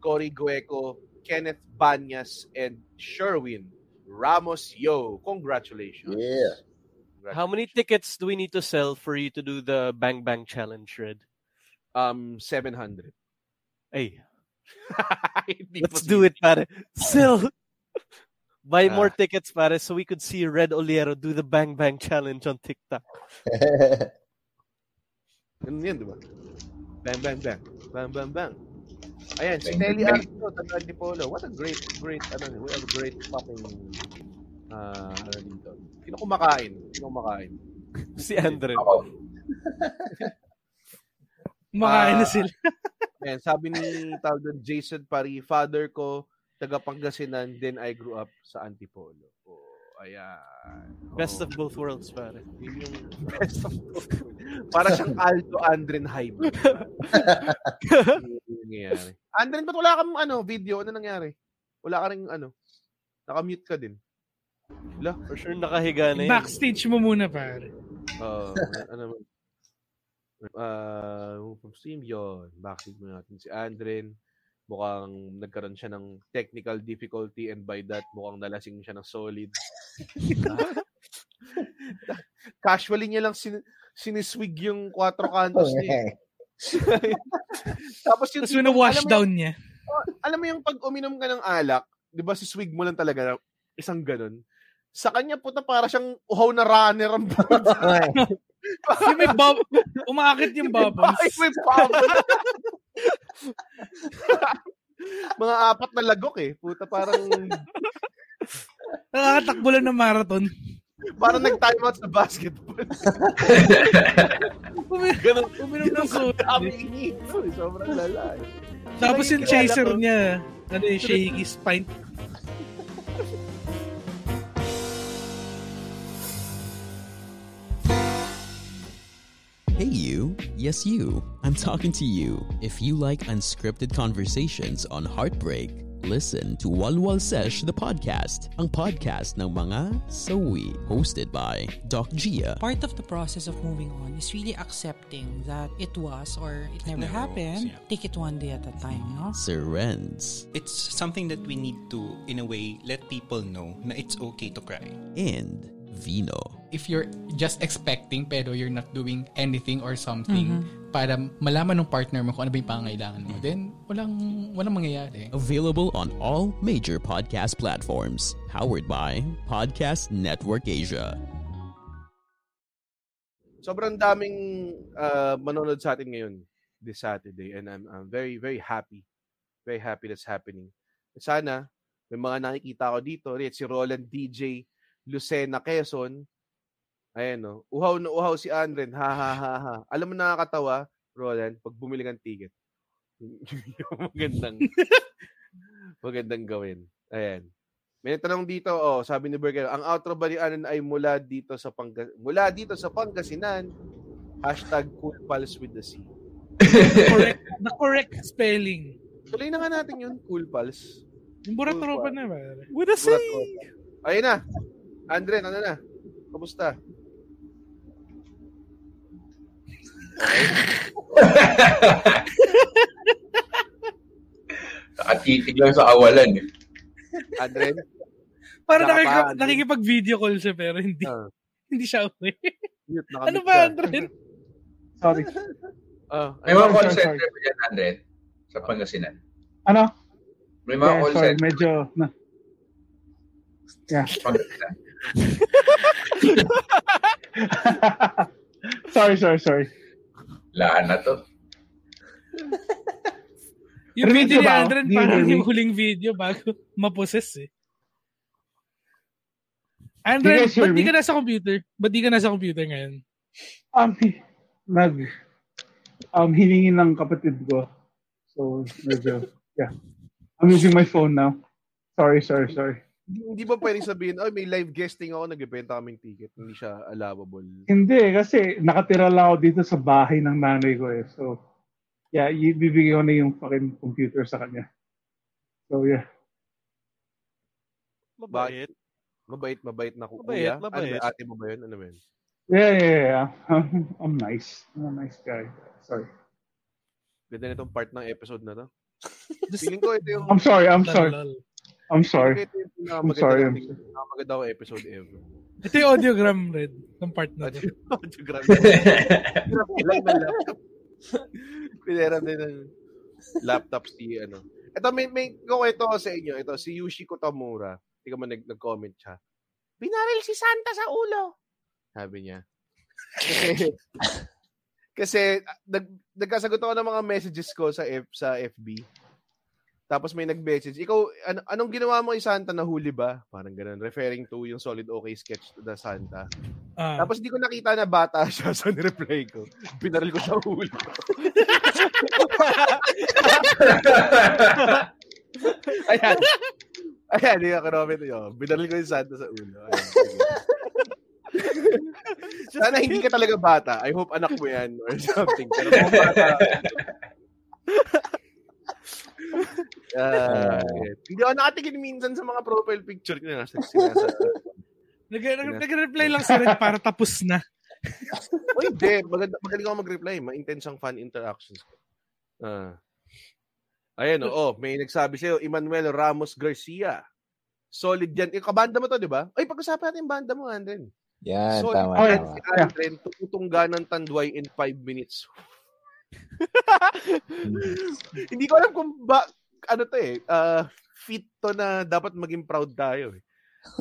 [SPEAKER 5] Cory Gueco, Kenneth Banyas, and Sherwin Ramos Yo. Congratulations.
[SPEAKER 7] Yeah.
[SPEAKER 6] How many tickets do we need to sell for you to do the Bang Bang Challenge, Red?
[SPEAKER 5] Um, 700.
[SPEAKER 6] Hey.
[SPEAKER 5] Hindi
[SPEAKER 6] Let's
[SPEAKER 5] possible.
[SPEAKER 6] do it, pare. Sell. Buy more
[SPEAKER 5] Ah.
[SPEAKER 6] tickets, pare, so we could see Red Oliero do the Bang Bang Challenge on TikTok.
[SPEAKER 5] Ganun yan, di ba? Bang, bang, bang. Bang, bang, bang. Ayan, si
[SPEAKER 6] Bang,
[SPEAKER 5] Nelly
[SPEAKER 6] bang,
[SPEAKER 5] Arco, taga Antipolo. What a great, great, ano, what a great fucking, ah, ano dito. Sino kumakain? Sino kumakain?
[SPEAKER 6] Si Andre.
[SPEAKER 4] Makain na
[SPEAKER 5] Ah,
[SPEAKER 4] sila.
[SPEAKER 5] Ayan, sabi ni tawag doon, Jason Pari, father ko, taga Pangasinan, then I grew up sa Antipolo. Oh, ayan. Oh.
[SPEAKER 6] Best of both worlds, pare.
[SPEAKER 5] Best of both worlds. Para siyang Aldo Andren hybrid. Yung nangyayari. Andren, ba't wala kang ano, video? Ano nangyari? Wala ka rin ano? Nakamute ka din. Wala.
[SPEAKER 6] For sure, nakahiga na yun.
[SPEAKER 4] Backstage mo muna, pare.
[SPEAKER 5] Oo. ano man. Uh, from stream yun. Backseat mo natin si Andren. Mukhang nagkaroon siya ng technical difficulty and by that, mukhang nalasing siya ng solid. Casually niya lang sin- siniswig yung Cuatro Cantos niya. Tapos yung
[SPEAKER 4] Tapos wina-wash
[SPEAKER 5] alam mo
[SPEAKER 4] down
[SPEAKER 5] yung-
[SPEAKER 4] niya.
[SPEAKER 5] Oh, alam mo yung pag uminom ka ng alak, 'di ba si swig mo lang talaga isang ganun. Sa kanya puta para siyang uhaw na runner ang
[SPEAKER 4] yung may bob, umaakit yung bubbles.
[SPEAKER 5] Ay, may bubbles. Mga apat na lagok eh. Puta parang
[SPEAKER 4] Nakakatakbo lang ng marathon.
[SPEAKER 5] parang nag-timeout sa basketball.
[SPEAKER 4] Ganun. Uminom ng soda.
[SPEAKER 5] Sobrang lala. eh.
[SPEAKER 4] Tapos yung
[SPEAKER 5] Nakikilala
[SPEAKER 4] chaser
[SPEAKER 5] ko.
[SPEAKER 4] niya, ano yung shaky spine.
[SPEAKER 2] Hey, you. Yes, you. I'm talking to you. If you like unscripted conversations on heartbreak, listen to Walwal Sesh, the podcast. Ang podcast ng mga sawi. Hosted by Doc Gia.
[SPEAKER 13] Part of the process of moving on is really accepting that it was or it never,
[SPEAKER 2] never
[SPEAKER 13] happened.
[SPEAKER 2] was, yeah.
[SPEAKER 13] Take it one day at a time, no?
[SPEAKER 2] Sir Renz.
[SPEAKER 10] It's something that we need to, in a way, let people know na it's okay to cry.
[SPEAKER 2] And Vino.
[SPEAKER 14] If you're just expecting pero you're not doing anything or something para malaman ng partner mo kung ano ba yung pangangailangan mo, then walang, walang mangyayari.
[SPEAKER 2] Available on all major podcast platforms. Powered by Podcast Network Asia.
[SPEAKER 5] Sobrang daming ah, manonood sa atin ngayon this Saturday and I'm, I'm very very happy. Very happy that's happening. Sana may mga nakikita ko dito. Rin, si Roland DJ Lucena Quezon. Ayan no. Uhaw na uhaw si Andren. Ha ha ha ha. Alam mo nakakatawa, Roland, pag bumili kang ticket. Yung magandang magandang gawin. Ayan. May tanong dito, oh, sabi ni Berger, ang outro ba ni Anon ay mula dito sa Panga mula dito sa Pangasinan, hashtag cool pals with the sea.
[SPEAKER 4] The correct spelling.
[SPEAKER 5] Tuloy na nga Ano natin yun, cool pals.
[SPEAKER 4] Yung burat tropa na ba?
[SPEAKER 5] With the sea! Ayun na. Andren, ano na? Kamusta?
[SPEAKER 3] Nakatitig lang sa awalan eh.
[SPEAKER 5] Andren?
[SPEAKER 4] Para
[SPEAKER 3] Wala ka
[SPEAKER 4] nakikip,
[SPEAKER 3] pa, Andren.
[SPEAKER 4] nakikipag-video call siya pero hindi
[SPEAKER 5] Ah.
[SPEAKER 4] hindi siya okay.
[SPEAKER 5] na
[SPEAKER 4] ano
[SPEAKER 3] ka.
[SPEAKER 4] ba, Andren?
[SPEAKER 15] Sorry.
[SPEAKER 5] Oh,
[SPEAKER 3] May mga
[SPEAKER 15] Sorry,
[SPEAKER 3] call
[SPEAKER 15] sorry,
[SPEAKER 3] center ba dyan, Andren? Sa Pangasinan.
[SPEAKER 15] Ano?
[SPEAKER 3] May mga
[SPEAKER 15] Yeah,
[SPEAKER 3] call
[SPEAKER 15] sorry,
[SPEAKER 3] center.
[SPEAKER 15] Medyo, na. Yeah.
[SPEAKER 3] Pangasinan.
[SPEAKER 15] sorry, sorry, sorry.
[SPEAKER 3] Lahan na to.
[SPEAKER 4] Yung
[SPEAKER 15] Rinig
[SPEAKER 4] video
[SPEAKER 15] niyo Ano ba ako? Do
[SPEAKER 4] ni Andren
[SPEAKER 15] you
[SPEAKER 4] parang
[SPEAKER 15] hear me?
[SPEAKER 4] yung huling video bago maposes eh.
[SPEAKER 15] Do you
[SPEAKER 4] Andren,
[SPEAKER 15] guys hear
[SPEAKER 4] ba't di
[SPEAKER 15] me?
[SPEAKER 4] ka nasa computer? Ba't di ka nasa computer ngayon?
[SPEAKER 15] Um, hi- nag, um, hiningi ng kapatid ko. So, medyo, yeah. I'm using my phone now. Sorry, sorry, sorry.
[SPEAKER 5] Hindi, hindi ba pwedeng sabihin, oh, may live guesting ako, nagbebenta kaming ticket. Hindi siya allowable.
[SPEAKER 15] Hindi, kasi nakatira lang ako dito sa bahay ng nanay ko eh. So, yeah, ibibigay ko na yung fucking computer sa kanya. So, yeah.
[SPEAKER 5] Mabait. Mabait, mabait na ku-
[SPEAKER 15] Mabait,
[SPEAKER 5] kuya.
[SPEAKER 15] mabait.
[SPEAKER 5] Ano, ate mo ba yun? Ano ba yun?
[SPEAKER 15] Yeah, yeah, yeah. I'm, I'm nice. I'm a nice guy. Sorry.
[SPEAKER 5] Ganda nitong part ng episode na to. Feeling ko ito yung...
[SPEAKER 15] I'm sorry, I'm sorry. I'm sorry.
[SPEAKER 5] Feeling ko ito
[SPEAKER 15] I'm
[SPEAKER 5] yung pinakamaganda
[SPEAKER 15] sorry. I'm
[SPEAKER 5] nating- pinakamaganda ko episode ever.
[SPEAKER 4] Ito yung audiogram, Red, ng part na to.
[SPEAKER 5] audiogram. Ilang na laptop. Pinera din ng laptop si ano. Ito, may, may ko ito sa inyo. Ito, si Yushi Kotamura. Hindi ka man nag- nag-comment siya. Binaril si Santa sa ulo. Sabi niya. Kasi, kasi ah, nag, nagkasagot ako ng mga messages ko sa F, sa FB. Tapos may nag-message, ikaw, an- anong ginawa mo kay Santa na huli ba? Parang ganun, referring to yung solid okay sketch na Santa.
[SPEAKER 4] Ah.
[SPEAKER 5] Tapos di ko nakita na bata siya, so nireply ko. Binaril ko sa huli. Ayan. Ayan, yung comment yun. Binaril ko yung Santa sa ulo. Ayan. Sana hindi ka talaga bata. I hope anak mo yan or something. Pero kung bata, Ah, yeah. hindi ako nakatingin minsan sa mga profile picture niya. Nasa, sinasa,
[SPEAKER 4] Nag- nag- Nag-reply lang si Red para tapos na.
[SPEAKER 5] oh, hindi. Maganda, magaling ako mag-reply. Ma-intense ang fan interactions ko. Ah. Ayan, oo. Oh, may nagsabi sa'yo, Emmanuel Ramos Garcia. Solid yan. Yung kabanda mo to, di ba? Ay, pag-usapan natin yung banda mo, Andren.
[SPEAKER 7] Yan,
[SPEAKER 5] so,
[SPEAKER 7] tama,
[SPEAKER 5] at
[SPEAKER 7] tama.
[SPEAKER 5] si Aldrin, tututungga ng tanduay in 5 minutes. Hindi ko alam kung ba, ano to eh, uh, fit to na dapat maging proud tayo eh.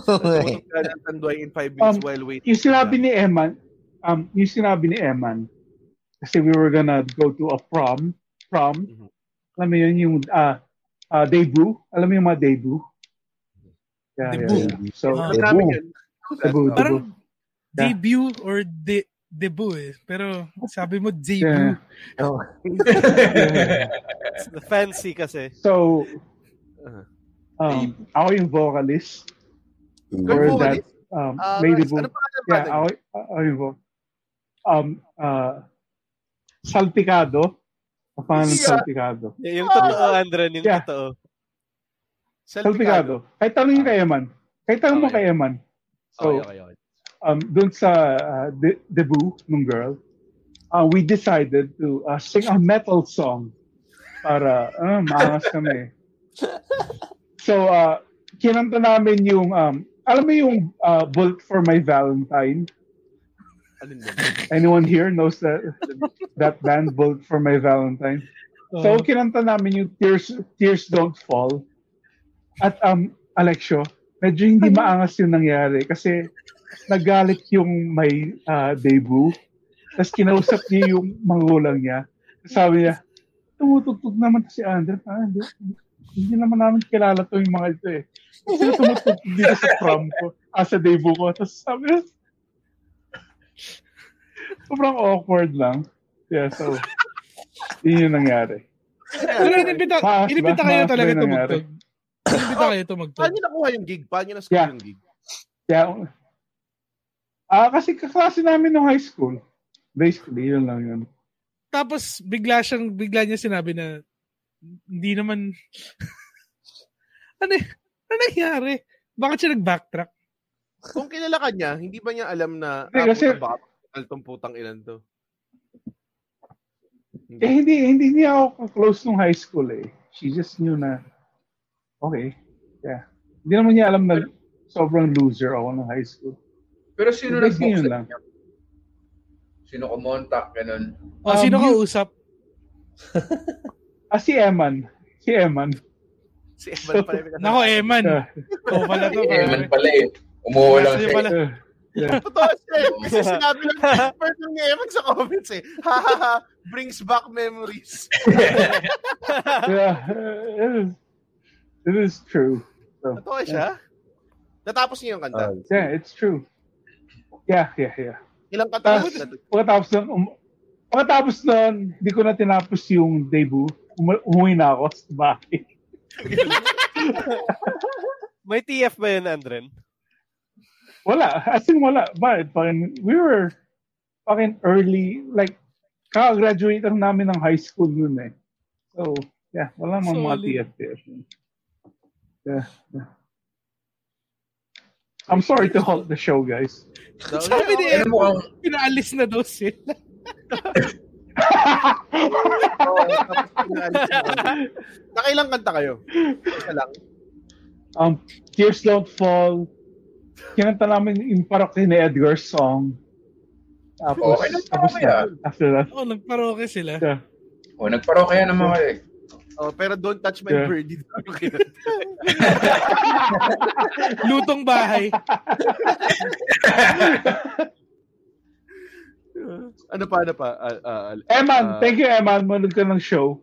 [SPEAKER 7] eh.
[SPEAKER 5] Tutungga ng tanduay in 5 minutes
[SPEAKER 8] Um,
[SPEAKER 5] while waiting.
[SPEAKER 8] Yung sinabi ni Eman, um, yung sinabi ni Eman, kasi we were gonna go to a prom, prom, alam mo yun, yung ah ah, debut, alam mo yung mga debut? Yeah,
[SPEAKER 4] Debut.
[SPEAKER 8] yeah, yeah. So,
[SPEAKER 4] Ah.
[SPEAKER 8] debut. Debut,
[SPEAKER 4] Parang
[SPEAKER 8] debut. Yeah.
[SPEAKER 4] debut or de- debut eh. Pero sabi mo
[SPEAKER 8] Yeah.
[SPEAKER 4] debut.
[SPEAKER 8] Oh.
[SPEAKER 6] It's the fancy kasi.
[SPEAKER 8] So,
[SPEAKER 5] Uh-huh.
[SPEAKER 8] um, ako yung vocalist.
[SPEAKER 6] Good
[SPEAKER 8] For that,
[SPEAKER 6] vocalist.
[SPEAKER 8] um,
[SPEAKER 6] Ah,
[SPEAKER 8] lady
[SPEAKER 6] nice.
[SPEAKER 8] vo-
[SPEAKER 6] Ano pangalan,
[SPEAKER 8] Yeah,
[SPEAKER 6] brother?
[SPEAKER 8] ako, uh, ako yung vo- Um, uh, salpicado. Ang pangalan ng
[SPEAKER 6] Yeah. Ah.
[SPEAKER 8] salpicado.
[SPEAKER 6] Y- yung totoo, Andren, yung
[SPEAKER 8] Yeah.
[SPEAKER 6] totoo.
[SPEAKER 8] Salpicado. Kahit tanong yung kay Eman. Kahit tanong mo kay Eman. So, um, dun sa uh, de- debut ng girl, uh, we decided to uh, sing a metal song para uh, maangas kami. So, uh, kinanta namin yung, um, alam mo yung uh, Bullet for My Valentine? Anyone here knows that that band Bullet for My Valentine? So,
[SPEAKER 4] Oo.
[SPEAKER 8] kinanta namin yung Tears, Tears Don't Fall. At um, Alexio, medyo hindi
[SPEAKER 4] Ano?
[SPEAKER 8] maangas yung nangyari kasi nagalit yung may ah, debut. Tapos kinausap niya yung magulang niya. Sabi niya, tumutugtog naman to si Andre. Ah, hindi, hindi naman namin kilala to yung mga ito eh. Sino tumutugtog dito sa prom ko? Ah, sa debut ko. Tapos sabi niya, sobrang awkward lang. Yeah, so, yun yung nangyari.
[SPEAKER 4] Pero inibita,
[SPEAKER 8] Maas ba?
[SPEAKER 4] inibita kayo
[SPEAKER 8] Maas ba
[SPEAKER 4] talaga
[SPEAKER 8] yung nangyari?
[SPEAKER 4] tumugtog. Inibita kayo tumugtog.
[SPEAKER 5] Paano nakuha yung gig? Paano na
[SPEAKER 8] Yeah.
[SPEAKER 5] yung gig?
[SPEAKER 8] Yeah. Ah, kasi kaklase namin nung high school. Basically, yun lang yun.
[SPEAKER 4] Tapos bigla siyang bigla niya sinabi na hindi naman ano y- ano nangyari? Bakit siya nag-backtrack?
[SPEAKER 5] Kung kilala ka niya, hindi ba niya alam na ah,
[SPEAKER 8] Hindi, kasi-
[SPEAKER 5] puta, baka altong putang ilan to?
[SPEAKER 3] Mm.
[SPEAKER 8] Eh, hindi, hindi niya ako close nung high school eh. She just knew na, okay, yeah. Hindi naman niya alam na sobrang loser ako nung high school.
[SPEAKER 3] Pero sino
[SPEAKER 8] Basically,
[SPEAKER 3] nag-book
[SPEAKER 8] yun
[SPEAKER 3] sa
[SPEAKER 8] lang.
[SPEAKER 3] inyo? Sino kumontak, ganun.
[SPEAKER 4] O Oh, sino ka usap?
[SPEAKER 8] Um, Ah, si Eman. Si Eman. Uh,
[SPEAKER 5] Si
[SPEAKER 3] Eman pala yung-
[SPEAKER 4] Nako, Eman. Ikaw pala to. pare.
[SPEAKER 3] Eman pala eh. Umuha lang
[SPEAKER 4] Sa'yo
[SPEAKER 3] siya.
[SPEAKER 4] pala.
[SPEAKER 8] Uh,
[SPEAKER 5] Totoo siya eh. Kasi sinabi lang first ng Evan sa comments eh. Ha ha ha. Brings back memories.
[SPEAKER 8] yeah, it is, it is true. So,
[SPEAKER 5] Totoo siya? Natapos niya yung kanta.
[SPEAKER 8] yeah, it's true. Yeah, yeah, yeah.
[SPEAKER 5] Ilang kanta
[SPEAKER 8] Tapos, pagkatapos nun, um, pagkatapos nun, hindi ko na tinapos yung debut. Um, umuwi na ako sa bahay.
[SPEAKER 6] May TF ba yun, Andren?
[SPEAKER 8] Wala. As in, wala. But, fucking, we were fucking early, like, kaka-graduate lang namin ng high school nun eh. So, yeah, wala mga mga
[SPEAKER 4] Solid.
[SPEAKER 8] TFTF. Yeah, yeah. I'm sorry to halt the show, guys.
[SPEAKER 4] Sabi ni
[SPEAKER 3] Ano mo
[SPEAKER 4] Eman,
[SPEAKER 3] ang-
[SPEAKER 4] pinaalis na daw sila.
[SPEAKER 5] Nakailang kanta kayo? Isa lang.
[SPEAKER 8] Um, Tears Don't Fall, kinanta namin yung parang kay ni Edgar's song. Tapos,
[SPEAKER 3] Okay lang
[SPEAKER 8] tapos
[SPEAKER 3] naman
[SPEAKER 8] na,
[SPEAKER 3] yan.
[SPEAKER 8] after that.
[SPEAKER 4] Oo, nagparoke sila.
[SPEAKER 8] Yeah.
[SPEAKER 3] O, nagparokya naman kayo eh.
[SPEAKER 5] Oh, pero don't touch my
[SPEAKER 8] Yeah.
[SPEAKER 5] birdie.
[SPEAKER 4] Lutong bahay.
[SPEAKER 5] ano pa, ano pa? Ah, ah, ah,
[SPEAKER 8] Eman,
[SPEAKER 5] ah,
[SPEAKER 8] thank you, Eman. Manood ka ng show.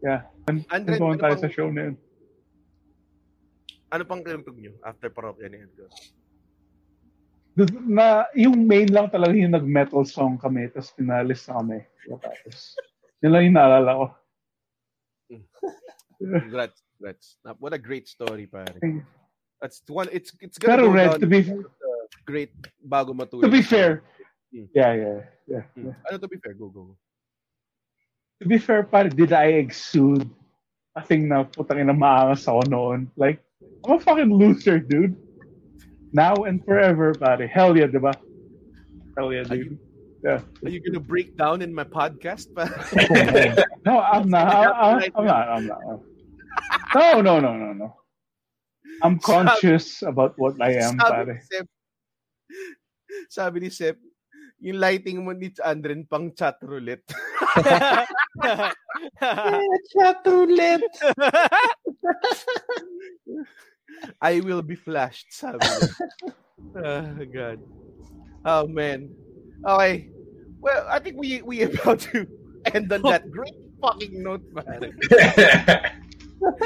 [SPEAKER 8] Yeah. An-
[SPEAKER 5] Andre,
[SPEAKER 8] Andren,
[SPEAKER 5] ano
[SPEAKER 8] tayo
[SPEAKER 5] pang-
[SPEAKER 8] sa show na yun.
[SPEAKER 5] Ano pang kantog niyo after parokya ni Edgar?
[SPEAKER 8] Dun- Na, yung main lang talaga yung nag-metal song kami, tapos pinalis na kami. Yeah, Tapos, yun lang yung naalala ko.
[SPEAKER 5] Hmm. Congrats, congrats. Na- What a great story, pare.
[SPEAKER 8] Thank you.
[SPEAKER 5] That's one. It's it's gonna
[SPEAKER 8] Pero
[SPEAKER 5] go
[SPEAKER 8] Red,
[SPEAKER 5] down
[SPEAKER 8] to be,
[SPEAKER 5] as one of the great bago matulog.
[SPEAKER 8] to be fair, yeah, yeah, yeah.
[SPEAKER 5] Hmm. Ano to be fair? Go go. go.
[SPEAKER 8] To be fair, pare, did I exude a thing na putang ina maangas ako noon? Like, I'm a fucking loser, dude. Now and forever, pare. Hell yeah, diba? Hell yeah, dude. Yeah.
[SPEAKER 5] Are you gonna break down in my podcast? pare?
[SPEAKER 8] No, I'm not. I, I, Uh, I'm not. I'm not. No, no, no, no, no. I'm conscious about what I am,
[SPEAKER 5] Sabi ni
[SPEAKER 8] pare.
[SPEAKER 5] Seb, Sabi ni Sep, yung lighting mo ni Andren pang chat roulette.
[SPEAKER 11] Chat roulette.
[SPEAKER 5] I will be flashed, sabi niya. oh, God. Oh, man. Okay. Well, I think we we about to end on that great fucking note, man.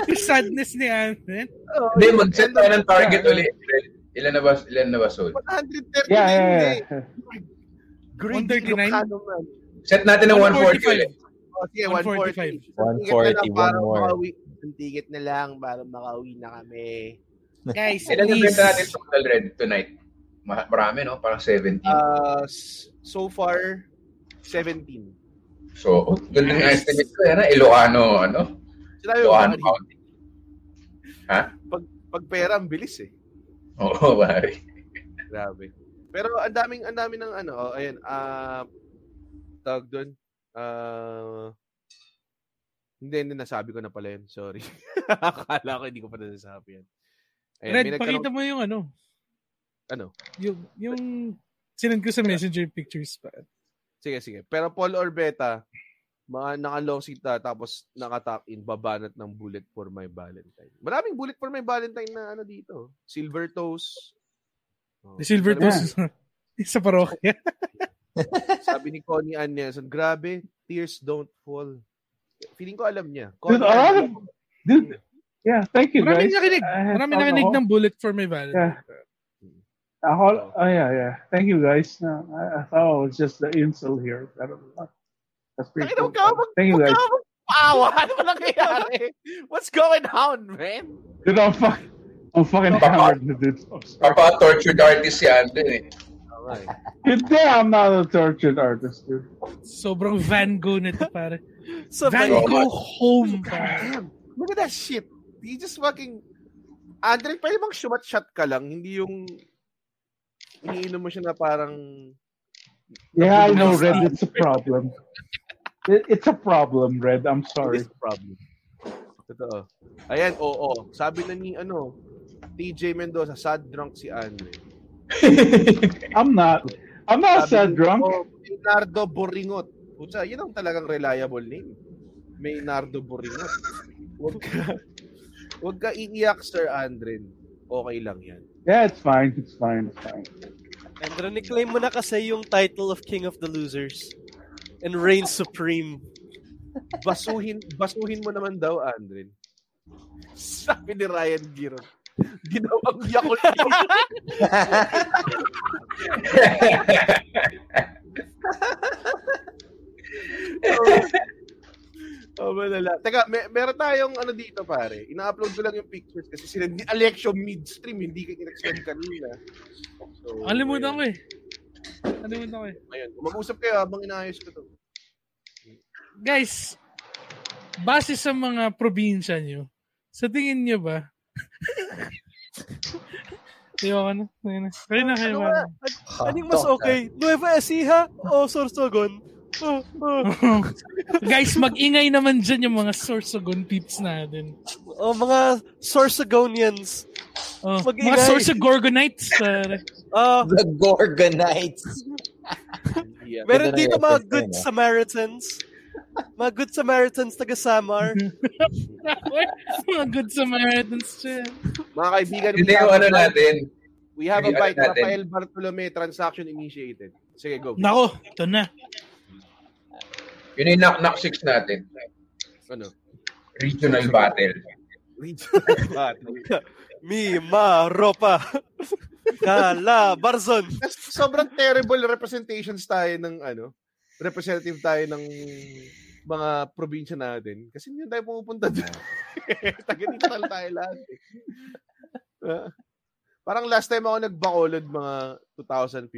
[SPEAKER 4] Yung sadness ni Anthony.
[SPEAKER 3] Hindi, mag-set tayo ng target ulit. Ilan na ba, ilan na ba sold?
[SPEAKER 5] 139
[SPEAKER 3] Yeah,
[SPEAKER 15] eh.
[SPEAKER 3] yeah, yeah.
[SPEAKER 5] Green 139? Lucano, man.
[SPEAKER 3] Set natin ng 140 ulit.
[SPEAKER 5] Oh, sige, 140.
[SPEAKER 7] 140, one
[SPEAKER 5] para
[SPEAKER 7] more.
[SPEAKER 5] Makauwi. Ang ticket na lang para makauwi na kami.
[SPEAKER 4] Guys,
[SPEAKER 3] Ilan na benta natin total red tonight? Ma- Marami, no? Parang 17.
[SPEAKER 5] Uh, s- so far, 17.
[SPEAKER 3] so, oh, ganda ng estimate ko. Yan, ah, Ilocano, ano?
[SPEAKER 5] Sinabi mo
[SPEAKER 3] Ilocano
[SPEAKER 5] ba,
[SPEAKER 3] County. Ha?
[SPEAKER 5] pag pera, ang bilis eh.
[SPEAKER 3] Oo, pare.
[SPEAKER 5] Grabe. Pero ang daming ang dami ng ano, oh, ayun, ah tawag doon. Ah hindi, hindi, nasabi ko na pala yun. Sorry. Akala ko hindi ko pa nasasabi yan. Ayun, may
[SPEAKER 4] Red,
[SPEAKER 5] nagkaroon-
[SPEAKER 4] pakita mo yung ano,
[SPEAKER 5] Ano?
[SPEAKER 4] yung, yung sinend ko sa messenger pictures pa.
[SPEAKER 5] Sige, sige. Pero Paul Orbeta, mga naka-long sita tapos naka-tuck in, babanat ng bullet for my Valentine. Maraming bullet for my Valentine na ano dito. Silver Toes. Oh,
[SPEAKER 4] The silver
[SPEAKER 5] maraming-
[SPEAKER 4] toes sa parokya.
[SPEAKER 5] Sabi ni Connie Ann Nelson, grabe, tears don't fall. Feeling ko alam niya.
[SPEAKER 15] Dude, a lot of... Dude, yeah, thank you,
[SPEAKER 4] Maraming
[SPEAKER 15] guys.
[SPEAKER 4] nakinig.
[SPEAKER 15] Ah,
[SPEAKER 4] Maraming nakinig
[SPEAKER 15] ako-
[SPEAKER 4] ng bullet for my valid.
[SPEAKER 15] Yeah. A whole, oh, yeah, yeah. Thank you, guys. No, I, I thought it was just the insult here. I don't know. That's pretty cool. Thank you, guys.
[SPEAKER 5] Awa! Ano ba nangyayari? What's going on, man?
[SPEAKER 15] Dude, I'm, fuck, I'm fucking hammered, dude.
[SPEAKER 3] Papa-tortured artist si Andren eh.
[SPEAKER 15] Good day, I'm not a tortured artist, dude.
[SPEAKER 4] Sobrang Van Gogh nito, pare.
[SPEAKER 15] So,
[SPEAKER 4] Van
[SPEAKER 15] Van
[SPEAKER 4] Gogh
[SPEAKER 15] Gogh.
[SPEAKER 4] home, pare.
[SPEAKER 5] Damn. Look at that shit. He just fucking... Andre, pwede bang shumat-shot ka lang? Hindi yung... Iniinom mo siya na parang...
[SPEAKER 15] Yeah, I know, Red. It's a problem. It, it's a problem, Red. I'm sorry.
[SPEAKER 5] It's a problem. Totoo. Ayan, oo. Sabi na ni, ano, TJ Mendoza, sad drunk si Andre.
[SPEAKER 15] I'm not. I'm not
[SPEAKER 5] Sabi
[SPEAKER 15] sad
[SPEAKER 5] ni-
[SPEAKER 15] drunk.
[SPEAKER 5] Oh, Leonardo Boringot. Puta, yun ang talagang reliable name. Maynardo Boringot. Huwag ka, huwag ka iiyak, Sir Andren. Okay lang yan.
[SPEAKER 15] Yeah, it's fine. It's fine. It's fine.
[SPEAKER 6] And reclaim mo na kasi yung title of King of the Losers and reign supreme.
[SPEAKER 5] Basuhin, basuhin mo naman daw, Andren. Sabi ni Ryan Giron. Ginawang yakult. oh, malala. Teka, may, meron tayong ano dito, pare. Ina-upload ko lang yung pictures kasi sila ni Alexio midstream, hindi ka kinextend kanina. So,
[SPEAKER 4] Kalimutan ko eh. Kalimutan ko eh.
[SPEAKER 5] Ayun, mag-usap kayo habang inaayos ko to.
[SPEAKER 4] Guys, base sa mga probinsya nyo, sa tingin nyo ba, Ayaw ka na. Ayaw na. Kayo na,
[SPEAKER 6] Ano
[SPEAKER 4] kayo na.
[SPEAKER 6] Anong mas okay? Nueva Ecija o Sorsogon? Oh, oh.
[SPEAKER 4] Guys, mag-ingay naman dyan yung mga Sorsogon peeps natin.
[SPEAKER 6] oh mga Sorsogonians.
[SPEAKER 4] Oh,
[SPEAKER 6] Mag-ingay.
[SPEAKER 4] mga Sorsogorgonites. Uh,
[SPEAKER 6] Ah,
[SPEAKER 10] The Gorgonites. Ganda
[SPEAKER 6] meron
[SPEAKER 10] ng
[SPEAKER 6] dito mga
[SPEAKER 10] reference
[SPEAKER 6] good
[SPEAKER 10] na yun, ah.
[SPEAKER 6] Samaritans. Mga good Samaritans taga Samar.
[SPEAKER 4] mga good Samaritans dyan.
[SPEAKER 5] Mga kaibigan, we
[SPEAKER 3] Hindi yung
[SPEAKER 5] have
[SPEAKER 3] ano
[SPEAKER 5] a bite.
[SPEAKER 3] natin.
[SPEAKER 5] We have a
[SPEAKER 3] Hindi, ano
[SPEAKER 5] bite.
[SPEAKER 3] natin.
[SPEAKER 5] Rafael Bartolome, transaction initiated. Sige, go.
[SPEAKER 4] Nako, ito na.
[SPEAKER 3] Yun yung knock-knock six natin.
[SPEAKER 5] Ano?
[SPEAKER 3] Regional battle.
[SPEAKER 6] Mi ma ropa. Kala Barzon.
[SPEAKER 5] Sobrang terrible representations tayo ng ano, representative tayo ng mga probinsya natin. Kasi hindi tayo pumupunta doon. Taga-digital tayo lahat. eh. Ah. Parang last time ako nagbacolod mga 2015.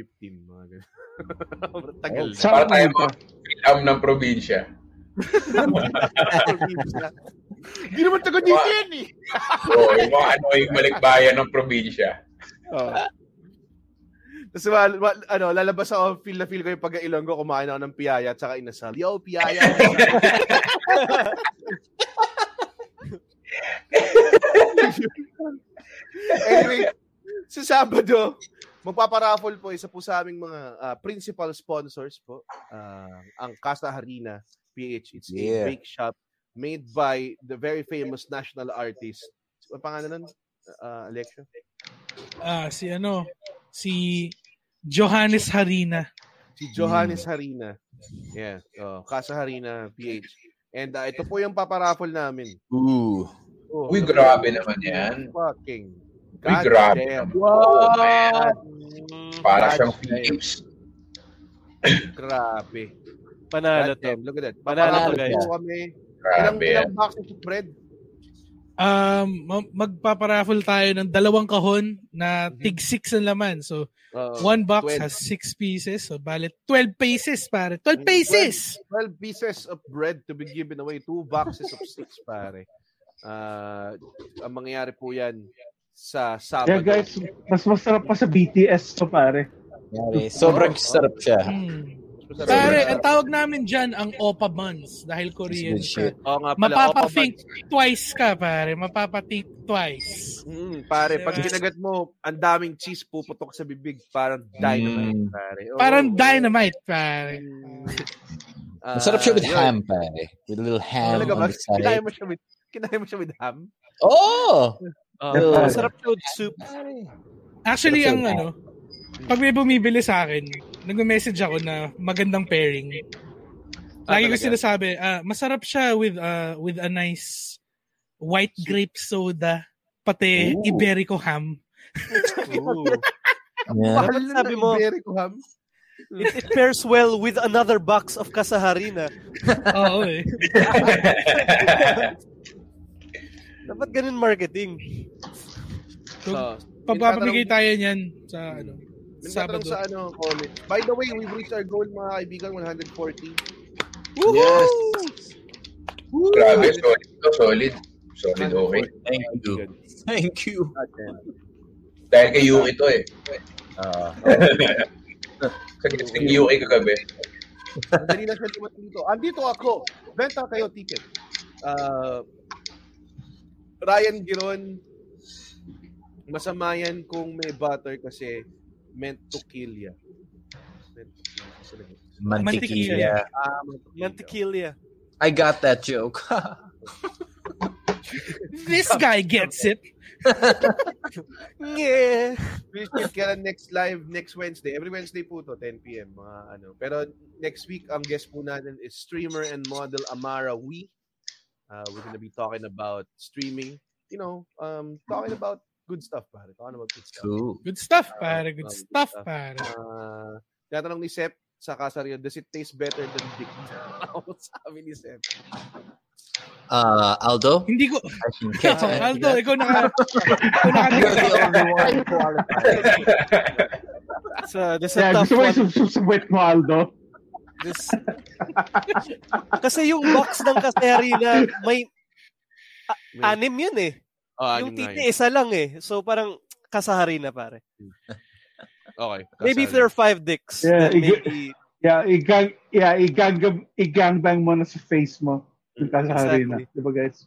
[SPEAKER 5] Mga ganun. Sobrang Tagal. na.
[SPEAKER 3] Para tayo mga ilam ng probinsya.
[SPEAKER 5] Hindi naman taga New Zealand eh.
[SPEAKER 3] Oo, yung mga ano yung malikbayan ng probinsya.
[SPEAKER 5] Oh. Tapos ma- ma- ano, lalabas ako, feel na feel ko yung pag-ilonggo, kumain ako ng piyaya at saka inasal. Yo, piyaya! anyway, sa Sabado, Magpaparaffle po isa po sa aming mga ah, principal sponsors po. Ah, ang Casa Harina PH. It's a
[SPEAKER 7] Yeah.
[SPEAKER 5] bake shop made by the very famous national artist. Ang pangalan nun, Ah, Alexia?
[SPEAKER 4] Ah, si ano, si Johannes Harina.
[SPEAKER 5] Si Johannes
[SPEAKER 3] Mm.
[SPEAKER 5] Harina. Yeah. Oh, Casa Harina PH. And ah, ito po yung paparaffle namin.
[SPEAKER 7] Ooh.
[SPEAKER 5] Oh,
[SPEAKER 3] Uy, grabe naman yan.
[SPEAKER 5] Fucking.
[SPEAKER 3] Uy, grabe naman. Oh, man. Para siyang Philips.
[SPEAKER 5] Grabe.
[SPEAKER 6] Panalo
[SPEAKER 5] God damn, Look at that.
[SPEAKER 6] Panalo to,
[SPEAKER 5] Paparaffle
[SPEAKER 6] guys.
[SPEAKER 5] po kami.
[SPEAKER 6] Grabe
[SPEAKER 5] Ilang,
[SPEAKER 6] yan.
[SPEAKER 5] ilang box of bread?
[SPEAKER 4] Um, ma- magpaparaffle tayo ng dalawang kahon na tig six ang laman. So,
[SPEAKER 5] Mhm. Oo.
[SPEAKER 4] one box
[SPEAKER 5] 12.
[SPEAKER 4] has six pieces. So, balit 12 pieces, pare. 12 pieces!
[SPEAKER 5] 12 pieces of bread to be given away. Two boxes of six, pare. Ah, ang mangyayari po yan sa
[SPEAKER 15] Yeah
[SPEAKER 5] Sabado.
[SPEAKER 15] guys, mas masarap pa sa BTS to pare.
[SPEAKER 4] Oh,
[SPEAKER 7] Sobrang sarap siya.
[SPEAKER 4] Pare, ang tawag namin dyan ang Opa Buns dahil Korean
[SPEAKER 7] That's
[SPEAKER 4] siya.
[SPEAKER 7] good shit. Oo nga pala,
[SPEAKER 4] Mapapa-think twice ka, pare. Mapapa-think twice.
[SPEAKER 5] Mm, pare, pag
[SPEAKER 4] Diba?
[SPEAKER 5] kinagat mo, ang daming cheese puputok sa bibig. Parang dynamite, pare. Oo. Mm.
[SPEAKER 4] Parang dynamite, pare.
[SPEAKER 5] Ah,
[SPEAKER 7] Masarap siya with
[SPEAKER 5] yun. Oh,
[SPEAKER 7] ham, pare. With a little ham
[SPEAKER 5] Talaga ba?
[SPEAKER 7] on the side.
[SPEAKER 5] Kinaya mo siya with, kinaya mo siya with ham?
[SPEAKER 7] Oh!
[SPEAKER 5] Yeah, pare.
[SPEAKER 6] Masarap siya with soup.
[SPEAKER 4] Actually,
[SPEAKER 6] Sarap
[SPEAKER 4] ang
[SPEAKER 6] yun.
[SPEAKER 4] ano, pag may bumibili sa akin, nag-message ako na magandang pairing.
[SPEAKER 5] Ah,
[SPEAKER 4] Lagi ko
[SPEAKER 5] talaga?
[SPEAKER 4] sinasabi, ah, masarap siya with ah, with a nice white grape soda, pati
[SPEAKER 5] Ooh.
[SPEAKER 4] Iberico ham.
[SPEAKER 6] Mahal na sabi mo.
[SPEAKER 5] Iberico ham.
[SPEAKER 6] It, it pairs well with another box of kasaharina.
[SPEAKER 4] Oo eh.
[SPEAKER 6] Dapat ganun marketing.
[SPEAKER 5] So,
[SPEAKER 4] Papapamigay tayo niyan sa ano,
[SPEAKER 5] Sabado.
[SPEAKER 4] Sabado.
[SPEAKER 5] sa ano, comment. By the way, we've reached our goal mga kaibigan, 140.
[SPEAKER 3] Yes. Grabe, solid. to, Solid. Solid, okay.
[SPEAKER 7] Thank you. Thank you.
[SPEAKER 3] Dahil kay Yuki to eh.
[SPEAKER 7] Ah.
[SPEAKER 3] Sa gift ni Yuki kagabi.
[SPEAKER 5] Madali na siya dumating dito. Andito ako. Benta kayo ticket. Uh, Ryan Giron, masama yan kung may butter kasi meant to kill ya. Meant to kill ya. Sila yun.
[SPEAKER 7] Mantikilya.
[SPEAKER 5] Ah, mantikilya.
[SPEAKER 6] Mantikilya.
[SPEAKER 7] I got that joke.
[SPEAKER 4] This guy gets it.
[SPEAKER 6] yeah.
[SPEAKER 5] Please check kailan next live next Wednesday. Every Wednesday po to 10 PM mga ano. Pero next week ang guest po natin is streamer and model Amara Wee. Uh, we're gonna be talking about streaming. You know, um, talking about good stuff pare. ano Talking about good stuff.
[SPEAKER 7] Cool.
[SPEAKER 4] Good stuff, pare. Good stuff, pare.
[SPEAKER 5] Um, Uh, tinatanong ni Sep sa kasaryo, does it taste better than dick? Sabi ni Sep.
[SPEAKER 7] Uh, Aldo?
[SPEAKER 4] Hindi ko. Aldo, ikaw na.
[SPEAKER 6] So, this is a
[SPEAKER 15] Yeah,
[SPEAKER 6] tough
[SPEAKER 15] gusto mo
[SPEAKER 6] one.
[SPEAKER 15] i-subsubwit mo Aldo.
[SPEAKER 6] This... Kasi yung box ng kasaharina, may a- anim yun eh.
[SPEAKER 5] Ah,
[SPEAKER 6] yung
[SPEAKER 5] anim na
[SPEAKER 6] titi,
[SPEAKER 5] yun.
[SPEAKER 6] isa lang eh. So parang kasaharina pare.
[SPEAKER 5] Okay.
[SPEAKER 6] Maybe if there are five dicks,
[SPEAKER 15] Yeah,
[SPEAKER 6] then
[SPEAKER 15] ig-
[SPEAKER 6] maybe...
[SPEAKER 15] yeah, igang yeah, igangam igangdang mo na sa face mo. Yung kasahari na,
[SPEAKER 5] Mm, Exactly.
[SPEAKER 15] 'di ba guys?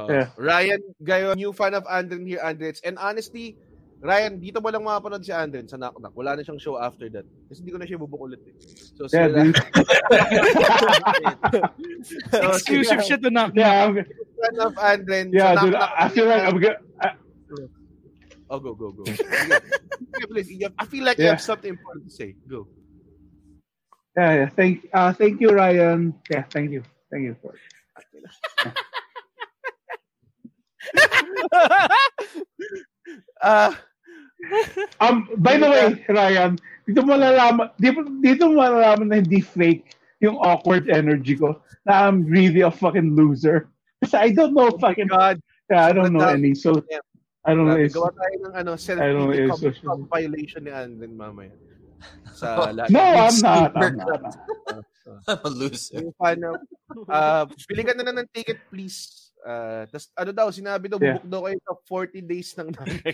[SPEAKER 5] Oo.
[SPEAKER 15] Yeah.
[SPEAKER 5] Ryan Gayo, new fan of Andren here, Andrets. And honestly, Ryan, dito mo lang mapapanood si Andren sa Knock Knock. Wala na siyang show after that. Kasi hindi ko na siya bubuk ulit. Eh. So,
[SPEAKER 15] Yeah,
[SPEAKER 5] sila-
[SPEAKER 15] dude.
[SPEAKER 4] Exclusive siya to Knock
[SPEAKER 15] Yeah, I'm,
[SPEAKER 5] fan of Andren
[SPEAKER 15] yeah,
[SPEAKER 5] sa
[SPEAKER 15] dude.
[SPEAKER 5] Knock Knock.
[SPEAKER 15] I feel like I'm gonna,
[SPEAKER 5] Oh, go, go, go. Sige, please, you have- I feel like you
[SPEAKER 15] Yeah.
[SPEAKER 5] have something important to say. Go.
[SPEAKER 15] yeah, yeah. Thank uh thank you Ryan. Yeah, thank you. Thank you for.
[SPEAKER 5] Ah,
[SPEAKER 15] Um, by the way, Ryan, dito mo malalaman, dito, dito mo malalaman na hindi fake yung awkward energy ko. Na I'm really a fucking loser. Kasi I don't know fucking, yeah, I don't know
[SPEAKER 5] Sobrang
[SPEAKER 15] any, so,
[SPEAKER 5] Yeah.
[SPEAKER 15] I don't know
[SPEAKER 5] Grabe,
[SPEAKER 15] any.
[SPEAKER 5] Gawa tayo ng ano,
[SPEAKER 15] know,
[SPEAKER 5] self-pity
[SPEAKER 15] eh,
[SPEAKER 5] com-
[SPEAKER 15] social-
[SPEAKER 5] compilation ni Andren mamaya. Sa lahat.
[SPEAKER 15] No, I'm not. I'm not.
[SPEAKER 7] I'm a loser.
[SPEAKER 5] Yung fan of, ah, bili ka na lang ng ticket, please. Ah, tas ano daw, sinabi daw,
[SPEAKER 15] Yeah.
[SPEAKER 5] book daw kayo sa 40 days ng nanay.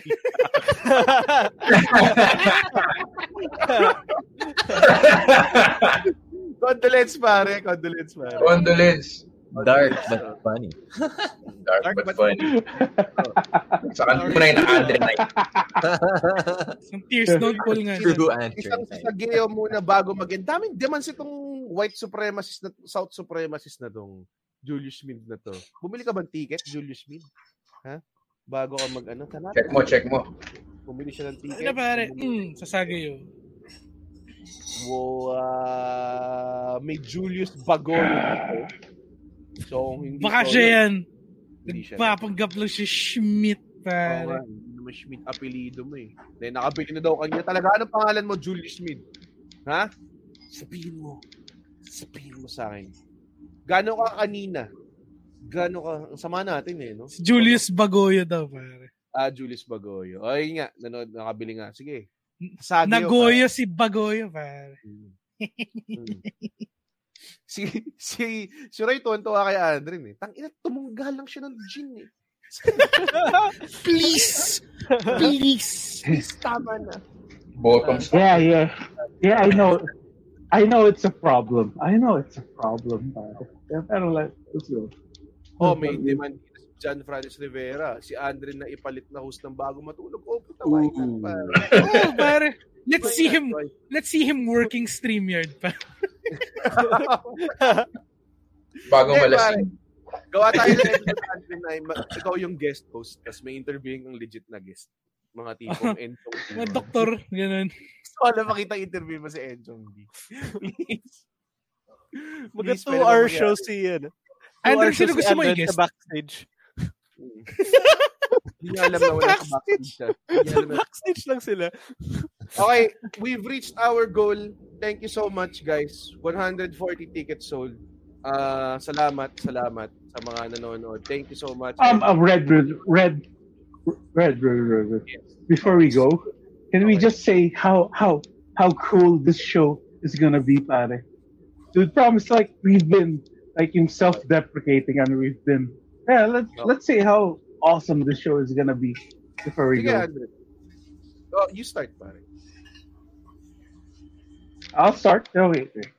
[SPEAKER 5] Condolence, pare. Condolence, pare.
[SPEAKER 3] Condolence.
[SPEAKER 7] Dark but funny.
[SPEAKER 3] Dark, but, funny. Sa kanto na yung adrenaline.
[SPEAKER 4] Yung tears don't fall nga.
[SPEAKER 7] True
[SPEAKER 5] Isang sasageo muna bago mag end Daming demons itong white supremacist na, South supremacist na tong Julius Schmid na to. Bumili ka ba ng ticket, Julius Schmid? Ha? Bago ka mag ano? Tanapin.
[SPEAKER 3] Check mo, check mo.
[SPEAKER 5] Bumili siya ng ticket.
[SPEAKER 4] Ano pare? Mm, sasagayo.
[SPEAKER 5] Wow, ah, may Julius Bagoyo dito. So, kung hindi
[SPEAKER 4] Baka
[SPEAKER 5] ko-
[SPEAKER 4] siya yan.
[SPEAKER 5] Hindi siya.
[SPEAKER 4] Nagpapanggap lang si Schmidt
[SPEAKER 5] Oo nga,
[SPEAKER 4] pare.
[SPEAKER 5] hindi naman Schmidt apelido mo eh. Dahil nakabili na daw kanya. Talaga, anong pangalan mo, Julius Schmidt? Ha? Sabihin mo. Sabihin mo sa akin. Gano'n ka kanina? Gano'n ka? Ang sama natin eh, no?
[SPEAKER 4] Julius Bagoyo daw pare.
[SPEAKER 5] Ah, Julius Bagoyo. Ay nga, nanood, nakabili nga. Sige. Sagyo,
[SPEAKER 4] Nagoyo si Bagoyo pare.
[SPEAKER 5] Hmm. Si, si, si Roy tuwan-tuwa kay Andrin eh. Tang ina, tumunggal lang siya ng gin eh.
[SPEAKER 4] Please! Please!
[SPEAKER 5] Tama na.
[SPEAKER 3] Bottoms.
[SPEAKER 8] Yeah, yeah. Yeah, I know. I know it's a problem. I know it's a problem. Pero pero like, let's go.
[SPEAKER 5] Oh, may demand dito si John Francis Rivera. Si Andrin na ipalit na host ng bago matulog. Oh, puta, why not, pare?
[SPEAKER 4] Oh, pare. Let's see him. Let's see him working StreamYard pa.
[SPEAKER 3] Bago
[SPEAKER 5] Eh,
[SPEAKER 3] malasing.
[SPEAKER 5] pare, Gawa tayo ng episode, Andrin, na ma- ikaw yung guest host tapos may interviewing kang legit na guest. Mga tipong Enchong.
[SPEAKER 4] Mga doktor, ganun.
[SPEAKER 5] Wala makita interview mo si Enchong D.
[SPEAKER 6] Magka
[SPEAKER 5] Please, pwede ba
[SPEAKER 6] two-hour
[SPEAKER 5] mangyari?
[SPEAKER 6] show si yan.
[SPEAKER 4] Andrew, sino gusto mo i-guest?
[SPEAKER 6] i-guest? Sa backstage.
[SPEAKER 5] Hindi Hmm. niya alam na wala sa backstage siya. ah. Hindi niya alam na-
[SPEAKER 6] Backstage lang sila.
[SPEAKER 5] Okay, we've reached our goal. Thank you so much, guys. 140 tickets sold. Ah, salamat, salamat sa mga nanonood. Thank you so much.
[SPEAKER 8] Um, um red, red, red, red, red, red, red. Before we go, can we just say how how how cool this show is gonna be, pare? Dude, promise like we've been like in self-deprecating and we've been yeah. Let's let's say how awesome this show is gonna be before we go.
[SPEAKER 5] Sige, Andre. Oh, you start, pare.
[SPEAKER 8] I'll start. No, wait, wait.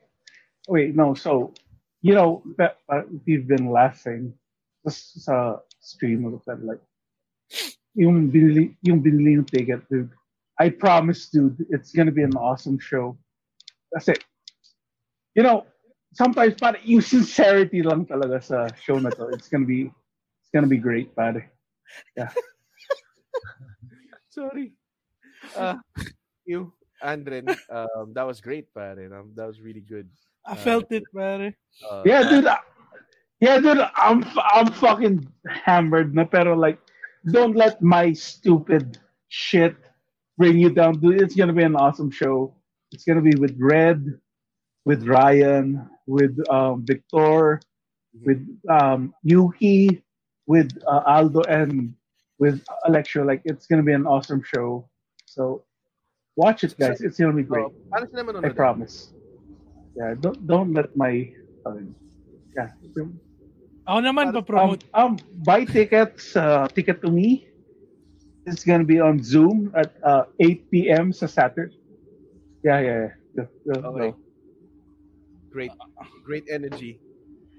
[SPEAKER 8] Wait, no. So, you know, that, uh, we've been laughing just sa stream of that, like, yung binili, yung binili yung ticket, dude. I promise, dude, it's gonna be an awesome show. That's it. You know, sometimes, pare, yung sincerity lang talaga sa show na to. It's gonna be, it's gonna be great, pare. Yeah.
[SPEAKER 5] Sorry. Ah, you, Andre, um, that was great, pare. Um, that was really good.
[SPEAKER 4] I felt it, pare.
[SPEAKER 5] Uh,
[SPEAKER 8] yeah, dude. I- yeah, dude. I'm f- I'm fucking hammered. Na pero like, don't let my stupid shit bring you down, dude. It's gonna be an awesome show. It's gonna be with Red, with Ryan, with um, Victor, with um, Yuki, with uh, Aldo, and with Alexio. Like, it's gonna be an awesome show. So, watch it, guys. It's gonna be great.
[SPEAKER 5] Paano sila manonood?
[SPEAKER 8] I
[SPEAKER 5] eh.
[SPEAKER 8] promise. Yeah, don't don't let my um, yeah. yung-
[SPEAKER 4] Ako naman pa promote.
[SPEAKER 8] Um, buy tickets. Uh, ticket to me. It's gonna be on Zoom at uh, 8 p.m. sa Saturday. Yeah, yeah, yeah. Go- go- go.
[SPEAKER 5] Okay. Great, great energy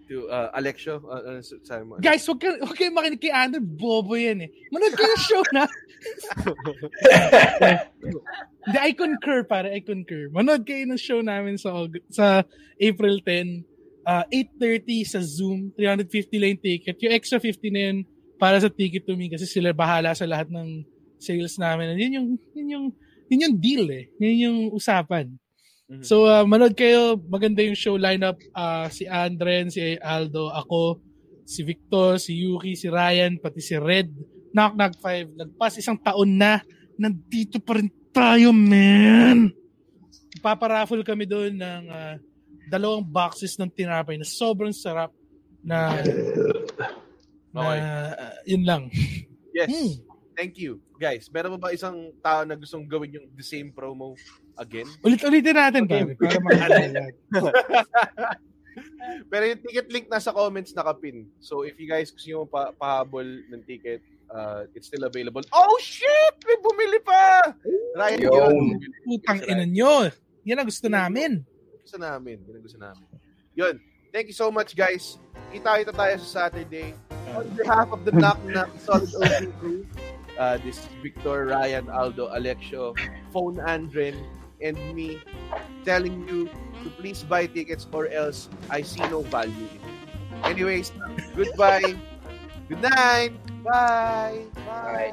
[SPEAKER 5] to uh, Alexio. Uh, uh, sabi mo, ano?
[SPEAKER 4] Guys, huwag, ka, huwag kayong makinig kay Andrew. Bobo yan eh. Manood kayo ng show na. Hindi, I concur, pare. I concur. Manood kayo ng show namin sa, Aug- sa April 10. Uh, 8.30 sa Zoom. 350 lang yung ticket. Yung extra 50 na yun para sa ticket to me kasi sila bahala sa lahat ng sales namin. And yun yung, yun yung, yun yung deal eh. Yun yung usapan. So, uh, manood kayo. Maganda yung show lineup. Uh, si Andren, si Aldo, ako, si Victor, si Yuki, si Ryan, pati si Red. Knock Knock 5. Nagpas isang taon na. Nandito pa rin tayo, man! Paparaffle kami doon ng ah, dalawang boxes ng tinapay na sobrang sarap na... na ah, yun lang. Hmm.
[SPEAKER 5] Yes. Thank you. Guys, meron ba ba isang tao na gustong gawin yung the same promo again?
[SPEAKER 4] Ulit-ulitin natin, pare, para makalala.
[SPEAKER 5] Pero yung ticket link nasa comments nakapin. So if you guys gusto nyo pa pahabol ng ticket, uh, it's still available. Oh, shit! May bumili pa! Ryan
[SPEAKER 4] Yo.
[SPEAKER 5] yun.
[SPEAKER 4] Putang ina nyo! Yan ang gusto namin.
[SPEAKER 5] Gusto namin. Yan ang gusto namin. Yun. Thank you so much, guys. Kita-kita tayo sa Saturday. On behalf of the Knock Knock Solid OG crew, uh, this is Victor, Ryan, Aldo, Alexio, Phone Andren, and me telling you to please buy tickets or else I see no value. in it. Anyways, goodbye. Good night. Bye. Bye.